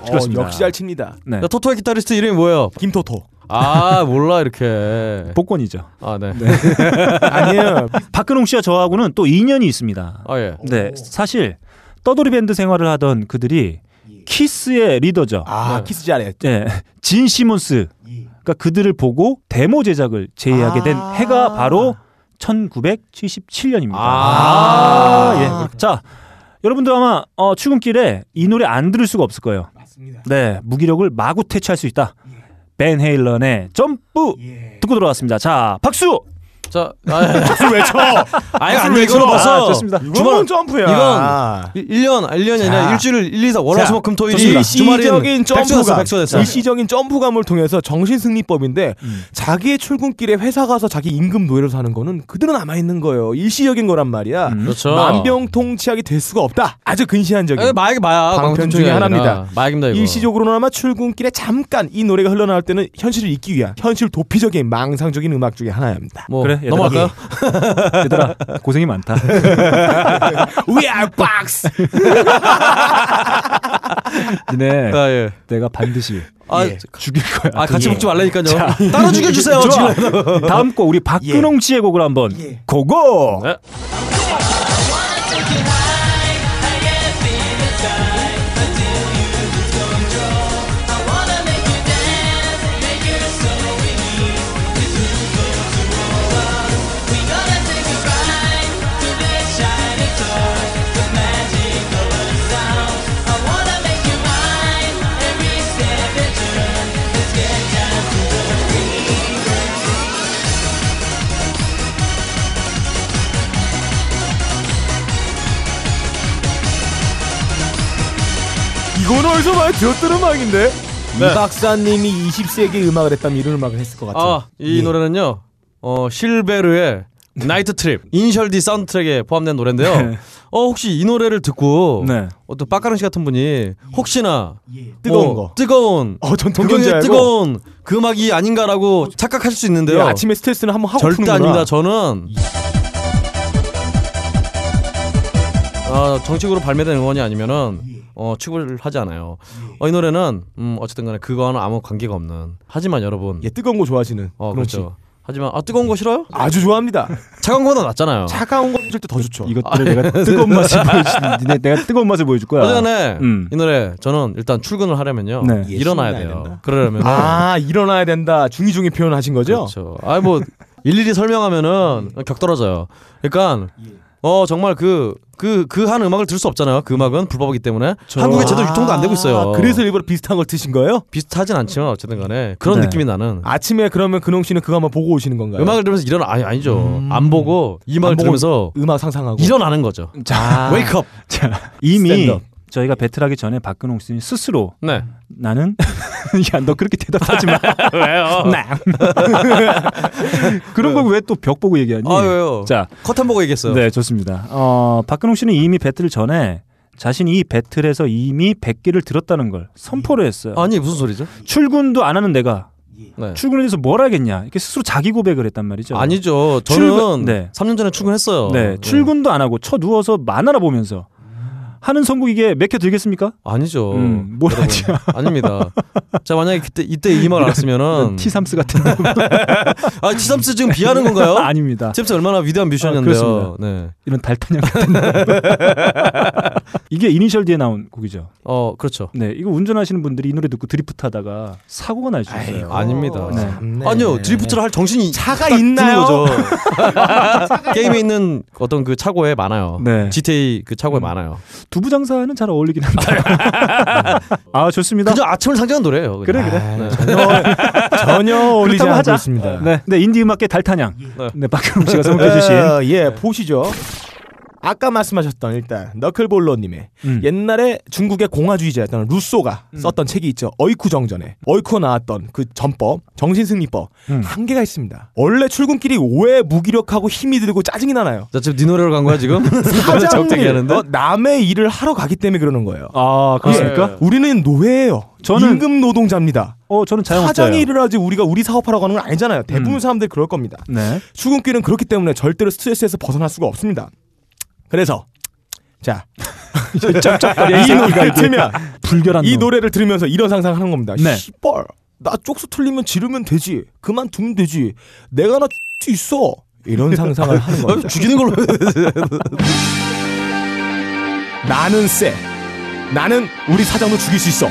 어,
그렇습니다.
역시 잘 칩니다.
네.
야, 토토의 기타리스트 이름이 뭐예요?
김토토
아 몰라 이렇게.
복권이죠.
아 네.
아니에요.
박근홍 씨와 저하고는 또 인연이 있습니다.
아 예.
네, 사실 떠돌이 밴드 생활을 하던 그들이 키스의 리더죠.
아
네.
키스 잘해.
네, 진 시몬스. 그러니까 그들을 보고 데모 제작을 제의하게 된
아.
해가 바로 1977년입니다.
아.
예. 자, 여러분도 아마 어, 출근길에 이 노래 안 들을 수가 없을 거예요. 맞습니다. 네, 무기력을 마구 예. 퇴치할 수 있다. 벤 헤일런의 점프 듣고 돌아왔습니다. 자, 박수.
자, 아,
박수 왜 쳐?
아니
박수
안 돼.
왜
이거는
쳐?
벌써
아, 좋습니다. 이건
주말-
점프야.
이건 1년, 1년이 아니라
자.
일주일 1, 2, 4,
자,
월화수목금토일이
좋습니다. 이시적인 점프가
백수됐어.
이시적인 점프감을 통해서 정신승리법인데
음.
자기의 출근길에 회사 가서 자기 임금 노예로 사는 거는 그대로 남아 있는 거예요. 일시적인 거란 말이야.
그렇죠.
음, 만병통치약이 될 수가 없다. 아주 근시안적인.
에, 마약이 마약.
방편
방금
중에
중요하니까.
하나입니다.
마약입니다 이거.
일시적으로나마 출근길에 잠깐 이 노래가 흘러나올 때는 현실을 잊기 위한 현실 도피적인 망상적인 음악 중에
[laughs]
하나입니다.
뭐
그래, 얘들아.
넘어갈까요?
얘들아 고생이 [laughs] 많다.
We are box.
니네
아, 예. [laughs]
내가 반드시
아,
예.
죽일 거야.
아 같이
예.
먹지 말라니까요. 따로
[laughs]
죽여주세요.
좋아.
지금.
다음 곡 우리
예.
박근홍 씨의 곡을 한번 고고.
네.
이거는 어디서 많이 들었던 음악인데?
네.
이 박사님이 20세기 음악을 했다면 이런 음악을 했을 것 같아요.
아, 이
예. 네.
노래는요. 어, 실베르의 나이트 트립 인셜디 사운드트랙에 포함된 노래인데요. 어, 혹시 이 노래를 듣고
네.
어떤 빠까릉 씨 같은 분이 혹시나
뜨거운
뭐,
거.
뜨거운
어, 전 동경인 줄
동경의
알고.
뜨거운 그 음악이 아닌가라고 착각하실 수 있는데요.
예, 아침에 스트레스는 한번 하고
절대
푸는구나.
아닙니다. 저는 아, 정식으로 발매된 음원이 아니면은
예.
어, 취급을 하지 않아요. 어, 이 노래는 음, 어쨌든 간에 그거와는 아무 관계가 없는. 하지만 여러분,
예, 뜨거운 거 좋아하시는.
어,
그런
그렇죠. 하지만 아 뜨거운 거 싫어요?
씨. 아주 좋아합니다.
차가운 거보다 낫잖아요.
차가운 거 줄때 더 좋죠. 아, 네.
이것들을 내가 뜨거운
[laughs]
맛을 보여줄 니네 내가 뜨거운 맛을 보여줄 거야.
어제간에
음.
이 노래 저는 일단 출근을 하려면요
네.
예,
일어나야
신나야
돼요.
된다.
그러려면
아 일어나야 된다. 중이중이 표현하신 거죠?
그렇죠. 아니 뭐 일일이 설명하면은
예.
격떨어져요. 그러니까 어 정말 그 그 그 한 음악을 들을 수 없잖아요. 그 음악은 불법이기 때문에 한국에 제대로
아,
유통도 안 되고 있어요.
그래서 일부러 비슷한 걸 드신 거예요?
비슷하진 않지만 어쨌든간에 그런
네.
느낌이 나는
아침에 그러면 근홍 씨는 그거 한번 보고 오시는 건가요?
음악을 들으면서 일어나 아니 아니죠. 안 보고 이 음악을
안 보고
들으면서
음악 상상하고
일어나는 거죠.
자,
웨이크업.
이미
스탠드업.
저희가 배틀하기 전에 박근홍 씨는 스스로
네. [laughs]
나는 야 너 그렇게 대답하지 마.
왜요?
[laughs]
네.
나. 그런 걸 왜 또 벽 보고 얘기하니?
아 왜요?
음. 자,
커튼 보고 얘기했어요.
네 좋습니다. 어 박근홍 씨는 이미 배틀 전에 자신이 이 배틀에서 이미 100기를 들었다는 걸 선포를 했어요.
아니 무슨 소리죠?
출근도 안 하는 내가
예.
네.
출근에 대해서 뭘 하겠냐 이렇게 스스로 자기 고백을 했단 말이죠.
아니죠.
출근-
저는
네.
3년 전에 출근했어요.
네, 출근도 안 하고 쳐 누워서 만화나 보면서 하는 선곡 이게 몇 개 들겠습니까?
어,
아니죠.
음, 뭘
여러분,
하지?
[laughs] 아닙니다. 자 만약에 그때 이때 이 말 알았으면은
[laughs] 티삼스 같은
아 티삼스 지금 비하는
어?
건가요?
[laughs] 아닙니다.
티삼스 얼마나 위대한 뮤지션이었는데요. 네.
이런 달타냥 같은
[laughs]
이게 이니셜 뒤에 나온 곡이죠.
어 그렇죠.
네, 이거 운전하시는 분들이 이 노래 듣고 드리프트하다가 사고가 날 수 있어요.
아닙니다.
네.
참네.
아니요 드리프트를 할 정신이 딱
차가
드는
있나요?
거죠. 게임에 있는 어떤 그 차고에 많아요.
네.
GTA 그 차고에 많아요.
두부 장사는 잘 어울리긴 합니다.
[laughs]
아 좋습니다.
그저 아침을 상징하는 노래예요. 그냥. 네.
그래 그래.
아, 전혀 전혀 어울리지
그렇다고
않고
하자.
있습니다.
네, 네 인디 음악계 달타냥.
네.
네, 박현웅 씨가 선곡해 주신.
어, 예 보시죠. 아까 말씀하셨던 일단 너클볼러님의
음.
옛날에 중국의 공화주의자였던 루소가 썼던 책이 있죠. 어이쿠 정전에 어이쿠 나왔던 그 전법 정신승리법
음.
한계가 있습니다. 원래 출근길이 왜 무기력하고 힘이 들고 짜증이 나나요?
나 지금 네 노래로 간 거야 지금? [laughs] 적당히
사장님
하는데.
어, 남의 일을 하러 가기 때문에 그러는 거예요.
아 그렇습니까?
예. 우리는 노예예요.
저는-
임금 노동자입니다.
어 저는
사장이
자영업자예요.
일을 하지 우리가 우리 사업하러 가는 건 아니잖아요. 대부분
음.
사람들이 그럴 겁니다.
네.
출근길은 그렇기 때문에 절대로 스트레스에서 벗어날 수가 없습니다. 그래서 자, 이 노래를 들으면
불결한
이
놈.
노래를 들으면서 이런 상상하는 겁니다.
네.
씨발, 나 쪽수 틀리면 지르면 되지. 그만 두면 되지. 내가 나 X 있어.
[laughs]
이런 상상을 하는
아,
겁니다.
죽이는 걸로.
나는 쎄. 나는 우리 사장도 죽일 수 있어.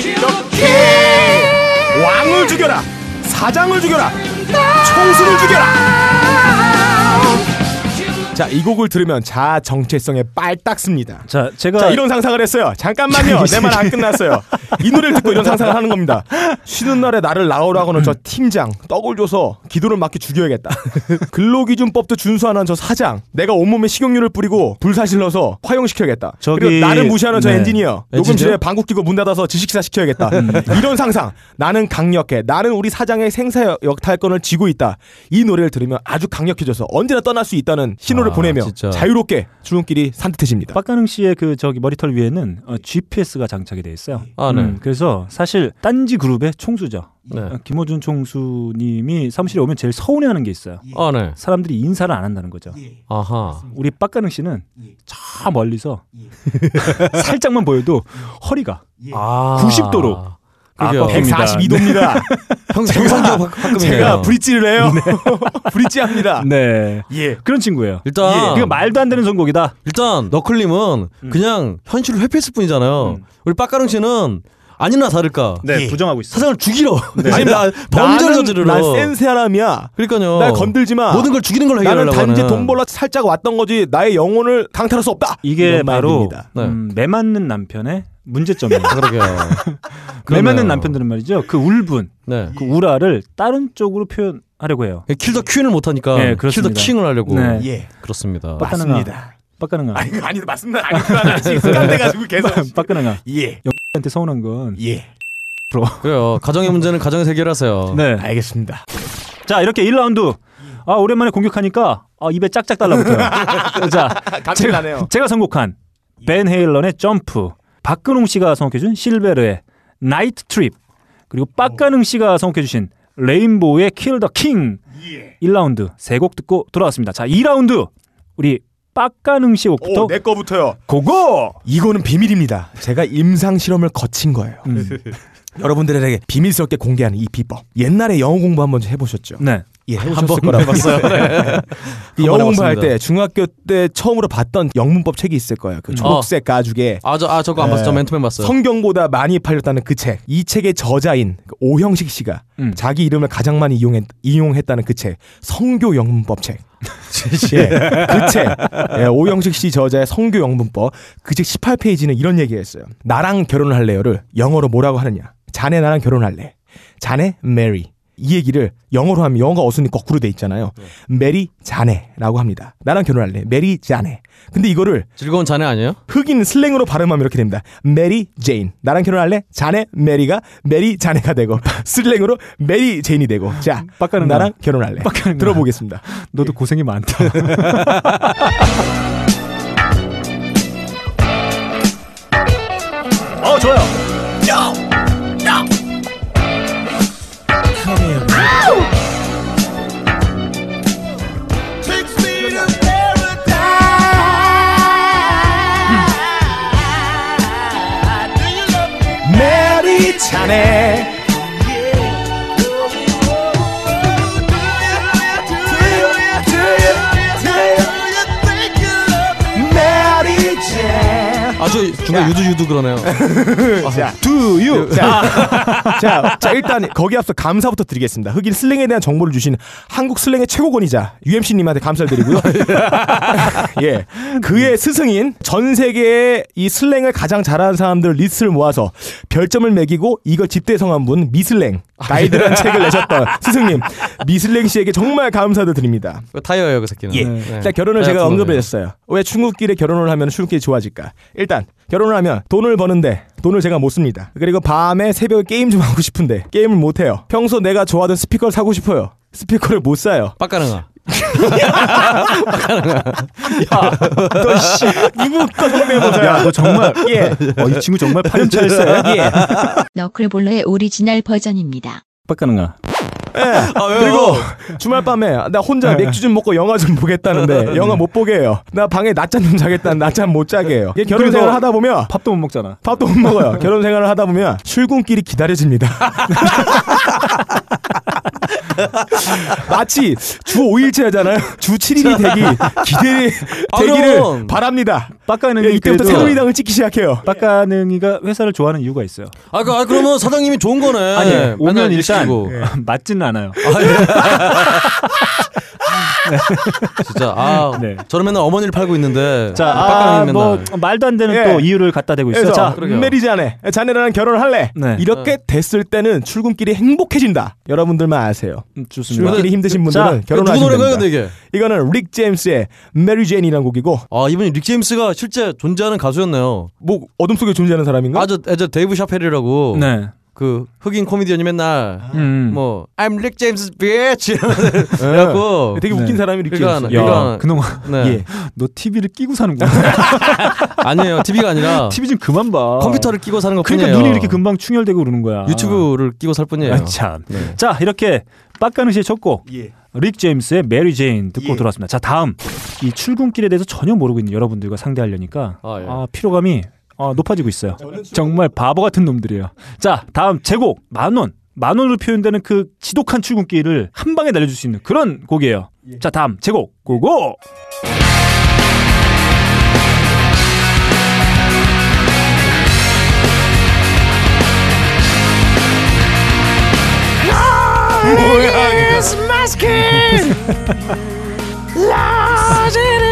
기적해 왕을 죽여라 사장을 죽여라 총수를 죽여라 자, 이 곡을 들으면 자아 정체성에 빨딱습니다.
자, 제가
자, 이런 상상을 했어요.
[laughs]
잠깐만요. 내 말 안 끝났어요. 이 노래를 듣고 이런 상상을 하는 겁니다. 쉬는 날에 나를 나오라고는
음.
저 팀장 떡을 줘서 기도를 맞게 죽여야겠다. [laughs] 근로기준법도 준수하는 저 사장 내가 온몸에 식용유를 뿌리고 불사실 넣어서 화용시켜야겠다.
저기-
그리고 나를 무시하는 저
네. 음.
엔지니어
엔지니어?
녹음실에 방구 끼고 문 닫아서 지식사 시켜야겠다. 이런 상상 나는 강력해. 나는 우리 사장의 생사 역탈권을 쥐고 있다. 이 노래를 들으면 아주 강력해져서 언제나 떠날 수 있다는 신호를
아,
보내며
진짜.
자유롭게 주름길이 산뜻해집니다.
빡가능 씨의 그 저기 머리털 위에는 어, GPS가 장착이 돼 있어요. 음,
아, 네.
그래서 사실 딴지 그룹의 총수죠.
네.
어, 김호준 총수님이 사무실에 오면 제일 서운해하는 게 있어요.
아, 네.
사람들이 인사를 안 한다는 거죠.
아하.
우리 빡가능 씨는 저 멀리서 [laughs] 살짝만 보여도 허리가
아.
90도로 아,
그게요.
142도입니다.
평소 평상시와 바- 바꿈이네요.
제가 브릿지를 해요. 브릿지합니다.
아, 네.
예.
그런 친구예요.
일단
이거 말도 안 되는 선곡이다.
일단 너클님은
음.
그냥 현실을 회피했을 뿐이잖아요. 우리 빡가릉 씨는 아니나 다를까
네, 부정하고 있어.
사장을
[laughs]
죽이러 아니 네. 나 범죄를
네. 나는
저지르러
난센 사람이야.
그러니까요.
날 건들지 마.
모든 걸 죽이는 걸로
나는
해결하려고
단지
하는.
돈 벌러 살짝 왔던 거지 나의 영혼을 강탈할 수 없다.
이게
이런
바로
마인드입니다.
네.
음, 매 맞는 남편의 문제점이에요.
아, [laughs] 그러게요.
매
그러네요.
맞는 남편들은 말이죠. 그 울분,
[laughs]
네. 예,
그 우라를 다른 쪽으로 표현하려고 해요.
킬더 퀸을 못 하니까
네,
킬더
그렇습니다.
킹을 하려고.
네.
예.
그렇습니다.
빡가능아.
맞습니다.
빡가능아. 그
아니 이거 아니 맞습니다. 아니구나. 습관돼 가지고 계속.
빡가능아.
예.
한테 서운한 건.
예.
그래요. 가정의 문제는 가정에서 해결하세요.
네.
알겠습니다.
자, 이렇게 1라운드. 아, 오랜만에 공격하니까 아, 입에
[laughs]
짝짝 달라붙어요. 자,
감질 나네요.
제가 선곡한 벤 헤일런의 점프, 박근홍 씨가 선곡해준 실베르의 나이트 트립, 그리고
어.
빡가능 씨가 선곡해주신 레인보우의 킬 더 킹.
예.
1라운드 세 곡 듣고 돌아왔습니다. 자, 2라운드 우리 빡가능 씨 곡부터
오내 네. 거부터요.
고고.
이거는 비밀입니다. 제가 임상 실험을 거친 거예요.
음,
여러분들에게 비밀스럽게 공개하는 이 비법. 옛날에 영어 공부 한번 해보셨죠?
네.
예, 해보셨을
한번
거라고
해봤어요. 네. [laughs]
이 영어
한번
공부할
해봤습니다.
때 중학교 때 처음으로 봤던 영문법 책이 있을 거예요.
음.
그 초록색 가죽에
아, 저, 아 저거 안 봤어요. 저
네.
맨투맨 봤어요.
성경보다 많이 팔렸다는 그 책. 이 책의 저자인 그 오형식 씨가
음.
자기 이름을 가장 많이 이용했, 이용했다는 그 책. 성교
[laughs]
영문법 책. 예, 그 책. 예, 오형식 씨 저자의 성교 영문법. 그 책 18페이지는 이런 얘기했어요. 나랑 결혼을 할래요를 영어로 뭐라고 하느냐. 자네 나랑 결혼할래. 자네 메리. 이 얘기를 영어로 하면 영어가 어순이 거꾸로 돼 있잖아요.
네.
메리 자네라고 합니다. 나랑 결혼할래. 메리 자네. 근데 이거를
즐거운 자네 아니에요?
흑인 슬랭으로 발음하면 이렇게 됩니다. 메리 제인. 나랑 결혼할래? 자네 메리가 메리 자네가 되고 [laughs] 슬랭으로 메리 제인이 되고. 자,
빡가는
나랑 결혼할래.
빡가는
들어보겠습니다.
[laughs] 너도 고생이 많다.
어, 좋아요. [laughs] 메리 자네. 메리 제.
아, 저 중간 유두 유두
[laughs]
그러네요.
자, do you. 자, 자, 자, 일단 거기 앞서 감사부터 드리겠습니다. 흑인 슬랭에 대한 정보를 주신 한국 슬랭의 최고권이자 UMC님한테 감사를 드리고요. 예, 그의 스승인 전 세계의 이 슬랭을 가장 잘하는 사람들 리스트를 모아서 별점을 매기고 이걸 집대성한 분 미슬랭 가이드란 책을 내셨던 스승님 미슬랭 씨에게 정말 감사도 드립니다.
그거 타이어예요, 그 새끼는.
예.
네.
자, 결혼을
타이어
제가
부분이에요.
언급을 했어요. 왜 중국끼리 결혼을 하면 중국끼리 좋아질까? 일단 결혼을 하면 돈을 버는데 돈을 제가 못 씁니다. 그리고 밤에 새벽에 게임 좀 [laughs] 하고 싶은데 게임을 못 해요. 평소 내가 좋아하던 스피커를 사고 싶어요. 스피커를 못 사요.
빡가능아.
[laughs] 너씨 누구 거 성대모사야?
야너 정말
예.
어, 이 친구 정말 파렴치했어요.
예.
너클볼러의 오리지널 버전입니다.
빡가능아.
아,
어.
왜요?
그리고 주말 밤에 나 혼자
네.
맥주 좀 먹고 영화 좀 보겠다는데 영화 못 보게 해요. 나 방에 낮잠 좀 자겠다는 낮잠 못 자게 해요. 이게 결혼
그래서-
생활 하다 보면
밥도 못 먹잖아.
밥도 못 먹어요. 결혼 생활을 하다 보면 출근길이 기다려집니다. [laughs] 마치 주 5일째 하잖아요. 주 7일이 되기 기대
아,
되기를
그럼.
바랍니다. 예,
빡가능이
이때부터
그래도-
새누리당을 찍기 시작해요.
빡가능이가 회사를 좋아하는 이유가 있어요. [laughs]
아, 그, 아, 그러면 사장님이 좋은 거네. 아,
아니 오면 예.
맨날
일단
일시키고.
맞지는 않아요.
예. [laughs] 진짜 아 저는 맨날 어머니를 팔고 있는데
네. 자,
빡빡이
아,
맨날
뭐 말도 안 되는
예.
또 이유를 갖다 대고 있어요.
그래서
자,
메리 자네, 자네 나랑 결혼을 할래.
아, 네.
이렇게 됐을 때는 출근길이 행복해진다. 여러분들만 아세요.
음, 좋습니다.
출근길이 힘드신 분들은
그
자,
결혼을
누구
하시면
노래인가요,
됩니다. 이거는 릭 제임스의 메리 제인이라는 곡이고.
아 이분이 릭 제임스가 실제 존재하는 가수였네요.
뭐 어둠 속에 존재하는 사람인가?
아저 저 데이브 샤펠이라고.
네.
그 흑인 코미디언이 맨날
음. 네.
뭐 I'm Rick James bitch 이러고 네.
네,
되게 웃긴 사람이 릭 제임스. 야, 그놈아. 예. 너 TV를 끼고 사는구나. [laughs]
아니에요 TV가 아니라
TV 좀 그만 봐.
컴퓨터를 끼고 사는 것
그러니까
뿐이에요.
눈이 이렇게 금방 충혈되고 그러는 거야.
유튜브를 끼고 살 뿐이에요.
아, 참. 자, 이렇게 빡가는 시의 첫 곡. 릭 제임스의 메리 제인 듣고 들어왔습니다. 자, 다음. 이 출근길에 대해서 전혀 모르고 있는 여러분들과 상대하려니까
예.
아, 피로감이 아, 높아지고 있어요. 정말 바보 같은 놈들이에요. 자, 다음 제곡 만 원. 만 원으로 표현되는 그 지독한 출근길을 한 방에 날려줄 수 있는 그런 곡이에요. 자, 다음 제곡 고고.
Is my skin large in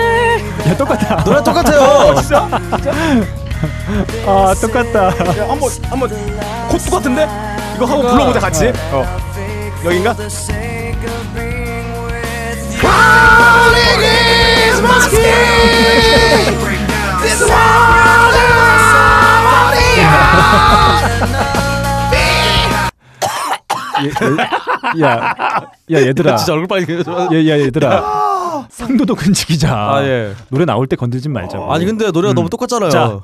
it?
야, 똑같다.
노래 [laughs] 똑같아요.
아, 똑같다.
야, 한번 한번 코트 같은데? 이거 한번 불러보자 같이. 어. 여긴가?
Calling is my skin. This world is somebody
예, [laughs] 야, 야 [laughs] 얘들아.
진짜 예. 얼굴 빨개져.
야, 야 얘들아. [laughs] 상도도 근지기자.
아, 예.
노래 나올 때 건들지 말자고.
아니 근데 노래가 너무 똑같잖아요.
자,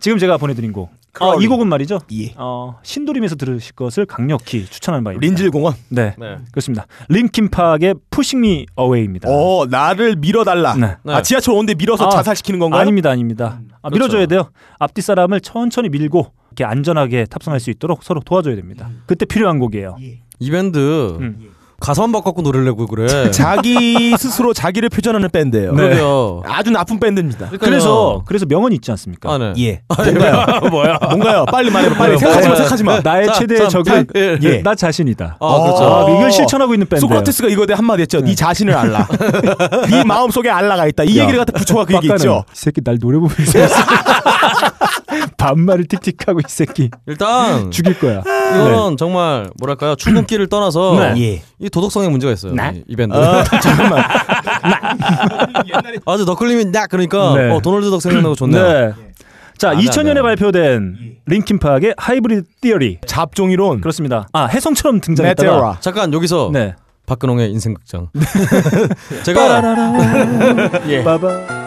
지금 제가 보내드린 곡. 어, 이 곡은 말이죠.
예.
어, 신도림에서 들으실 것을 강력히 추천하는 바입니다.
린질공원.
네, 그렇습니다. 림킨팍의 푸싱미 어웨이입니다.
어 나를 밀어달라.
네.
아 지하철 오는데 밀어서 자살시키는 건가요?
아닙니다, 아닙니다. 아,
그렇죠.
밀어줘야 돼요. 앞뒤 사람을 천천히 밀고 이렇게 안전하게 탑승할 수 있도록 서로 도와줘야 됩니다.
음.
그때 필요한 곡이에요.
예.
이 밴드 음. 가사만 바꿔고 노래를 내고 그래.
자기 스스로 자기를 표현하는 밴드예요.
네. 그러게요.
아주 나쁜 밴드입니다.
그래서 그래서 명언이 있지 않습니까?
네. 아, 네.
예.
[laughs] 뭔가요? 뭐야?
뭔가요? 빨리 말해봐.
네,
빨리 생각하지 마. 생각하지 마.
나의
자,
최대의
자,
적은
자, 예.
예, 나 자신이다.
아, 그렇죠.
아, 이걸 실천하고 있는 밴드.
소크라테스가 이거에 대해 한마디 했죠. 네, 자신을 알라. 네 마음 속에 알라가 있다. 이
야,
얘기를 갖다 붙여가 그 얘기
빡가는
있죠.
이 새끼 날 노래 보면서 [laughs] 반말을 틱틱하고 이 새끼
일단
죽일 거야.
아, 이건 정말 뭐랄까요 출근길을 떠나서
네.
예.
이 도덕성의 문제가 있어요
나?
이, 이 밴드 [laughs]
어,
음. 아, 잠깐만 아주 너클림이 나 그러니까
네.
어, 도널드 덕 생각나고 좋네요
네. 자,
아, 네,
2000년에
네.
발표된 링킨파크의 하이브리드 띠어리
잡종이론
그렇습니다. 아, 해성처럼 등장했다가
네. 잠깐 여기서
네.
박근홍의 인생극장 [laughs] 제가
예. 빠바.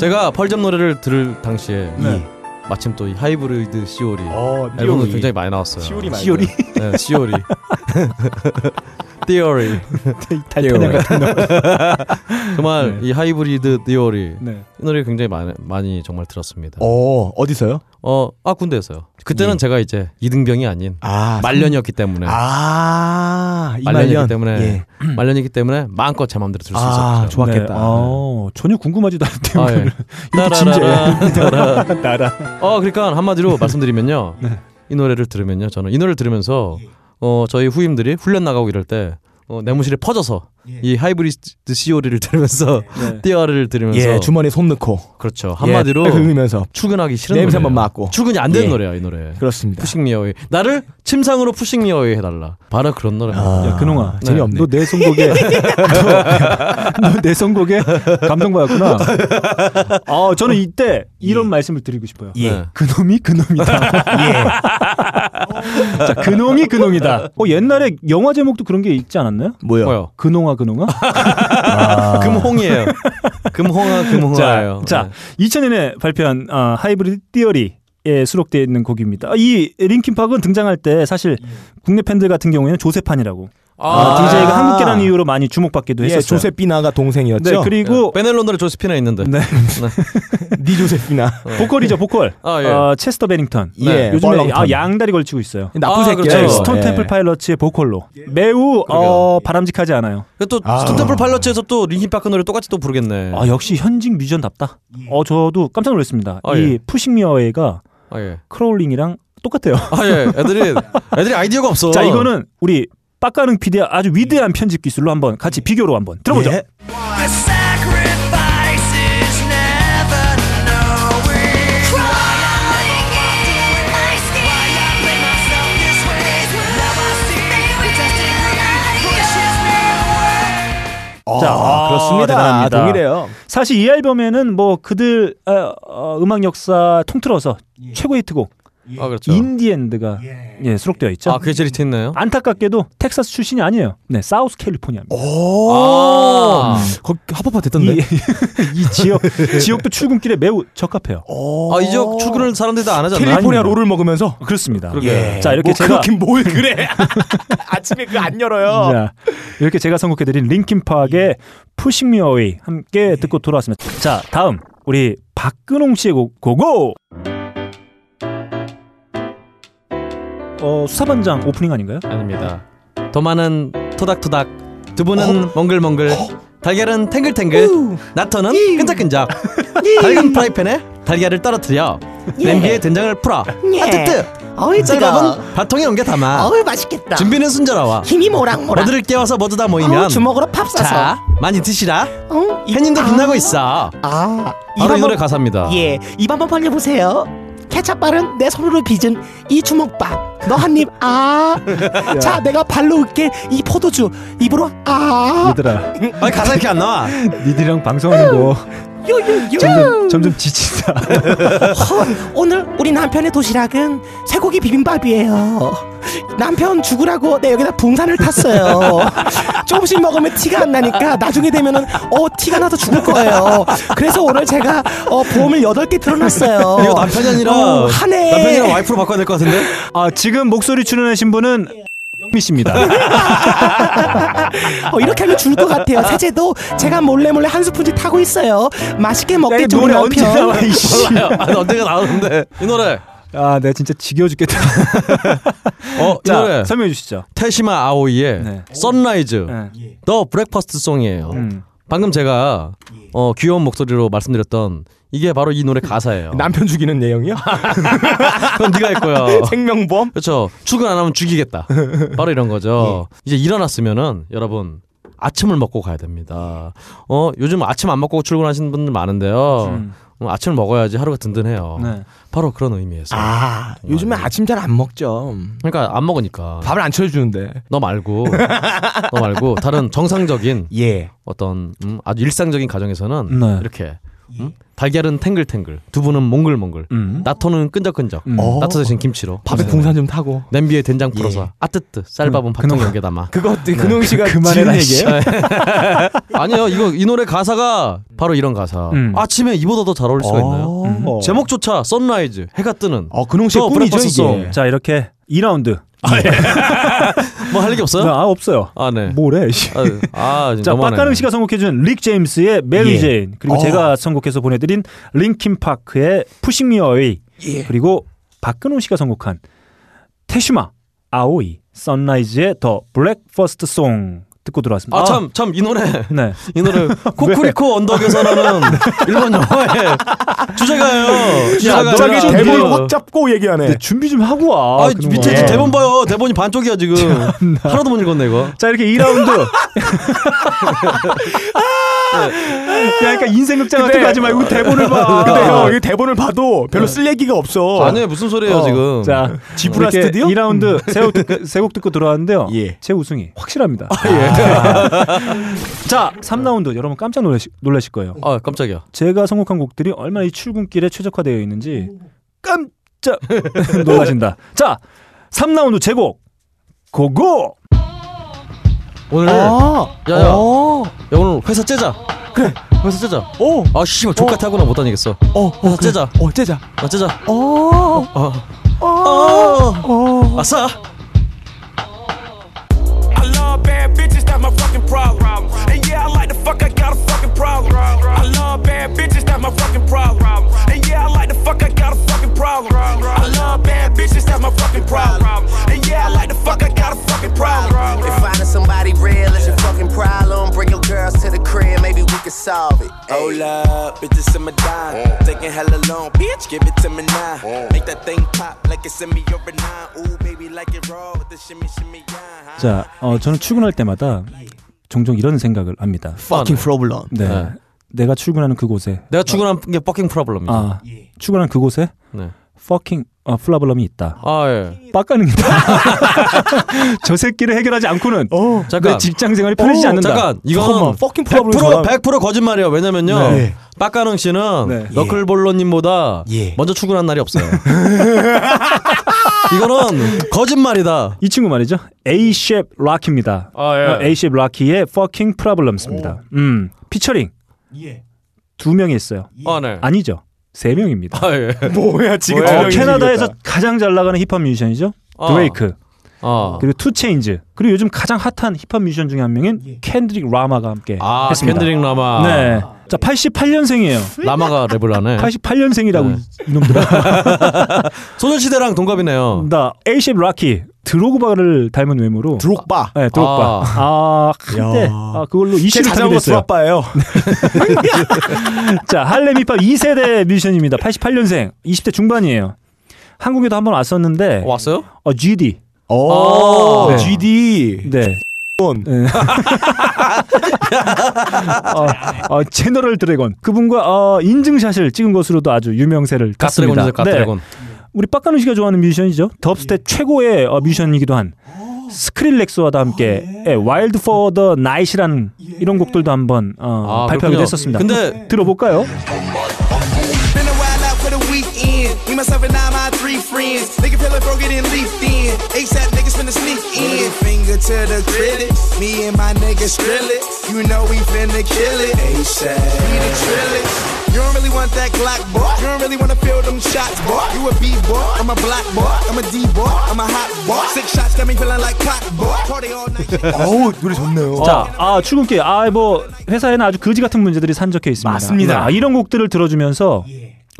제가 펄점 노래를 들을 당시에
네.
마침 또 이 하이브리드 시오리
어,
앨범도
띠오리.
굉장히 많이 나왔어요
시오리 많이
시오리?
네, 시오리 Theory
[laughs] 달팽이 같은 놈.
정말 이 하이브리드 Theory
네.
이 노래 굉장히 많이, 많이 정말 들었습니다
어 어디서요?
어, 아 군대에서요. 그때는
예.
제가 이제 이등병이 아닌
아,
말년이었기 때문에
아
말년이기
이말년
때문에
예.
말년이기 때문에 마음껏 제 마음대로 들을 수
아,
있었죠.
좋았겠다.
네. 아, 전혀 궁금하지도 않은데
아, 예.
이렇게 진지해.
따라라라.
나라.
어, 그러니까 한마디로
[laughs]
말씀드리면요.
네.
이 노래를 들으면요. 저는 이 노래를 들으면서 어, 저희 후임들이 훈련 나가고 이럴 때 어, 내무실에 퍼져서
예.
이 하이브리드 시오리를 들으면서 [laughs] 띠아를 들으면서
예 주머니에 손 넣고
그렇죠. 한마디로
예, 긁으면서
출근하기 싫은
냄새 한번
노래예요.
맡고
출근이 안 되는
예.
노래야 이 노래.
그렇습니다.
푸싱미어웨이 나를 침상으로 푸싱미어웨이 해달라. 바로 그런 노래.
야, 그놈아.
재미없네.
너내 선곡에 [laughs] 너내 선곡에 감동받았구나. 아, 저는 이때 이런 말씀을 드리고 싶어요.
네.
예.
그놈이 [laughs] 그놈이다. [laughs] 자, 그놈이 그놈이다. 예. 어, 옛날에 영화 제목도 그런 게 있지 않았나요?
뭐요?
뭐요?
그놈아 [laughs] 그놈아.
아. [laughs]
금홍이에요. 금홍아 금홍아예요. 네.
자, 자 2000년에 발표한 어, 하이브리드 띠어리에 수록되어 있는 곡입니다. 아, 이 링킨팍은 등장할 때 사실 국내 팬들 같은 경우에는 조세판이라고
아,
음. 아, DJ가 한국계라는 이유로 많이 주목받기도
예,
했었어요.
조세피나가 동생이었죠.
네, 그리고
베넬론더를 조스피나 있는데.
네.
니 조세피나.
보컬이죠, 보컬.
아, 예.
어, 체스터 베닝턴.
예,
요즘에
뻘렁턴.
아, 양다리 걸치고 있어요.
나쁜
아,
새끼야.
그렇죠.
이거.
스톤
예.
템플 파일럿의 보컬로 매우 어, 바람직하지 않아요.
그 또
아.
스톤템플 팔러츠에서 또 링킨 파크 노래 똑같이 또 부르겠네.
아, 역시 현직
예.
뮤지션답다. 어, 저도 깜짝 놀랐습니다.
아,
이
예.
푸싱미어웨이가
아, 예.
크롤링이랑 똑같아요.
아, 예. 애들이, 애들이 아이디어가 없어.
[laughs] 자, 이거는 우리 빡가능 PD의 아주 위대한 편집 기술로 한번 같이 비교로 한번 들어보죠.
예. The sacrifice is never knowing. Crying in my skin. Why I play myself this way. Love I see. Rejecting reality pushes me away.
자, 아,
그렇습니다.
대단합니다.
동일해요.
사실 이 앨범에는 뭐 그들 아, 어, 음악 역사 통틀어서
예.
최고의 히트곡
아, 그렇죠.
인디엔드가 예, 수록되어 있죠.
아, 그게 제일 히트했나요?
안타깝게도 텍사스 출신이 아니에요. 네, 사우스 캘리포니아입니다.
어,
아.
거기 합법화
예.
됐던데. 이, [laughs] 예. 이 지역 지역도 출근길에 매우 적합해요.
아, 이 지역 출근을 사람들이 다 안 예. 하잖아.
캘리포니아 롤을 먹으면서
그렇습니다.
그러게요.
자, 이렇게
뭐
제가
그렇긴 뭘 그래. [laughs] 아침에 그 안 열어요.
[laughs] 자, 이렇게 제가 선곡해드린 링킨파크의 Pushing Me Away 함께 듣고 돌아왔습니다. 자, 다음 우리 박근홍 씨의 곡 고고. 어, 수사반장 오프닝 아닌가요?
아닙니다. 더 많은 토닥토닥, 두부는 멍글멍글, 달걀은 탱글탱글, 나터는 끈적끈적. 달걀 프라이팬에 달걀을 떨어뜨려 냄비에 된장을 풀어 아뜨뜨
어이,
쌀밥은 바통에 옮겨 담아
어우 맛있겠다.
준비는 순조로워
김이 모락모락.
모두를 깨워서 모두 다 모이면
어우, 주먹으로 팝 싸서.
자, 많이 드시라
어? 이-
팬님도
아.
빛나고 있어
아,
바로 이
한번-
노래 가사입니다
예, 입 한번 벌려 보세요. 케찹발은 내 손으로 빚은 이 주먹밥. 너 한 입 아. 자, 내가 발로 으깨 이 포도주 입으로 아.
[laughs] 얘들아,
아니 가사 이렇게 안 나와
어.
니들이랑 방송하는 거
요요요.
점점 점점 지친다.
헐, 오늘 우리 남편의 도시락은 쇠고기 비빔밥이에요. 남편 죽으라고 내 여기다 붕산을 탔어요. 조금씩 먹으면 티가 안 나니까 나중에 되면은 어 티가 나서 죽을 거예요. 그래서 오늘 제가 어 보험을 여덟 개 들어놨어요.
이거 남편이 아니라
어, 한해
남편이랑 와이프로 바꿔야 될 것 같은데
아, 지금 목소리 출연하신 분은 영미 씨입니다.
어, 이렇게 하면 죽을 것 같아요. 세제도 제가 몰래 몰래 한 스푼씩 타고 있어요. 맛있게 먹겠죠 우리
노래 언제
남편.
네, 나와, 이씨.
몰라요 아니, 언젠가 나오는데 이 노래
아, 내가 진짜 지겨워 죽겠다. [laughs]
어, 이
자,
노래
설명해 주시죠.
테시마 아오이의 선라이즈
예.
더 브렉퍼스트 송이에요. 방금 제가 어, 귀여운 목소리로 말씀드렸던 이게 바로 이 노래 가사예요.
남편 죽이는 내용이요?
[laughs] 그건 네가 했고요.
생명보험?
그렇죠. 출근 안 하면
[laughs]
죽이겠다. 바로 이런 거죠.
예.
이제 일어났으면은 여러분 아침을 먹고 가야 됩니다. 어 요즘 아침 안 먹고 출근하시는 분들 많은데요. 어, 아침을 먹어야지 하루가 든든해요.
음. 네.
바로 그런 의미에서.
아, 요즘에 아침 잘 안 먹죠.
그러니까 안 먹으니까.
밥을 안 쳐주는데.
너 말고 너 말고 다른 정상적인
예.
어떤 음, 아주 일상적인 가정에서는
네.
이렇게 음,
예.
달걀은 탱글탱글 두부는 몽글몽글
음.
나토는 끈적끈적
음. 어.
나토 대신 김치로
밥에
네.
공산 좀 타고.
냄비에 된장 풀어서 아뜨뜨 쌀밥은 밥통에 옮겨 담아
네. 그거 어때? 근홍 씨가 지은 얘기예요?
아니요 이거 이 노래 가사가 바로 이런 가사
음.
아침에 이보다 더 잘 어울릴 수가 있나요
음.
제목조차 선라이즈 해가 뜨는
어, 근홍 씨의
더
꿈이죠,
브렉퍼스트송.
이게.
자, 이렇게 2라운드.
뭐 할 얘기 없어요
아, 없어요.
아네
뭐래? 씨.
아,
음,
자,
너무하네.
박가능 씨가 선곡해준 릭 제임스의 메리
예.
제인 그리고
어.
제가 선곡해서 보내드린 링킨 파크의 푸싱 미 어웨이
예.
그리고 박근호 씨가 선곡한 테슈마 아오이 선라이즈의 더 블랙퍼스트 송 듣고 들어왔습니다.
아 참 참 이 노래
네.
이
[laughs]
노래 코쿠리코 언덕에서라는 일본 영화의 주제가예요.
야,
주제가
갑자기
아니라
대본을
그-
확 예. 잡고 얘기하네.
근데 준비 좀 하고 와. 네.
아
그놈아.
밑에 대본 봐요. 대본이 반쪽이야
[laughs]
지금. 하나도 못 읽었네 이거.
자 이렇게 2라운드. 네. 야, 그러니까 인생 극장 같은
근데-
거 하지 말고 대본을 봐. 아.
근데 형, 이 대본을 봐도 별로 쓸 얘기가 없어.
아니 무슨 소리예요
어,
지금.
자,
지브라
이렇게
스튜디오? 음. 예.
2라운드 세곡 듣고, 세곡 듣고 들어왔는데요. 제 우승이
아,
확실합니다.
예.
[laughs] 자, 3라운드 여러분 깜짝 놀라시, 놀라실 거예요.
아 깜짝이야.
제가 선곡한 곡들이 얼마나 이 출근길에 최적화되어 있는지 깜짝 [laughs] 놀라신다. 자, 3라운드 제곡 고고.
오늘
아,
야야 야,
어,
오늘 회사 째자. 그래 회사 째자.
오,
아 씨발 족같아 하고나 못 다니겠어.
어, 어,
회사 째자.
어, 째자.
아 째자.
어,
어.
어, 어.
아싸.
I love bad bitches, that's my fucking problem. And yeah, I like the fuck, I got a fucking problem. I love bad bitches, that's my fucking problem. And yeah, I like the fuck, I got a fucking problem. I love bad bitches, that's my fucking problem. And yeah, I like the fuck, I got a fucking problem.
If finding somebody real is your fucking problem, bring your girls to the crib, maybe we can solve it. Hold up, bitches in my dime.
Oh.
Taking hella long, bitch, give it to me now. Make that thing pop like it's in me or a nine. Ooh, baby, like it raw with the shimmy, shimmy, yeah.
자, 어, 저는 출근할 때마다 종종 이런 생각을 합니다.
Fucking problem.
네.
네.
내가 출근하는 그곳에
내가 출근한 게 fucking problem이죠.
아, 출근한 그곳에
네.
fucking 어, 플라블럼이 있다.
아 예.
빡가능이다. [laughs] 저 새끼를 해결하지 않고는
어, 잠깐.
내 직장 생활이 편해지지
어,
않는다.
잠깐. 이건
잠깐만, fucking
100%
problem 전화-
100% 거짓말이에요. 왜냐면요.
네.
빡가능 씨는 너클볼러님보다 먼저 출근한 날이 없어요. 이거는 거짓말이다.
이 친구 말이죠. A-Shape Rocky입니다.
아, 예.
어, A-Shape Rocky의 Fucking Problems입니다. 음, 피처링 두 명이 있어요.
아 네.
아니죠. 세 명입니다.
아, 예.
뭐야 지금
어, 캐나다에서 가장 잘 나가는 힙합 뮤지션이죠.
아.
드레이크.
아.
그리고 투체인즈. 그리고 요즘 가장 핫한 힙합 뮤지션 중에 한 명인
예.
캔드릭 라마가 함께
아,
했습니다.
캔드릭 라마.
네. 자, 88년생이에요.
그러니까 라마가 랩을 네. 하네.
88년생이라고 이놈들아.
소녀시대랑 동갑이네요.
나 에이셉 라키 드로그바를 닮은 외모로.
드로그바.
네, 드로그바.
아.
아, 한때
야.
아, 그걸로
제
20을 타게
자전거
됐어요.
수아빠예요. 네.
자, 할렘 힙합 2세대 뮤지션입니다. 88년생, 20대 중반이에요. 한국에도 한 번 왔었는데
왔어요?
어, GD.
오, 어.
네.
GD.
네. 네. 어, 어, 제너럴 드래곤 그분과 어, 인증샷을 찍은 것으로도 아주 유명세를 탔습니다. 네.
갓드래곤이죠, 갓드래곤.
우리 빡가는 씨가 좋아하는 뮤지션이죠.
예.
덥스텝 최고의 어, 뮤지션이기도 한
아.
스크릴렉스와도 함께 예, 와일드 포 더 나잇이라는
예.
이런 곡들도 한번
아,
어, 발표하기도
그렇군요.
했었습니다.
근데-
들어볼까요?
예.
Been a while out for the weekend. Me, myself, and I, my three friends. Nigga feel like broke it and leaf thin. ASAP niggas finna sneak in. Finger to the critic. Me and my niggas drill it. You know we finna kill it. ASAP. We the trillers. You don't really want that Glock, boy. You don't really wanna feel them shots, boy. You a B-boy. I'm a black boy. I'm a D-boy. I'm a hot boy. Six shots got me feeling like pop, boy. Party all night.
어우 노래 좋네요.
자, 아, 출근길. 아, 뭐 회사에는 아주 거지 같은 문제들이 산적해 있습니다.
맞습니다. 예.
아, 이런 곡들을 들어주면서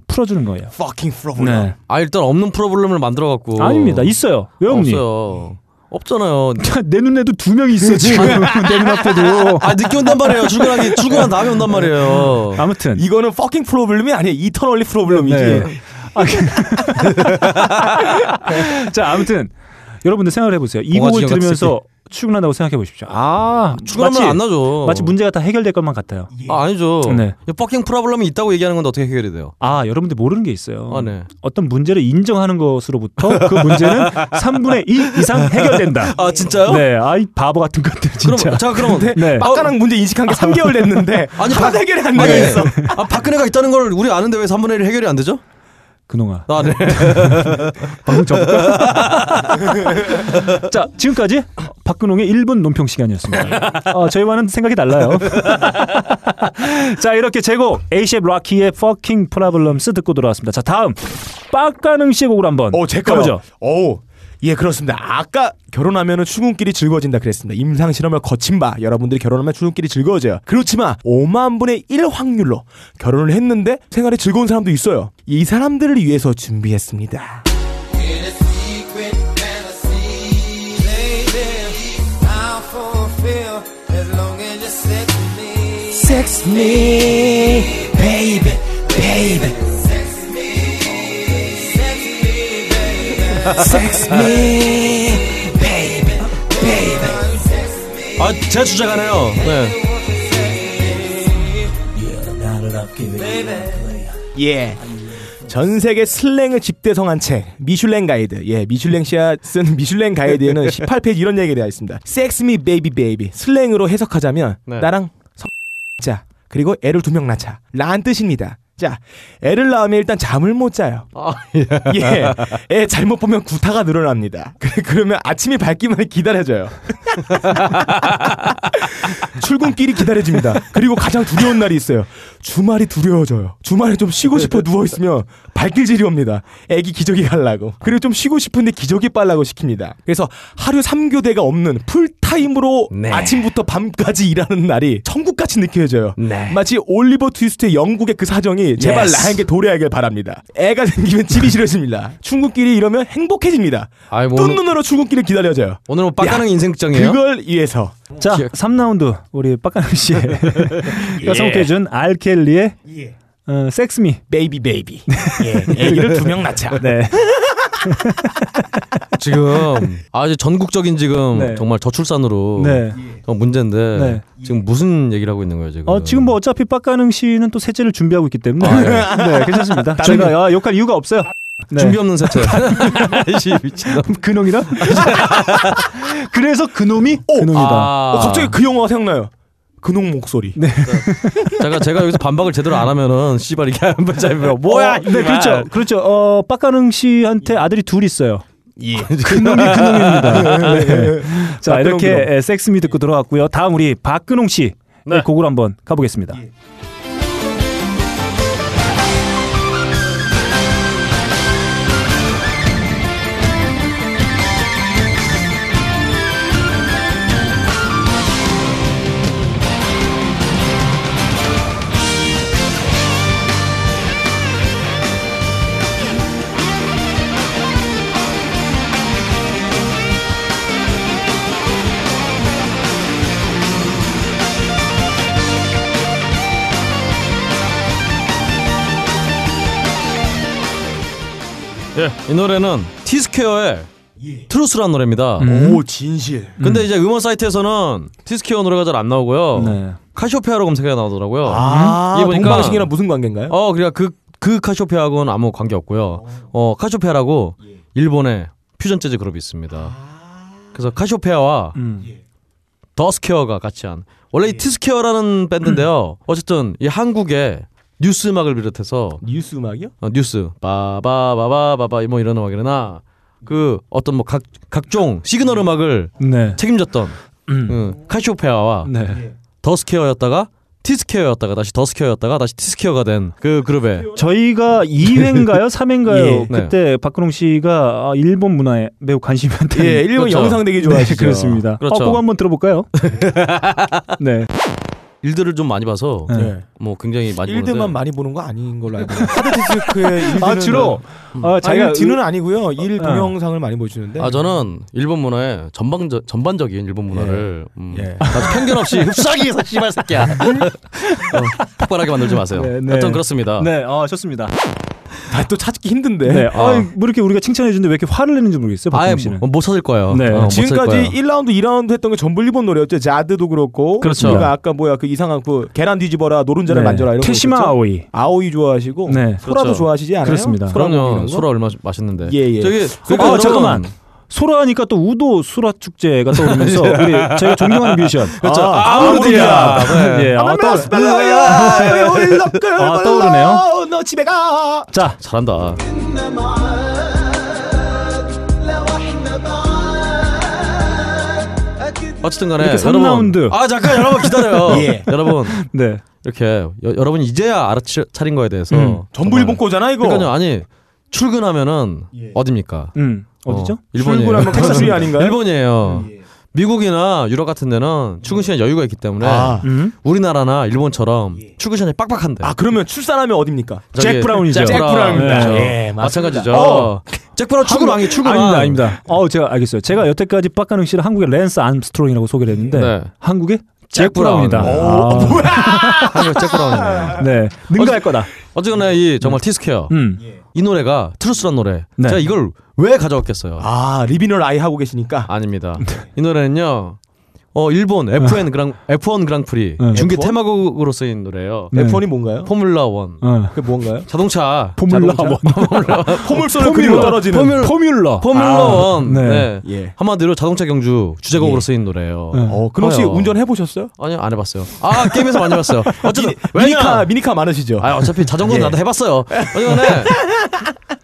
풀어주는 거예요.
fucking problem.
네.
아 일단 없는 프로블럼을 만들어 갖고.
아닙니다. 있어요. 왜 없니?
없어요. 없잖아요.
[laughs] 내 눈에도 두 명이 있어 지금 [laughs] 내 눈앞에도
아 늦게 온단 말이에요. [laughs] 출근하기 출근한 다음에 온단 말이에요.
아무튼
이거는 fucking problem이 아니에요. 이터널리 problem이지.
네. 자 아무튼 여러분들 생각을 해보세요 이 곡을
봉화지경
들으면서 출근한다고 생각해 보십시오 아
출근하면
마치-
안 나죠.
마치 문제가 다 해결될 것만 같아요
아, 아니죠.
네.
이 fucking 프로블럼이 있다고 얘기하는 건데 어떻게 해결이 돼요?
아 여러분들 모르는 게 있어요
아 네.
어떤 문제를 인정하는 것으로부터 그
[laughs]
문제는 3분의 2 이상 해결된다
아 진짜요?
네아이 바보 같은 것들 진짜
그럼 아, 자 그럼
네.
빡가랑 문제 인식한 게 3개월 됐는데 아니
박-
하나도 해결이 안
아니,
되고 있어.
아 박근혜가 있다는 걸 우리 아는데 왜 3분의 1 해결이 안 되죠?
그놈아
아 네.
방금 접을까? [laughs] 자 지금까지 박근홍의 1분 논평 시간이었습니다. 어, 저희와는 생각이 달라요. [laughs] 자 이렇게 제곡 에이셉 락키의 Fucking Problems 듣고 돌아왔습니다. 자 다음 빡가능 씨의 곡으로 한번
어, 제 거요.
가보죠.
어, 예, 그렇습니다. 아까 결혼하면은 출근길이 즐거워진다 그랬습니다. 임상 실험을 거친 바 여러분들이 결혼하면 출근길이 즐거워져요. 그렇지만 5만 분의 1 확률로 결혼을 했는데 생활이 즐거운 사람도 있어요. 이 사람들을 위해서 준비했습니다.
Sex me, baby, baby. Sex me, baby, baby.
아제 주제가네요. 네.
예. 전 세계 슬랭을 집대성한 책 미슐랭 가이드 예 미슐랭 씨가 쓴 [laughs] 미슐랭 가이드에는 18페이지 이런 얘기가 되어 있습니다 Sex me baby baby 슬랭으로 해석하자면
네.
나랑 자 그리고 애를 두 명 낳자 라는 뜻입니다 자 애를 낳으면 일단 잠을 못 자요
아 예.
[laughs] 예 애 잘못 보면 구타가 늘어납니다 [laughs] 그- 그러면 아침이 밝기만 기다려져요 [laughs] 출근길이 기다려집니다. 그리고 가장 두려운 날이 있어요. 주말이 두려워져요. 주말에 좀 쉬고 싶어 누워있으면 발길질이 옵니다. 애기 기저귀 갈라고. 그리고 좀 쉬고 싶은데 기저귀 빨라고 시킵니다. 그래서 하루 3교대가 없는 풀타임 타임으로 아침부터 밤까지 일하는 날이 천국같이 느껴져요.
네.
마치 올리버 트위스트의 영국의 그 사정이 제발
Yes.
나에게 도래하길 바랍니다. 애가 생기면 집이 싫어집니다. 중국끼리 이러면 행복해집니다.
아이, 뭐
뜬
오늘-
눈으로 중국끼리 기다려져요.
오늘 뭐 빡가는 인생극장이에요.
그걸 위해서.
자, 3라운드 우리 빡가능 씨의 여성캐준 알켈리의 어, 섹스미
베이비 [laughs] 예, 베이비 애기를 두명 낳자.
네.
지금 아주 전국적인 지금
네.
정말 저출산으로
네.
그런 문제인데
네.
지금 무슨 얘기를 하고 있는 거예요 지금?
어, 지금 뭐 어차피 빡가능 씨는 또 세째를 준비하고 있기 때문에
아,
네, 괜찮습니다.
준비-
저희가 아, 욕할 이유가 없어요. 네.
준비 없는 세트. 아이씨 미친놈.
[laughs]
그놈이라? 그래서 그놈이 그놈이다.
아.
어, 갑자기 그 영화가 생각나요. 근홍 목소리.
제가 제가 여기서 반박을 제대로 안 하면은 씨발 이게 한번 짧아요. 뭐야?
어, 네, 그렇죠. 그렇죠. 어, 빡가능 씨한테 아들이 둘 있어요.
그놈이
그놈입니다. 네. 자,
빡가능
이렇게
그놈.
에, 섹스미 듣고 들어왔고요. 다음 우리 박근홍 씨의
네.
곡을 한번 가보겠습니다.
예,
예, 이 노래는 티스퀘어의 트루스라는 노래입니다.
오 진실.
근데 이제 음원 사이트에서는 티스퀘어 노래가 잘 안 나오고요. 카시오페아로 검색해 나오더라고요.
아, 동방신이랑 무슨 관계인가요?
어, 그러니까 그, 그 카시오페아하고는 아무 관계 없고요. 어, 예. 카시오페아라고 일본의 퓨전 재즈 그룹이 있습니다. 그래서 카시오페아와 더스퀘어가 같이 한 원래 이 티스퀘어라는 밴드인데요. 어쨌든 이 한국의 뉴스 음악을 비롯해서
뉴스 음악이요?
어, 뉴스 바바바바바바 뭐 이런 음악이나 그 어떤 뭐 각 각종 시그널 음악을
네.
책임졌던 예. 음, 카시오페아와
네.
더스퀘어였다가 티스퀘어였다가 다시 더스퀘어였다가 다시 티스퀘어가 된 그 그룹의
[laughs]
저희가
예.
2회인가요? 3회인가요?
예.
그때 박근홍 씨가 아, 일본 문화에 매우 관심이 많다.
예, 일본 그렇죠. 영상 되게
네,
좋아하시죠.
그렇습니다.
그렇죠.
어, 그거 한번
[laughs]
들어볼까요? 네.
일들을 좀 많이 봐서
네.
뭐 굉장히 많이
일들만
보는데
아, 많이 보는 거 아닌 걸로 알고 있어요.
그
하드디스크의 일들은
아, 주로? 아,
아,
자기가
자기가 뒤는
의-
아니고요. 일
어.
동영상을 많이 보여주는데.
아 저는 일본 문화의 전방적 전반적인 일본 문화를 음,
예.
아주 편견
[laughs]
없이 흡수하기 위해서 씨발 새끼야 어, 폭발하게 만들지 마세요.
음? 네, 네.
하여튼 그렇습니다.
네, 어, 좋습니다.
아, 또 찾기 힘든데.
네. 아, 뭐 이렇게 우리가 칭찬해 주는데 왜 이렇게 화를 내는지 모르겠어요.
아예
박근홍 씨는.
뭐, 못 찾을 거예요.
네.
어, 못 찾을
지금까지
거예요.
1라운드, 2라운드 했던 게 전부 일본 노래였죠. 자드도 그렇고.
그렇죠.
우리가 아까 뭐야 그 이상한 그 계란 뒤집어라, 노른자를
네.
만져라 이런 거.
테시마
있었죠?
아오이.
아오이 좋아하시고
네.
소라도
그렇죠.
좋아하시지 않아요?
그렇습니다.
소라 뭐
그럼요.
이런 거?
소라 얼마 맛있는데.
예, 예.
저기
아,
그러니까
잠깐만.
여러분,
소라하니까 또 우도 수라 축제가 [laughs] 떠오르면서 우리 제가 존경하는 뮤지션
그렇죠.
네. 아,
아우르디아.
아우르디아.
네.
예, 아, 떠- 아,
아,
떠오르네요.
너 집에 가.
자,
아, 잘한다. 어쨌든 간에
이렇게 삼 라운드.
여러분 아 잠깐 여러분 기다려요.
[laughs] 예.
여러분
네.
이렇게 여, 여러분 이제야 알아차린 거에 대해서
음.
전부 일본 거잖아 이거.
그러니까요. 아니 출근하면은 어딥니까?
음. 어디죠?
일본이에요.
[laughs]
출근하면 텍사스리 아닌가요?
일본이에요.
예.
미국이나 유럽 같은 데는 출근 시간 여유가 있기 때문에
아.
음?
우리나라나 일본처럼 출근 시간이 빡빡한데.
아 그러면 출산하면 어딥니까?
저기
예. 잭 브라운이죠.
잭 브라운입니다.
네.
예, 마찬가지죠.
어.
잭 브라운 출근왕이 출근왕.
아닙니다, 아닙니다. 어, 제가 알겠어요. 제가 여태까지 빡가능 씨를 한국의 랜스 암스트롱이라고 소개를 했는데
네.
한국의
잭
잭 브라운이다.
브라운.
아,
한국의 잭
[laughs]
브라운이네요.
네, 능가할 거다.
어쨌거나 이 정말 티스퀘어
음.
이 노래가 트루스란 노래.
네.
제가 이걸 왜 가져왔겠어요?
아 리비널 아이 하고 계시니까. 네.
아닙니다. 이 노래는요. 어 일본 FN 그랑 F1 그랑프리
네.
중계
F1?
테마곡으로 쓰인 노래예요.
네.
F1이 뭔가요?
포뮬라 원
어.
그게 뭔가요?
자동차
[laughs]
포뮬라
자동차?
원.
포물선을
포뮬러.
그리고 떨어지는.
포뮬-
포뮬러.
포뮬라
아,
원 네.
예.
한마디로 자동차 경주 주제곡으로
예.
쓰인 노래예요.
어, 그럼 혹시
커요.
운전해 보셨어요?
아니요 안 해봤어요. 아 게임에서 많이
[laughs]
봤어요. 어쨌든
미니카
왜냐?
미니카 많으시죠?
아 어차피 자전거는
예.
나도 해봤어요.
[laughs]
어쨌든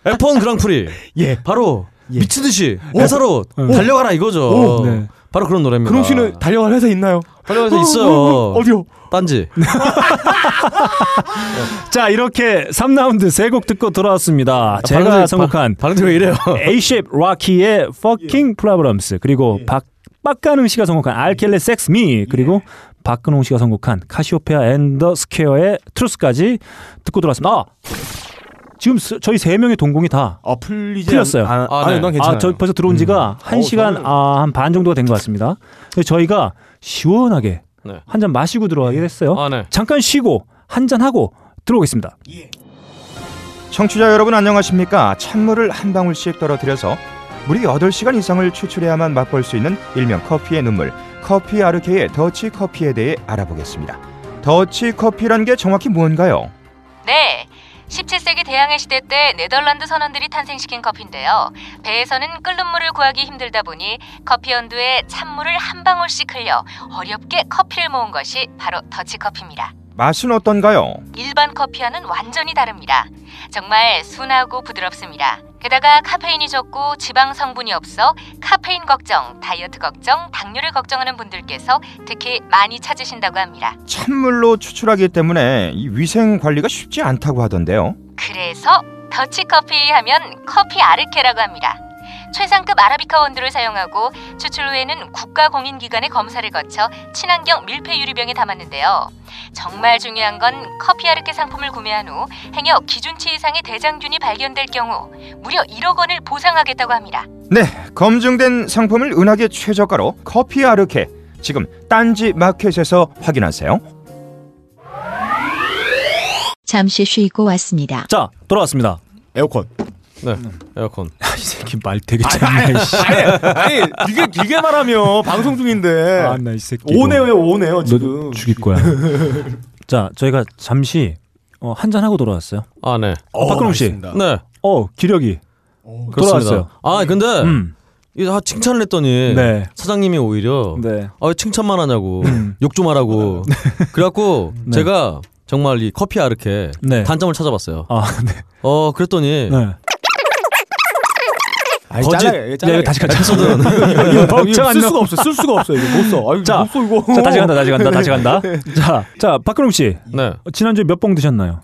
F1 그랑프리
예.
바로 미친 듯이 회사로 달려가라 이거죠.
오. 네.
바로 그런 노래입니다.
그럼 씨는 달려갈 아. 회사 있나요?
달려가서
어,
있어요.
어, 어, 어디요?
딴지.
자, 이렇게 3라운드 세 곡 듣고 돌아왔습니다. 제가
발음이-
선곡한 [laughs]
발음이 왜 이래요?
예.
A-Shape Rocky의 Fucking Problems 그리고 박 빡가능 씨가 선곡한 알켈레 섹스
예.
미 그리고 박근홍 씨가 선곡한 카시오페아 앤더 스퀘어의 트루스까지 듣고 들어왔습니다. 아! 지금 스- 저희 세 명의 동공이 다
풀리지
풀렸어요.
않- 아, 아, 네. 아니, 난 아, 괜찮아요. 음.
저 벌써 들어온 지가 한시간 아, 한 반 정도가 된 것 같습니다. 그래서 저희가 시원하게
네.
한 잔 마시고 들어가게 됐어요.
아, 네.
잠깐 쉬고 한 잔 하고 들어오겠습니다.
청취자 여러분 안녕하십니까? 찬물을 한 방울씩 떨어뜨려서 무려 8시간 이상을 추출해야만 맛볼 수 있는 일명 커피의 눈물 커피 아르케의 더치 커피에 대해 알아보겠습니다. 더치 커피란 게 정확히 뭔가요?
네. 17세기 대항해 시대 때 네덜란드 선원들이 탄생시킨 커피인데요. 배에서는 끓는 물을 구하기 힘들다 보니 커피 연두에 찬물을 한 방울씩 흘려 어렵게 커피를 모은 것이 바로 더치커피입니다.
맛은 어떤가요?
일반 커피와는 완전히 다릅니다. 정말 순하고 부드럽습니다. 게다가 카페인이 적고 지방 성분이 없어 카페인 걱정, 다이어트 걱정, 당뇨를 걱정하는 분들께서 특히 많이 찾으신다고 합니다.
찬물로 추출하기 때문에 이 위생 관리가 쉽지 않다고 하던데요.
그래서 더치커피 하면 커피 아르케라고 합니다. 최상급 아라비카 원두를 사용하고 추출 후에는 국가공인기관의 검사를 거쳐 친환경 밀폐 유리병에 담았는데요. 정말 중요한 건 커피 아르케 상품을 구매한 후 행여 기준치 이상의 대장균이 발견될 경우 무려 1억 원을 보상하겠다고 합니다.
네, 검증된 상품을 은하계 최저가로 커피 아르케 지금 딴지 마켓에서 확인하세요.
잠시 쉬고 왔습니다.
자, 돌아왔습니다.
에어컨.
네. 에어컨.
이 새끼 말 되게 짧네. 씨.
아, 아니, 아니 길게 길게 말하며 어, 방송 중인데.
아, 나이 새끼.
오네요, 오네요
너
지금.
죽일 거야. [laughs] 자, 저희가 잠시 어, 한잔 하고 돌아왔어요.
아, 네.
어, 박근홍 씨.
알겠습니다. 네.
어, 기력이 돌아왔어요.
그렇습니다. 아 근데 이거 다 칭찬을 했더니
네.
사장님이 오히려
네.
아, 왜 칭찬만 하냐고 욕 좀 하라고 그래갖고 제가 정말 이 커피 아르케
네.
단점을 찾아봤어요.
아, 네.
어 그랬더니
아니,
거짓-
잘라요, 이거 잘라요.
야, 이거 다시 가자.
에피소드는. 이거- 이거
[laughs] 이거
쓸
안
수가
나와.
없어, 쓸 수가 없어, 이거 못 써. 아유,
자,
못 써, 이거.
자, 다시 간다, 다시 간다, 다시 간다. 자, 자, 박근홍 씨.
네.
지난주에 몇 봉 드셨나요?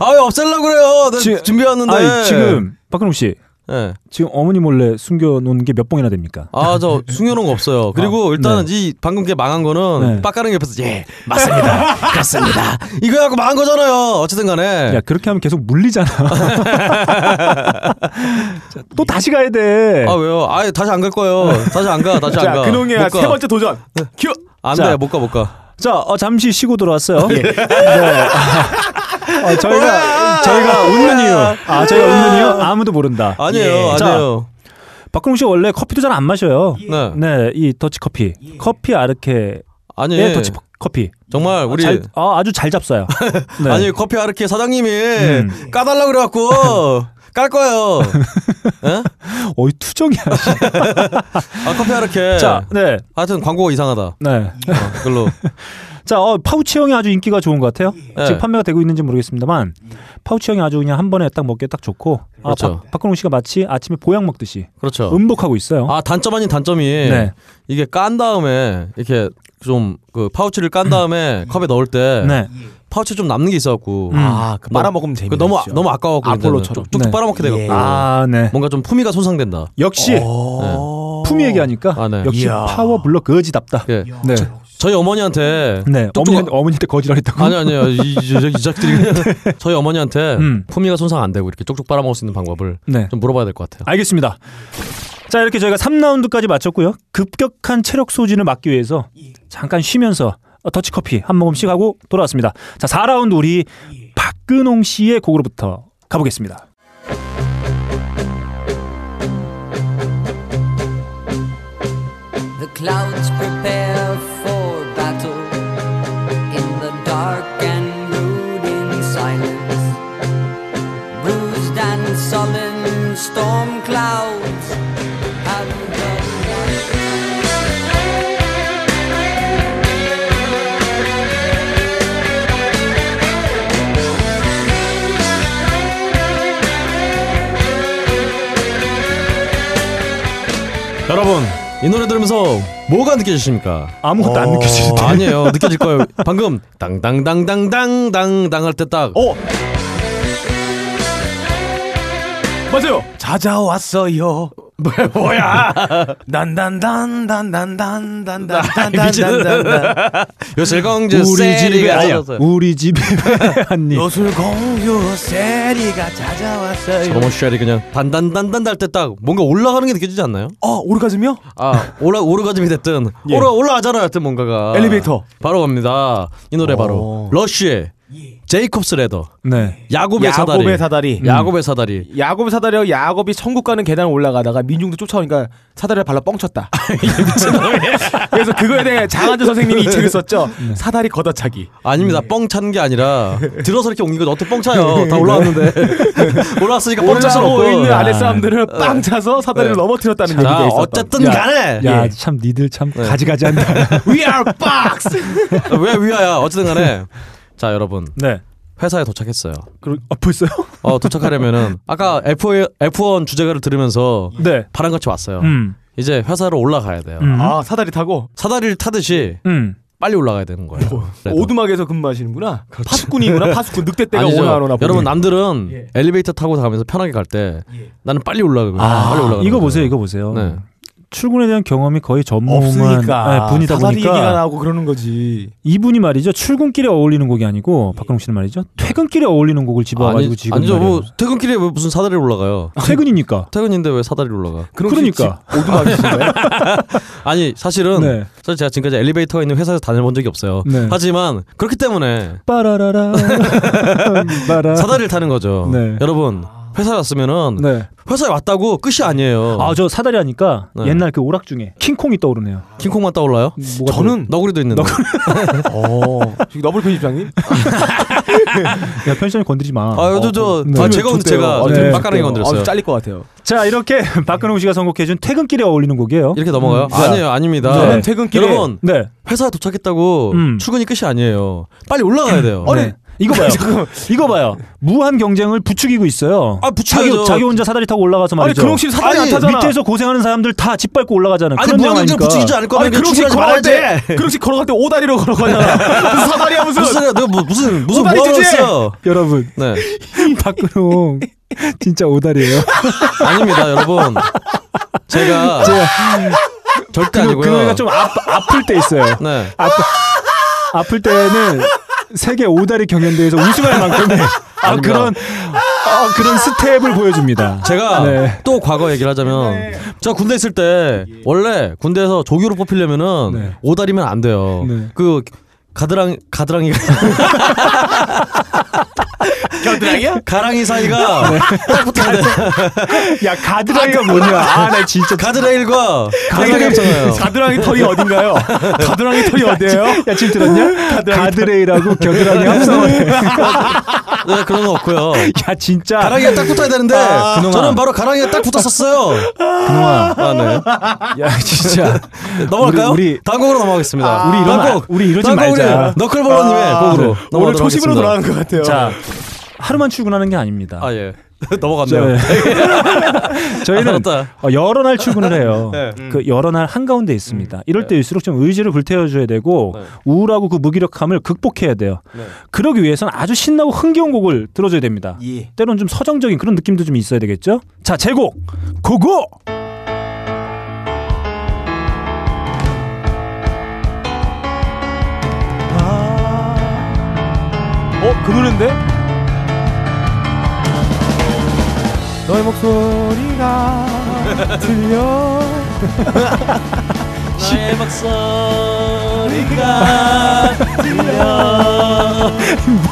아왜 없애려고 그래요? 나
지-
준비했는데
아니, 지금 박근홍 씨.
네.
지금 어머니 몰래 숨겨놓은 게 몇 봉이나 됩니까?
아 저 [laughs] 숨겨놓은 거 없어요. 그리고 일단은 이 방금 게 망한 거는
네.
빡가는 옆에서 예 맞습니다 그렇습니다 이거 갖고 망한 거잖아요. 어쨌든간에
야 네. 그렇게 하면
[laughs]
계속 물리잖아. 또 다시 가야 돼.
아 왜요? 아 다시 안 갈 거예요. 다시 안 가. 다시
그
안 가. 못 가.
[laughs] 도전. 큐.
자.
안돼 못 가 못 가.
자 어, 잠시 쉬고 돌아왔어요.
예.
네. 어, 저희가 저희가 웃는 이유, 아 저희가 웃는 이유 아무도 모른다.
아니에요,
예. 자,
아니에요.
박근홍 씨 원래 커피도 잘 안 마셔요.
네.
이 더치 커피,
예.
커피 아르케,
아니.
예, 더치 커피.
정말 우리
잘- 아, 아주
[laughs]
잘 잡숴요. 네. 음.
아니 커피 아르케 사장님이 까달라 그래갖고
[laughs]
깔 거예요.
어이 투정이야.
아 커피 아르케.
자, 네.
하여튼 광고가 이상하다. 어,
네.
그걸로.
자, 어, 파우치형이 아주 인기가 좋은 것 같아요.
예.
지금 판매가 되고 있는지 모르겠습니다만 파우치형이 아주 그냥 한 번에 딱 먹기에 딱 좋고
그렇죠.
아, 박, 박근홍 씨가 마치 아침에 보약 먹듯이
그렇죠.
음복하고 있어요.
아 단점 아닌 단점이
네.
이게 깐 다음에 이렇게 좀 그 파우치를 깐 다음에 컵에 넣을 때
네.
파우치 좀 남는 게 있어갖고
음. 아, 그
말아먹으면
그 너무
재미없죠.
너무 아까워갖고
아폴로처럼.
이제는 쭉- 쭉쭉
네.
빨아먹게 돼갖고
예. 아, 네.
뭔가 좀 품위가 손상된다.
역시
네.
품이 얘기하니까
어. 아, 네.
역시
이야.
파워 블럭 거지답다.
예.
네.
저희 어머니한테
네.
쪽쪽-
어머니 어머니한테 거지라 했다고.
아니 아니요 이, 이, 이 작들이 그냥 저희 어머니한테
음.
품위가 손상 안 되고 이렇게 쪽쪽 빨아먹을 수 있는 방법을
네.
좀 물어봐야 될 것 같아요.
알겠습니다. 자, 이렇게 저희가 3라운드까지 마쳤고요. 급격한 체력 소진을 막기 위해서 잠깐 쉬면서 어, 더치커피 한 모금씩 하고 돌아왔습니다. 자, 4라운드 우리 박근홍 씨의 곡으로부터 가보겠습니다.
The clouds prepare for battle in the dark and brooding silence. Bruised and sullen storm clouds have
여러분 이 노래 들으면서 뭐가 느껴지십니까?
아무것도
어.
안 느껴지는데.
아니에요 [laughs] 느껴질 거예요. 방금 땅땅땅땅땅땅땅 할 때 딱
어. 맞아요. 찾아왔어요. [laughs] 뭐야?
아,
난난난난난난난난난난난난
요술공주
우리 집에
세리가
아니야.
찾아서
우리 집에 [laughs] 한입
요술공주 세리가 찾아왔어요.
저거 뭐 쉐리 그냥 단단단단 할 때 딱 뭔가 올라가는 게 느껴지지 않나요?
어 오르가즘이요?
아 올라 오르가즘이 됐든
예.
올라 올라가잖아요. 하여튼 뭔가가
엘리베이터. 어.
바로 갑니다. 이 노래 바로 러쉬의 제이콥스 레더
네.
야곱의, 사다리. 음.
야곱의 사다리.
야곱의 사다리.
야곱 사다리하고 야곱이 천국 가는 계단을 올라가다가 민중도 쫓아오니까 사다리를
[laughs]
발라 뻥쳤다. 그래서 그거에 대해 장한재 선생님이 이
네.
책을 썼죠. 사다리 걷어차기.
아닙니다.
음.
뻥찬 게
[laughs]
아니라 들어서 이렇게 옮긴 거죠. 어떻게 뻥차요? 다 올라왔는데 올라왔으니까 뻥찰 수
네. 올라오고
없고
있는 아랫 사람들을 빵 차서 사다리를
네.
넘어뜨렸다는
자,
얘기가 있었던.
어쨌든 예. 간에
야, 참 니들 참
네. [laughs]
가지가지 한다.
We are box. [laughs]
왜 위아야? 어쨌든 간에 자 여러분.
네.
회사에 도착했어요.
그리고 아, 벌써요?
어 도착하려면은 아까 F1 F1 주제가를 들으면서
네.
바람같이 왔어요.
음.
이제 회사로 올라가야 돼요.
음.
아 사다리 타고
사다리를 타듯이
음.
빨리 올라가야 되는 거예요.
뭐,
그래도. 그렇죠.
오두막에서 근무하시는구나. 파수꾼이구나. 파수꾼 늑대떼가
아니죠.
오나 안 오나. 보네.
여러분 남들은
예.
엘리베이터 타고 가면서 편하게 갈 때 나는 빨리 올라가고 빨리 올라가.
아, 이거 보세요, 이거 보세요.
네.
출근에 대한 경험이 거의 전무한
없으니까
네, 분이다
사다리 얘기가
보니까
나오고 그러는 거지.
이분이 말이죠 출근길에 어울리는 곡이 아니고 박근홍 씨는 말이죠 퇴근길에 어울리는 곡을 집어와가지고
아니,
지금
아니죠.
말이에요.
뭐그 퇴근길에 왜 무슨 사다리 올라가요?
퇴근이니까.
퇴근인데 왜 사다리 올라가?
그러니까
[laughs] 아니 사실은
네.
사실 제가 지금까지 엘리베이터가 있는 회사에서 다녀본 적이 없어요.
네.
하지만 그렇기 때문에 [laughs]
빠라라라 빠라.
사다리를 타는 거죠.
[laughs] 네.
여러분 회사에 왔으면은
네.
회사에 왔다고 끝이 아니에요.
아저 사다리 하니까
어. 네.
옛날 그 오락 중에 킹콩이 떠오르네요.
킹콩만 떠올라요?
뭐가
저는 너구리도 있는데.
어. 저기 너블 편집장님?
야 편의점에 건드리지 마.
아, 저,
어,
저, 아, 제가 건드- 제가
네.
빡가랑이 건드렸어요.
아, 잘릴 것 같아요.
자 이렇게 [laughs] 박근홍 씨가 선곡해준 퇴근길에 어울리는 곡이에요. 네.
이렇게 넘어가요?
자,
아니에요, 아닙니다.
저는
퇴근길에-
여러분
네.
회사에 도착했다고
음.
출근이 끝이 아니에요. 빨리 올라가야 돼요.
네. 이거 [laughs] 봐요. 이거 봐요. 무한 경쟁을 부추기고 있어요.
아, 부추겨야죠.
자기, 자기 혼자 사다리 타고 올라가서 말이죠.
그럼 혹시 사다리 안 타잖아.
밑에서 고생하는 사람들 다 짓밟고 올라가잖아.
아니,
그런 내용
무한 경쟁을
아닙니까?
부추기지 않을 거면
아니
그냥
그렇게
출근하지
걸어갈
말아야
때,
돼.
그렇게 걸어갈 때 오다리로
[laughs]
걸어가잖아. 무슨 사다리 하면서
무슨 소리야? 너 뭐,
어,
무슨 무슨
오다리
뭐라고
주제!
했어?
여러분
네,
[laughs] 박근홍 진짜 오다리예요.
아닙니다, 여러분. 제가 절대
그,
아니고요.
그 노래가 좀 아, 아플 때 있어요.
네.
아플, 아플 때는 세계 오다리 경연대회에서 우승할 만큼의 아,
아닙니다.
그런 아, 그런 스텝을 보여줍니다.
제가
네.
또 과거 얘기를 하자면 제가 군대 있을 때 원래 군대에서 조교로 뽑히려면은 오다리면 안 돼요.
네.
그 가드랑 가드랑이가
겨드랑이야?
[laughs] 가랑이 사이가
네.
딱 붙어야 돼.
야
그
가드라이가 뭐냐? 아 나
네,
진짜
가드레일과 가드랑이
가드레일.
없잖아요.
가드랑이 [laughs] 털이 어딘가요? 가드랑이 털이 어디예요?
야 지금 들었냐? 가드레이라고 겨드랑이 합성을. 해.
네, 그런 거 없고요.
야 진짜.
가랑이가 딱 붙어야 되는데
아, 그놈아.
저는 바로 가랑이가 딱 붙었었어요.
그놈아.
아, 네.
야 진짜.
네, [laughs] 넘어갈까요?
우리- 우리-
다음 곡으로 넘어가겠습니다.
우리 이러면
다음
안-
곡.
우리 이러지
다음 곡 우리
말자. 아, 네.
너클볼러님의 곡으로
아, 네. 오늘
넘어가도록
초심으로
하겠습니다.
돌아가는 것 같아요.
자 하루만 출근하는 게 아닙니다.
아 예. [laughs] 넘어갔네요.
[laughs] 저희는
아, 맞다.
어, 여러 날 출근을 해요.
네.
그 여러 날 한가운데 있습니다. 이럴 때일수록 좀 의지를 불태워줘야 되고 우울하고 그 무기력함을 극복해야 돼요. 그러기 위해서는 아주 신나고 흥겨운 곡을 들어줘야 됩니다.
예.
때론 좀 서정적인 그런 느낌도 좀 있어야 되겠죠? 자, 제곡 고고!
어? 그 노래인데? 너의 목소리가 [laughs] 들려
나의 목소리가 들려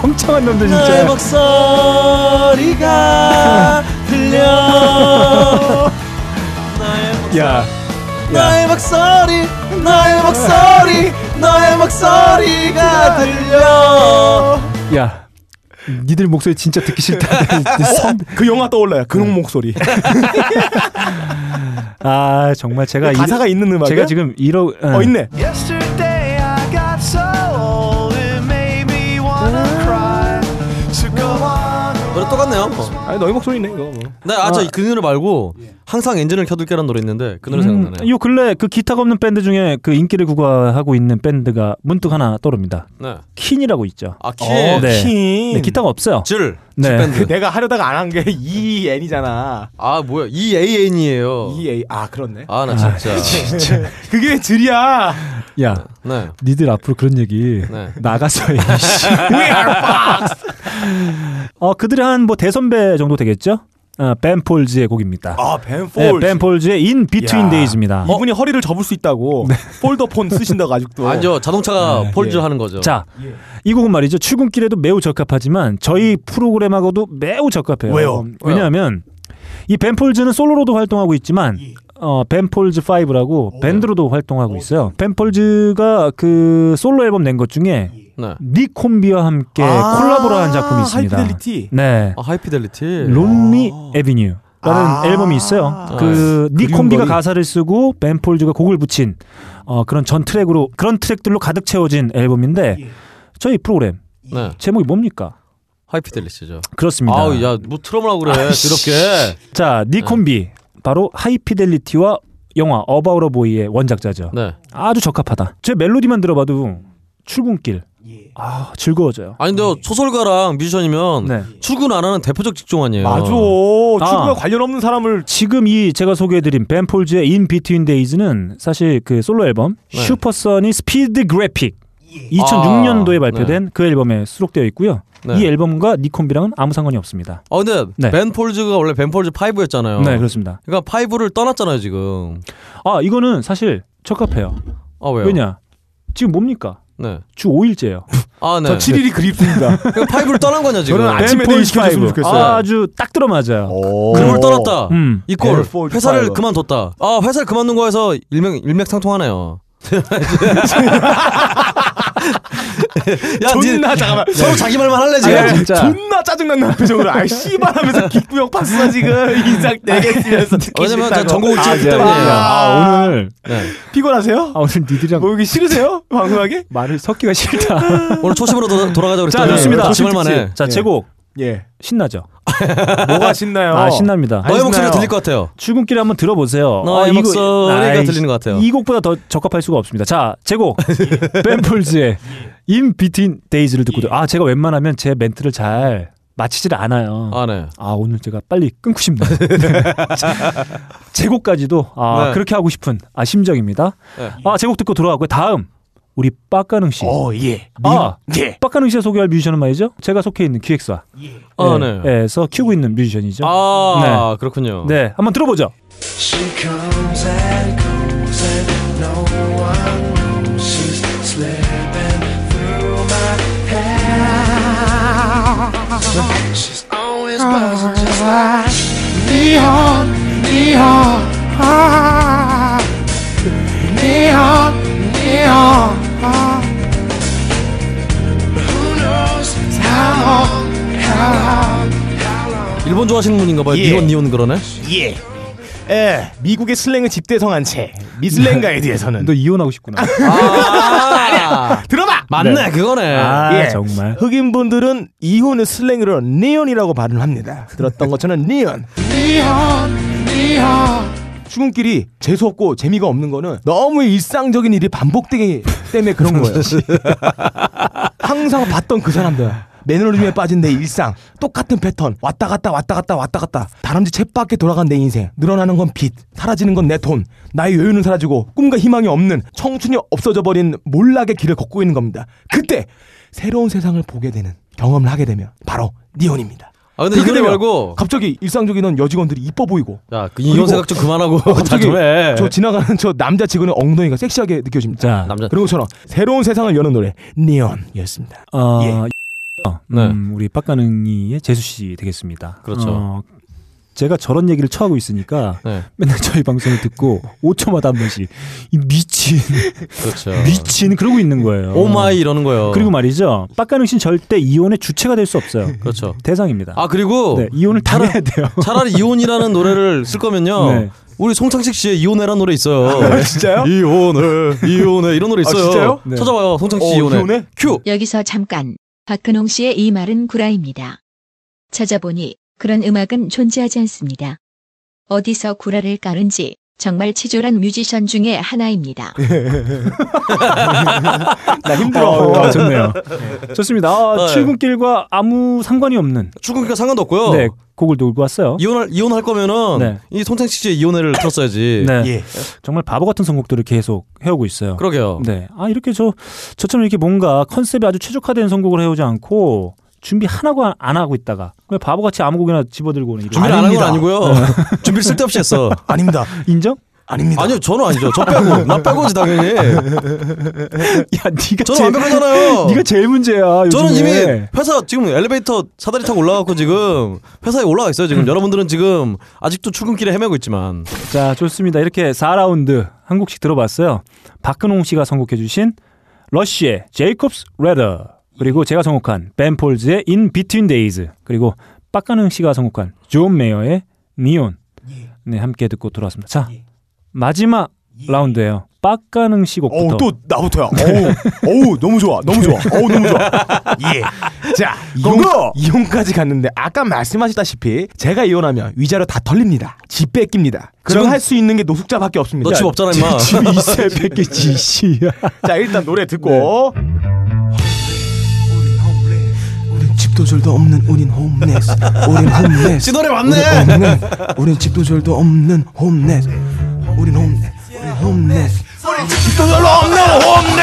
멍청한 놈들
네,
나의
뭐.
진짜. [laughs]
목소리가 들려
야,
나의 목소리 나의 목소리 나의
아,
목소리가 들려
야. 니들 목소리 진짜 듣기 싫다. [laughs] 선-
그 영화 떠올라요. 근홍 목소리.
아, 정말 제가
가사가
이러-
있는 음악이야?
제가 지금 이러
어 있네.
Yesterday I got so old it made me wanna cry. So go on.
노래 똑같네 괜찮네요. 뭐.
아니 너희 목소리네 이거. 뭐.
네, 아저 그 노래 말고 항상 엔진을 켜둘게라는 노래 있는데 그 노래
예. 음,
생각나네요.
요 근래 그 기타가 없는 밴드 중에 그 인기를 구가하고 있는 밴드가 문득 하나 떠오릅니다.
네.
킨이라고 있죠.
아
킨. 킨.
네, 기타가 없어요.
질.
네.
그
[laughs]
내가 하려다가 안 한 게 [laughs] E EN이잖아.
아 뭐야 EAN이에요.
EA 아 그렇네.
아 나 진짜.
그게 질이야.
야,
[laughs] 네.
니들 앞으로 그런 얘기
네.
나가서 해.
[laughs]
씨. [laughs] 어, 그들의 한뭐 대선배 정도 되겠죠? 아, 벤 폴즈의 곡입니다.
아, 벤
네,
폴즈.
벤 폴즈의 In Between Days입니다.
이분이 허리를 접을 수 있다고 폴더 폰 쓰신다고 아직도.
아니죠 자동차가
네.
폴즈
예.
하는 거죠.
자, 이 곡은 말이죠. 출근길에도 매우 적합하지만 저희
음.
프로그램하고도 매우 적합해요.
왜요?
왜냐하면 이 벤폴즈는 솔로로도 활동하고 있지만
예.
어, 벤폴즈 5라고
어.
밴드로도 활동하고 있어요. 벤폴즈가 그 솔로 앨범 낸 것 중에
네.
니콤비와 함께
아,
콜라보를 한 작품이 있습니다.
하이피델리티.
네.
아, 하이피델리티.
론리 에비뉴. 라는 앨범이 있어요. 그
아. 그린
니콤비가
거리.
가사를 쓰고 벤폴즈가 곡을 붙인 어, 그런 전 트랙으로 그런 트랙들로 가득 채워진 앨범인데
예.
저희 프로그램
네.
제목이 뭡니까?
하이피델리티죠.
그렇습니다.
아우 야뭐 네. 트러블하고 그래. 그렇게.
자 니콤비 바로 하이피델리티와 영화 어바우러 보이의 원작자죠.
네.
아주 적합하다. 제 멜로디만 들어봐도 출근길
예.
아 즐거워져요.
아니 근데 소설가랑 뮤지션이면 출근 안 하는 대표적 직종 아니에요.
네. 맞아.
아.
출근과
관련 없는
네.
사람을
지금 이 제가 소개해드린 벤폴즈의 In Between Days는 사실 그 솔로 앨범
네.
슈퍼선이 스피드 그래픽 2006년도에
아,
발표된 그 앨범에 수록되어 있고요.
네.
이 앨범과 니콤비랑은 아무 상관이 없습니다.
어 근데
네.
벤 폴즈가 원래 벤 폴즈 5였잖아요.
네, 그렇습니다.
그러니까 5를 떠났잖아요 지금.
아 이거는 사실 적합해요.
아 왜요?
냐 지금 뭡니까?
네.
주 5일째예요.
아 네. 그러니까
저 칠일이 [laughs]
그립습니다.
파이브를 떠난 거냐 지금?
저는 아침에 내일 시켜줬으면 좋겠어요. 아주 딱 들어맞아요.
그걸 떠났다.
음.
이꼴
벤폴즈
회사를
파이브.
그만뒀다. 아 회사를 그만둔 거에서 일명
[laughs]
일맥상통하네요.
아,
야,
존나
니-
잠깐만.
네.
서로 자기 말만 할래 지금.
아, 존나 짜증난다는 표정으로 아이 씨발 하면서 기구역 봤어
[laughs]
지금 인상 되게 쓰면서.
왜냐면 저 전국
아,
일주일
네.
때문이에요.
아,
아, 오늘
피곤하세요? 뭐,
아 오늘 니들이랑
모이기 싫으세요? 방송하게?
말을 섞기가 싫다.
오늘 초심으로 돌아- 돌아가자
자
그랬더니
좋습니다.
지 말만 해.
자 제곡
예.
신나죠.
뭐가 신나요?
아 신납니다.
너의 목소리가 들릴 것 같아요.
출근길에 한번 들어보세요.
너의
이 곡-
목소리가
아이,
들리는 것 같아요.
이 곡보다 더 적합할 수가 없습니다. 자,
[laughs]
제곡 뱀폴즈의 In Between Days를 듣고 들- 아 제가 웬만하면 제 멘트를 잘 마치질 않아요.
아 네.
아 오늘 제가 빨리 끊고 싶네요. [laughs] 제곡까지도 아
네.
그렇게 하고 싶은 아 심정입니다.
네.
아 제곡 듣고 돌아왔고요. 다음 우리 빡가능 씨.
어 예.
아
예.
빡가능 씨가 소개할 뮤지션은 말이죠. 제가 속해 있는 기획사.
아,
네.
네.
에서 키우고 있는 뮤지션이죠.
아 그렇군요.
네. 네, 한번 들어보죠.
She comes and goes and no one knows she's slipping through my hands. She's always buzzing just like neon, neon, ah, neon, neon. ah. Who knows how long, how long?
일본 좋아하시는 분인가 봐요.
예.
니온 니온 그러네.
예. 예, 미국의 슬랭을 집대성한 채 미슬랭 가이드에서는
너
[laughs]
이혼하고
[laughs]
싶구나.
아니야. 들어봐.
아,
예.
맞네, 그거네.
아, 정말.
흑인 분들은 이혼의 슬랭으로 니온이라고 발음을 합니다. 들었던 것처럼 니온.
Neon, neon.
출근길이 재수 없고 재미가 없는 거는 너무 일상적인 일이 반복되기 때문에
[laughs]
그런 거예요. 항상 봤던 그 사람들. 매너리즘에 빠진 내 일상 똑같은 패턴 왔다 갔다 왔다 갔다 왔다 갔다 다람쥐 챗밖에 돌아간 내 인생 늘어나는 건 빚 사라지는 건 내 돈 나의 여유는 사라지고 꿈과 희망이 없는 청춘이 없어져 버린 몰락의 길을 걷고 있는 겁니다 그때 새로운 세상을 보게 되는 경험을 하게 되면 바로 니온입니다 그러니까
아 근데 이 노래
그렇게 되면
말고
갑자기 일상적이던 여직원들이 이뻐 보이고
야그 이혼 생각 좀 그만하고
갑자기
자좀 해.
저 지나가는 저 남자 직원의 엉덩이가 섹시하게 느껴집니다.
자,
남자-
그런 것처럼 새로운 세상을 여는 노래 네 니온이었습니다.
어,
예. 네.
음, 우리 빡가능이의 재수 씨 되겠습니다.
그렇죠.
어, 제가 저런 얘기를 처하고 있으니까
네.
맨날 저희 방송을 듣고 [laughs] 5초마다 한 번씩 이 미친
그렇죠.
미친 그러고 있는 거예요.
오마이 이러는 거예요.
그리고 말이죠. 빡가능 씨는 절대 이혼의 주체가 될 수 없어요.
그렇죠.
대상입니다.
아 그리고
네, 이혼을
차라-
당해야 돼요.
차라리 이혼이라는 노래를 쓸 거면요.
네. 아,
우리 송창식 씨의 이혼해라는 노래 어. 있어요.
진짜요?
이혼해, 이혼해 이런 노래
아,
있어요.
진짜요? 네.
찾아봐요, 송창식 씨
어,
이혼해.
이혼해?
큐.
여기서 잠깐 박근홍 씨의 이 말은 구라입니다. 찾아보니 그런 음악은 존재하지 않습니다. 어디서 구라를 까는지 정말 치졸한 뮤지션 중에 하나입니다.
나 힘들어. 아, 좋네요. 좋습니다. 아,
네.
출근길과 아무 상관이 없는.
출근길과 상관도 없고요.
네, 곡을 들고 왔어요.
이혼할 이혼할 거면은
네.
이 송창식의 이혼회를 틀었어야지.
네. 정말 바보 같은 선곡들을 계속 해오고 있어요.
그러게요.
네. 아, 이렇게 저, 저처럼 이렇게 뭔가 컨셉이 아주 최적화된 선곡을 해오지 않고 준비 하나고 안- 안 하고 있다가 그냥 바보같이 아무 곡이나 집어들고 오는 이런.
준비를 안 한 건 아니고요.
네.
[laughs] 준비를 쓸데없이 했어.
아닙니다.
인정? [laughs]
아닙니다.
아니요, 저는 아니죠. 저 빼고 나 빼고지 당연히.
야, 네가
저는
[laughs]
완벽하잖아요.
네가 제일 문제야. 요즘에.
저는 이미 회사 지금 엘리베이터 사다리 타고 올라가고 지금 회사에 올라가 있어요.
음.
지금 여러분들은 지금 아직도 출근길에 헤매고 있지만
자, 좋습니다. 이렇게 4라운드 한 곡씩 들어봤어요. 박근홍 씨가 선곡해주신 러쉬의 제이콥스 레더 그리고 제가 선곡한 벤폴즈의 In Between Days 그리고 박근홍 씨가 선곡한 존 메어의 니온
예.
네 함께 듣고 돌아왔습니다. 자 마지막 라운드예요. 박가능 씨 곡부터
어우 또 나부터야. 어우 어우 너무 좋아. 너무 좋아. 어우 너무 좋아. 예. 자 이혼, 이혼까지 갔는데 아까 말씀하셨다시피 제가 이혼하면 위자료 다 털립니다. 집 뺏깁니다. 그럼
지금-
할 수 있는 게 노숙자 밖에 없습니다.
너집 없잖아, 임마.
집 있어야 뺏기지 [laughs] 씨야. 자 일단 노래 듣고
우린 집도 절도 없는 우린 홈레스 우린 홈레스
시노래 왔네.
우린, 홈레스. 우린 집도 절도 없는 홈레스 우린 홈레스 우린 홈레스
집도 별로 없는 홈네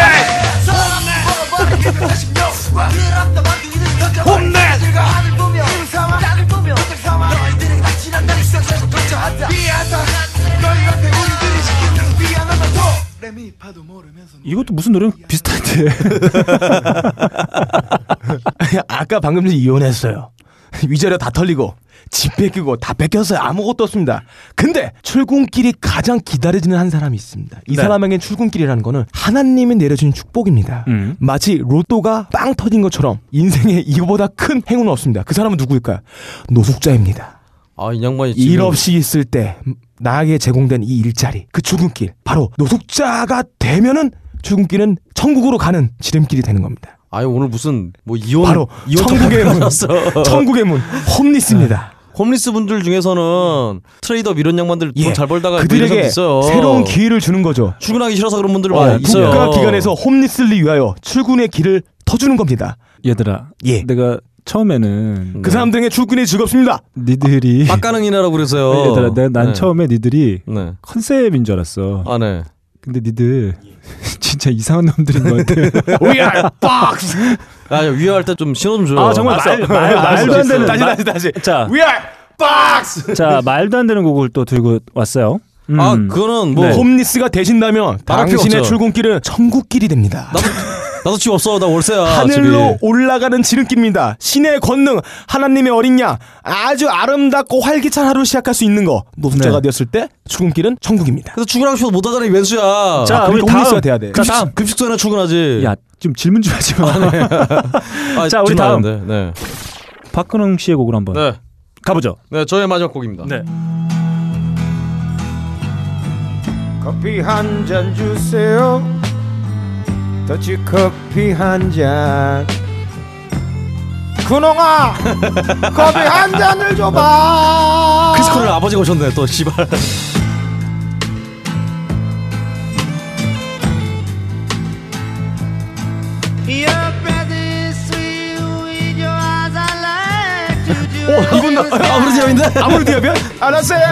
홈네
이것도 무슨 노래랑 비슷한데 [laughs]
[laughs] 아까 방금 전 이혼했어요. [laughs] 위자료 다 털리고 집 뺏기고 다 뺏겼어요. 아무것도 없습니다. 근데 출근길이 가장 기다려지는 한 사람이 있습니다. 이
네.
사람에겐 출근길이라는 거는 하나님이 내려준 축복입니다.
음.
마치 로또가 빵 터진 것처럼 인생에 이거보다 큰 행운은 없습니다. 그 사람은 누구일까요? 노숙자입니다.
아 이 양반이 지금
일 없이 있을 때 나에게 제공된 이 일자리, 그 출근길, 바로 노숙자가 되면은 출근길은 천국으로 가는 지름길이 되는 겁니다.
아유 오늘 무슨 뭐 이혼
바로
이혼
천국의 문.
어
천국의 문. 홈리스입니다.
홈리스 분들 중에서는 트레이더 이런 양반들 돈 잘 벌다가 뭐 이런 사람도
예. 그들에게
있어요.
새로운 기회를 주는 거죠.
출근하기 싫어서 그런 분들
어,
많이 있어요.
국가 기관에서 홈리스를 위하여 출근의 길을 터주는 겁니다.
얘들아. 내가 처음에는
예.
네.
그 사람들에게 아, 출근이 즐겁습니다.
니들이
빡가능이라고 그래서요.
[laughs] 얘들아, 내- 난
어.
네.
처음에 니들이
예.
네.
컨셉인 줄 알았어.
아, 네.
근데 니들 [laughs] 진짜 이상한 놈들인 것
[laughs]
같아.
We are [laughs] bugs. 아, 위할 때 좀 신호 좀 줘요.
아 정말 말, 말, 말도 안 되는 말- 자,
We are bugs.
자 말도 안 되는 곡을 또 들고 왔어요. 음.
아, 그거는 뭐
네.
홈리스가 되신다면
말할 필요
당신의
없죠.
출근길은 천국길이 됩니다.
나도 집 없어. 나 월세야.
하늘로
집이.
올라가는 지름길입니다. 신의 권능, 하나님의 어린 양, 아주 아름답고 활기찬 하루 시작할 수 있는 거.
네.
노숙자가 되었을 때 출근길은 천국입니다.
그래서 출근하고 싶어도 못 하잖아, 이 왼수야.
자, 아, 우리 그럼 다음. 홈리스가 돼야 돼.
급식,
자, 다음.
급식소에나 출근하지.
야, 좀 질문 좀 하지 마.
네. 아,
자, 우리
질문 안
다음.
하는데, 네.
[laughs] 박근홍 씨의 곡을 한번
네.
가보죠.
네, 저의 마지막 곡입니다.
네.
커피 한 잔 주세요 더치 커피 한잔 근홍아 커피 한 잔을 줘봐
크리스 코넬 아버지가 오셨네, 또, 씨발.
오 이분 나 아무르디압인데?
아무르디압이야?
알았어요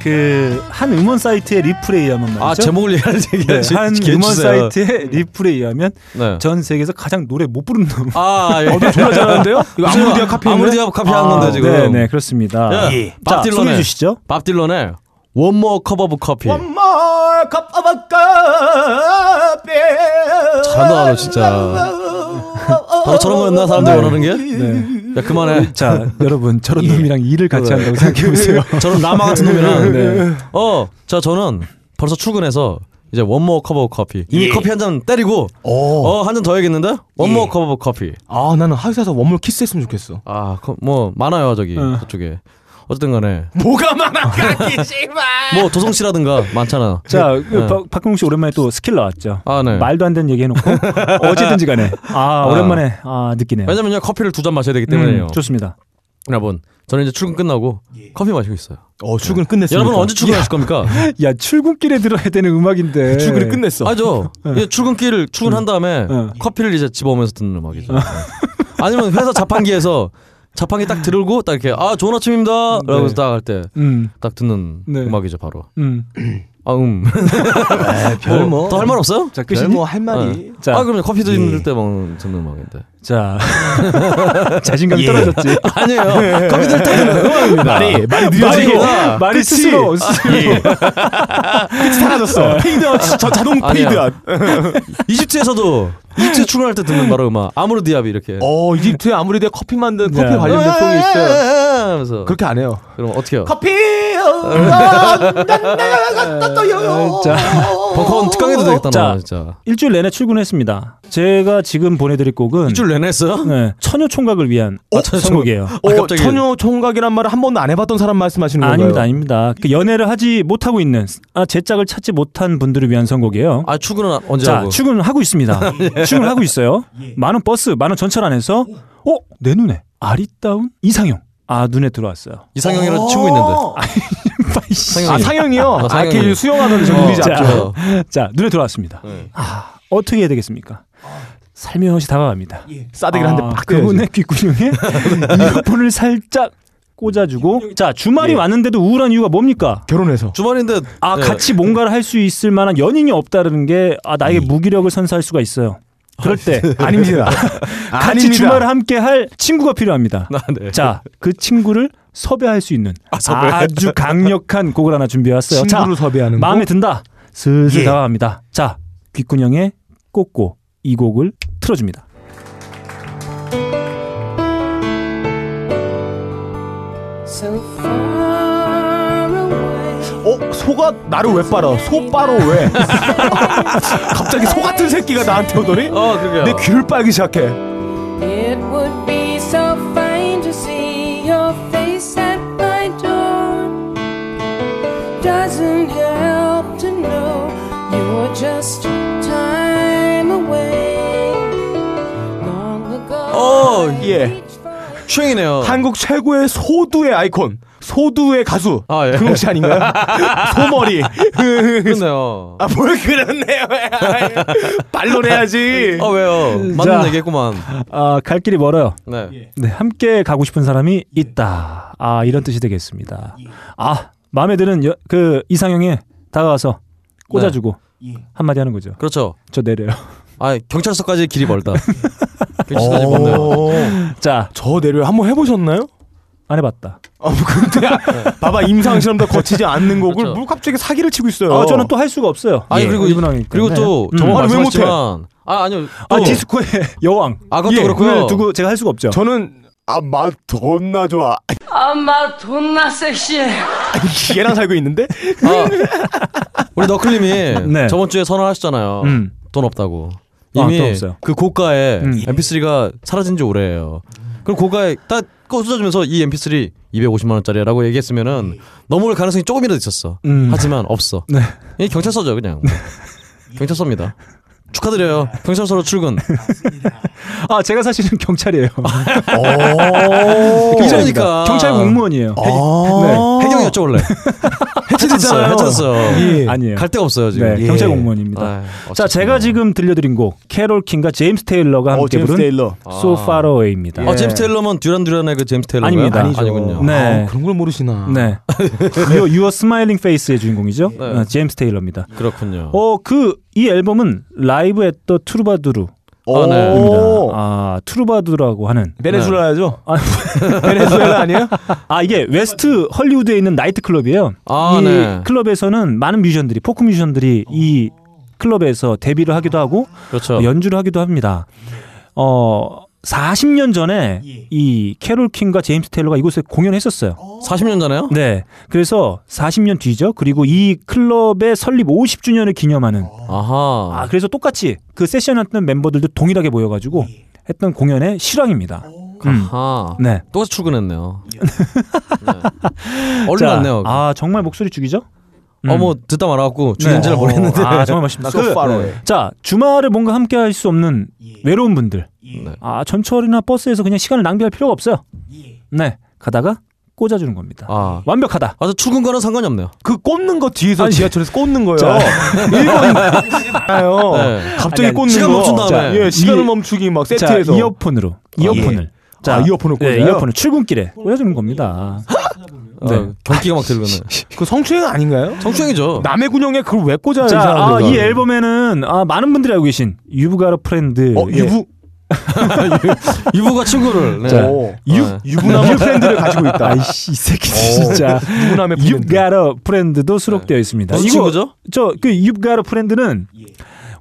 그 한 음원 사이트의 리플에 의하면 말이죠. 네,
아, 제목을 얘기하는지 얘기하지.
그렇죠? 한
기회
음원
주세요.
사이트의 리플에 의하면
네.
전 세계에서 가장 노래 못 부르는 놈.
아, 예.
어, 너 졸라 잘하는데요? 이거
[laughs] 무슨
아무르디아 카피
아무르디아 카피 한 건데, 지금.
네, 네, 그렇습니다.
예.
자,
밥 딜런의
소개해 주시죠.
밥 딜런의 One More Cup of Coffee.
more cup of coffee
잘한다, 너 진짜. 바로 저런 거였나 사람들이
아, 네.
원하는 게? 야 그만해.
자 여러분 저런 놈이랑 일을 같이
그래.
한다고 생각해 보세요.
예. 저런 라마 같은 놈이랑.
네.
어, 자 저는 벌써 출근해서 이제 원모어 커버 커피. 이미
예.
커피 한 잔 때리고. 어, 한 잔 더 해야겠는데?
예.
원모어 커버 커피.
아, 나는 하회사에서 원물 키스했으면 좋겠어.
아, 거- 뭐 많아요 저기
어.
저쪽에. 어쨌든 간에
뭐가 많아 까기 씨발
뭐 조성 씨라든가 많잖아.
자,
네.
그 박- 박근홍 씨 오랜만에 또 스킬 나왔죠.
아, 네.
말도 안 되는 얘기 [laughs] 해놓고 어쨌든지 간에 아, 오랜만에 아 느끼네요.
왜냐면요 커피를 두 잔 마셔야 되기 때문에요.
음, 좋습니다. 예.
여러분, 저는 이제 출근 끝나고 커피 마시고 있어요.
어 출근 끝냈어요.
여러분 언제 출근하실 겁니까?
[laughs] 야 출근길에 들어야 되는
예,
음악인데
을 아죠. 이제 출근길 출근한 다음에 커피를 이제 집어오면서 듣는 음악이죠. 아니면 회사 자판기에서 자판기 딱 들고 딱 이렇게 아 좋은 아침입니다. 라고
네.
딱 할 때 딱
음.
듣는 음악이죠 바로.
음.
아 음.
별 뭐.
더할 말 없어요?
자, 끝이니? 별뭐할 말이.
네.
자.
아 그럼 커피
예.
드실 때만 듣는 음악인데.
자 [laughs] 자신감이 떨어졌지.
아니에요. 커피 드실 때 듣는 음악입니다.
말이 말이 느려지고
말이, 말이 스스로 스스로
[laughs] 끝이 사라졌어. 페이드아웃 저 자동 페이드아웃.
이집트에서도 이집트 출근할 때 듣는 바로 음악 아무르 디압이 이렇게.
어 이집트에 아무리 내가 커피 만든 커피
네.
관련된 송이 있어요.
하면서
그렇게 안 해요.
그럼 어떻게 해요?
커피 난내가또요
자,
벙커원 특강해도 되겠다, 나 진짜.
일주일 내내 출근했습니다. 제가 지금 보내드릴 곡은 일주일
내내 했어요?
네, 처녀 총각을 위한 선곡이에요.
어, 처녀 총각이란 말을 한 번도 안 해봤던 사람 말씀하시는 건가요?
아닙니다, 아닙니다. 그 연애를 하지 못하고 있는 아, 제 짝을 찾지 못한 분들을 위한 선곡이에요.
아 출근은 언제
자,
하고?
출근을 하고 있습니다. 출근을 하고 있어요. 많은 버스, 많은 전철 안에서 어, 내 눈에 아리따운 이상형. 아, 눈에 [laughs] 들어왔어요.
이상형이라도 치고 있는데. 어,
상영이.
어.
어,
아, 상영이요? 아, 이렇게
그
수영하던 저 우리 잡죠.
자, 자, 눈에 들어왔습니다. 아, 어떻게 해야 되겠습니까? 살며시 다가갑니다.
싸대기를
아.
한 대팍
그분의 귓구녕에 이어폰을 살짝 꽂아주고 자 주말이 왔는데도 우울한 이유가 뭡니까?
결혼해서
주말인데
아
네.
같이 뭔가를 할 수 있을 만한 연인이 없다는 게 아 나에게 무기력을 선사할 수가 있어요. 그럴 때 [laughs]
[laughs] 아닙니다.
같이
아닙니다.
주말을 함께 할 친구가 필요합니다.
아, 네.
자, 그 친구를 섭외할 수 있는
섭외.
아, 주 강력한 곡을 하나 준비해왔어요.
친구를
자,
섭외하는
마음에
곡?
든다. 슬슬
예.
다가갑니다. 자, 귓구녕에 꽂고 이 곡을 틀어줍니다.
어 소가 나를 왜 빨아? 소 빨어 왜? 갑자기 소 같은 새끼가 나한테 오더니
어.
어,
내 귀를 빨기 시작해.
It would be so fine to see your face at my door. Doesn't help to know you were just time away. Long ago.
어,
예.
그
아.
추행이네요.
한국 최고의 소두의 아이콘, 소두의 가수.
아, 예.
근홍 씨
[laughs]
아닌가요? 소머리.
그렇네요.
아, 뭘 그렇네요. [laughs] 발로 해야지.
어,
아 왜요? 맞는 얘기했구만.
아, 갈 길이 멀어요.
네.
네, 함께 가고 싶은 사람이 있다. 아, 이런 뜻이 되겠습니다. 아, 마음에 드는 여- 그 이상형에 다가가서 꽂아주고 한마디 하는 거죠.
그렇죠.
저 내려요. [laughs]
아 경찰서까지 길이 멀다. 경찰서까지
어,
멀네요.
자,
저 내려 한번 해보셨나요?
안 해봤다.
아, 뭐 근데 봐봐 임상 실험도 거치지 않는 곡을
그렇죠.
물 갑자기 사기를 치고 있어요.
아, 저는 또 할 수가 없어요.
아니
예.
그리고
일본어니까.
그리고 또
네.
정말
아니, 왜 못해?
말씀하셨지만 아 아니요.
아, 디스코의 [laughs] 여왕.
아 그것도
예,
그렇고요.
눈을 두고 제가 할 수가 없죠.
저는 아맛 존나 좋아.
엄마 존나 섹시해.
[laughs] 얘랑 살고 있는데?
어. 우리 너클님이
네.
저번 주에 선언하셨잖아요.
음.
돈 없다고.
아,
이미
돈 없어요. 음.
그 고가에 MP3가 사라진 지 오래예요. 그럼 고가에 딱 꽂아주면서 이 MP3 250만 원짜리라고 얘기했으면은 넘어올 가능성이 조금이라도 있었어.
음.
하지만 없어.
네.
이 경찰서죠 그냥. 경찰서입니다. 축하드려요. 경찰서로 출근.
아, 제가 사실은 [laughs] 경찰이에요.
아,
어.
오.
경찰이니까. 경찰 공무원이에요.
그러니까.
네.
어.
아. 해경
[laughs]
여쭤볼래. 해체됐어요. 해체됐어요.
예. 아니에요.
갈 데가 없어요 지금. 예.
네, 경찰 공무원입니다.
아,
자, 제가 지금 들려드린 곡 캐롤 킹과 제임스 테일러가 함께
어, 제임스
부른
테일러.
So Far Away입니다.
어 제임스 테일러면 듀란 듀란의 그 제임스 테일러
예. 아닙니다. 아니죠.
아니군요.
네.
그런 걸 모르시나.
[laughs] 네. 유어 유어 스마일링 페이스의 주인공이죠. 어, 제임스 테일러입니다.
그렇군요.
어, 그 이 앨범은 라이브 앳더 투르바두루
아, 네. 오.
아, 투르바두라고 하는
베네수엘라죠?
아, [laughs] 베네수엘라 아니에요? 아, 이게 웨스트 헐리우드에 있는 나이트 클럽이에요.
아,
이
네.
클럽에서는 많은 뮤지션들이 포크 뮤지션들이 이 클럽에서 데뷔를 하기도 하고
그렇죠.
연주를 하기도 합니다. 어 40년 전에 이 캐롤 킹과 제임스 테일러가 이곳에 공연했었어요.
40년 전에요?
네. 그래서 40년 뒤죠. 그리고 이 클럽의 설립 50주년을 기념하는
아하.
아, 그래서 똑같이 그 세션 했던 멤버들도 동일하게 모여가지고 했던 공연의 실황입니다. 음.
예. 어. 아하.
네.
또 출근했네요. [laughs] 네. 얼른
자,
왔네요.
아 정말 목소리 죽이죠? 음.
어머, 듣다 말아갖고 주인지를 모르겠는데.
아 정말 멋있다. 그, 네.
So far away.
자 주말에 뭔가 함께 할 수 없는
예.
외로운 분들.
네.
아 전철이나 버스에서 그냥 시간을 낭비할 필요가 없어요.
예.
네 가다가 꽂아주는 겁니다. 완벽하다.
[laughs] 아주 죽은 거는 상관이 없네요.
그 꽂는 거 뒤에서 지하철에서 꽂는 거예요.
자.
일본이요.
네.
갑자기
아니, 아니,
꽂는
시간
거.
멈춘 다음에.
자, 예, 시간을
이-
멈추기 막
자,
세트해서
이어폰으로 이어폰을.
예. 아, 이어폰을
네,
꽂아요?
이어폰을 출근길에 꽂아주는 겁니다. 네.
어, 경기가
[laughs]
막 들거나.
그 성추행 아닌가요?
성추행이죠.
남의 군용에 그걸 왜 꽂아요?
자,
이상한
아,
걸.
이 앨범에는 아, 많은 분들이 알고 계신 유부가로 프렌드.
어, 유부?
유부가 친구를. 네.
자,
오.
유
네.
유부남 [laughs]
유부 프렌드를 가지고 있다.
아이씨 이 새끼
어.
오.
진짜.
유부남의 프렌드.
유가로 프렌드도
네.
수록되어 있습니다.
무슨 친구죠?
저그 유가로 프렌드는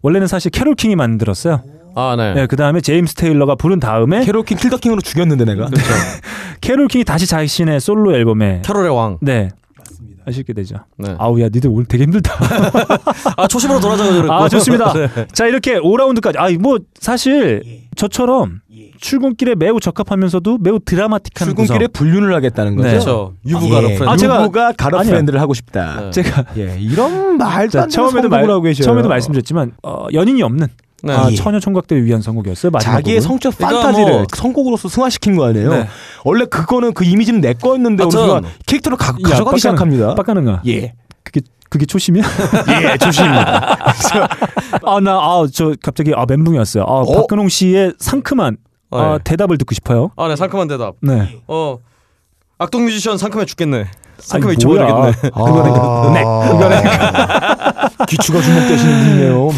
원래는 사실 캐롤킹이 만들었어요.
아, 네.
그 다음에 제임스 테일러가 부른 다음에
캐롤킹 킬더킹으로 죽였는데 내가.
네. 그렇죠. 캐롤킹이 다시 자신의 솔로 앨범에
캐롤의 왕. 네.
네. 아쉽게 되죠.
네.
아우 야 니들 오늘 되게 힘들다.
아, 초심으로 돌아가자고 그랬고.
[laughs]
아
[laughs]
좋습니다.
네.
자 이렇게 5라운드까지. 아 뭐 사실 저처럼 출근길에 매우 적합하면서도 매우 드라마틱한
출근길에
구성.
분륜을 하겠다는 거죠.
네. 그렇죠. 유부가
예.
가로 프렌드.
유부가 가로
아니요.
프렌드를 하고 싶다.
제가
예, 이런 말도
자,
안 되는
처음에도
성공을
말
하고 계셔요.
처음에도 말씀드렸지만 어, 연인이 없는
네.
아,
예.
처녀 총각들을 위한 선곡이었어요. 마지막
자기의
곡은.
성적 판타지를 선곡으로서 승화시킨 거 아니에요.
그러니까 뭐 네.
원래 그거는 그 이미지는 내 거였는데
아,
어느
전-
순간 캐릭터로 가,
야,
가져가기
빡가는-
시작합니다.
빡가는가?
예.
그게 그게 초심이야?
[laughs] 예, 초심입니다.
아나아저 갑자기 아 멘붕이 왔어요. 아 박근홍 씨의 상큼한 아,
네.
예.
대답을 듣고 싶어요.
아, 네, 상큼한 대답.
네.
어, 악동 뮤지션 상큼해 죽겠네. 상큼해
아니,
죽어야겠네.
뭐야. 그거는 그- 네. [laughs] 그거는
귀추가 주목되시는 분이네요.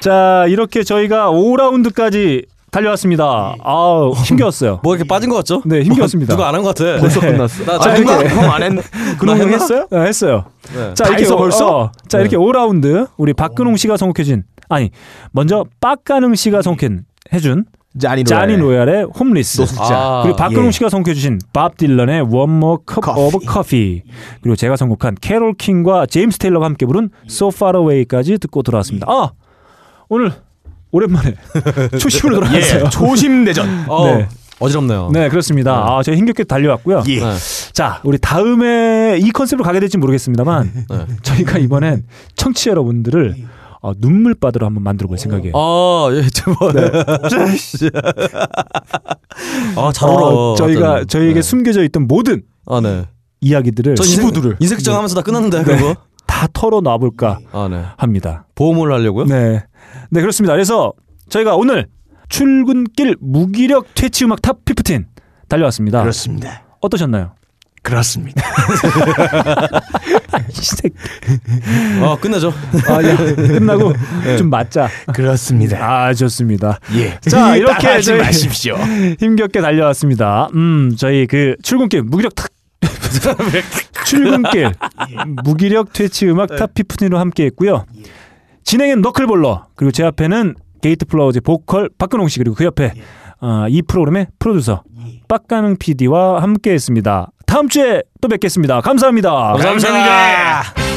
자 이렇게 저희가 5라운드까지 달려왔습니다. 아 힘겨웠어요.
뭐 이렇게 빠진 것 같죠? 어,
네 힘겨웠습니다.
누가 안 한 것 같아. 네.
벌써 끝났어.
나
아,
저
근데-
공안
[laughs]
했.
그런
나 했나?
거 했어요? 네, 했어요.
네.
자
다
이렇게
했어,
오-
벌써?
어, 자
네.
이렇게 5라운드 우리 박근홍 씨가 선곡해준 아니 먼저 빡가능 씨가 선곡해준
짜니
로얄. 의 홈리스
아,
노숙자.
그리고 박근홍
예.
씨가 선곡해주신 밥 딜런의 One More Cup of Coffee 그리고 제가 선곡한 캐롤 킹과 제임스 테일러가 함께 부른 So Far Away까지 듣고 돌아왔습니다 아 오늘 오랜만에 [laughs] 초심으로 [laughs] 돌아왔어요
초심 내전.
어, 어지럽네요.
네 그렇습니다. 아 저희 힘겹게 달려왔고요.
예. 네.
자 우리 다음에 이 컨셉으로 가게 될지 모르겠습니다만 저희가 이번엔 청취 자 여러분들을 어, 눈물바다로 한번 만들어볼 생각이에요.
아, 예, 저번.
네.
[laughs] 아, 잘 울어.
어, 저희가
하여튼.
저희에게 숨겨져 있던 모든
아, 네.
이야기들을
저 인생-
네.
인색정 하면서 다 끝났는데, 그거?
다 털어놔볼까
아, 네.
합니다.
보험을 하려고요?
네, 네 그렇습니다. 그래서 저희가 오늘 출근길 무기력 퇴치 음악 탑 15 달려왔습니다.
그렇습니다.
어떠셨나요?
그렇습니다.
아, 끝내죠.
아, 예. [laughs] 끝나고
네.
좀 맞자.
그렇습니다.
[laughs] 아, 좋습니다.
예. [laughs]
자, 이렇게
따라하지
저희
마십시오.
힘겹게 달려왔습니다. 음, 저희 그 출근길 무기력 탁 [laughs] 출근길 무기력 퇴치 음악 탑 피프니로 함께 했고요. 진행은 너클볼러 그리고 제 앞에는 게이트 플라워즈 보컬 박근홍 씨 그리고 그 옆에 어, 이 프로그램의 프로듀서 빡가능 PD와 함께 했습니다. 다음 주에 또 뵙겠습니다. 감사합니다.
감사합니다.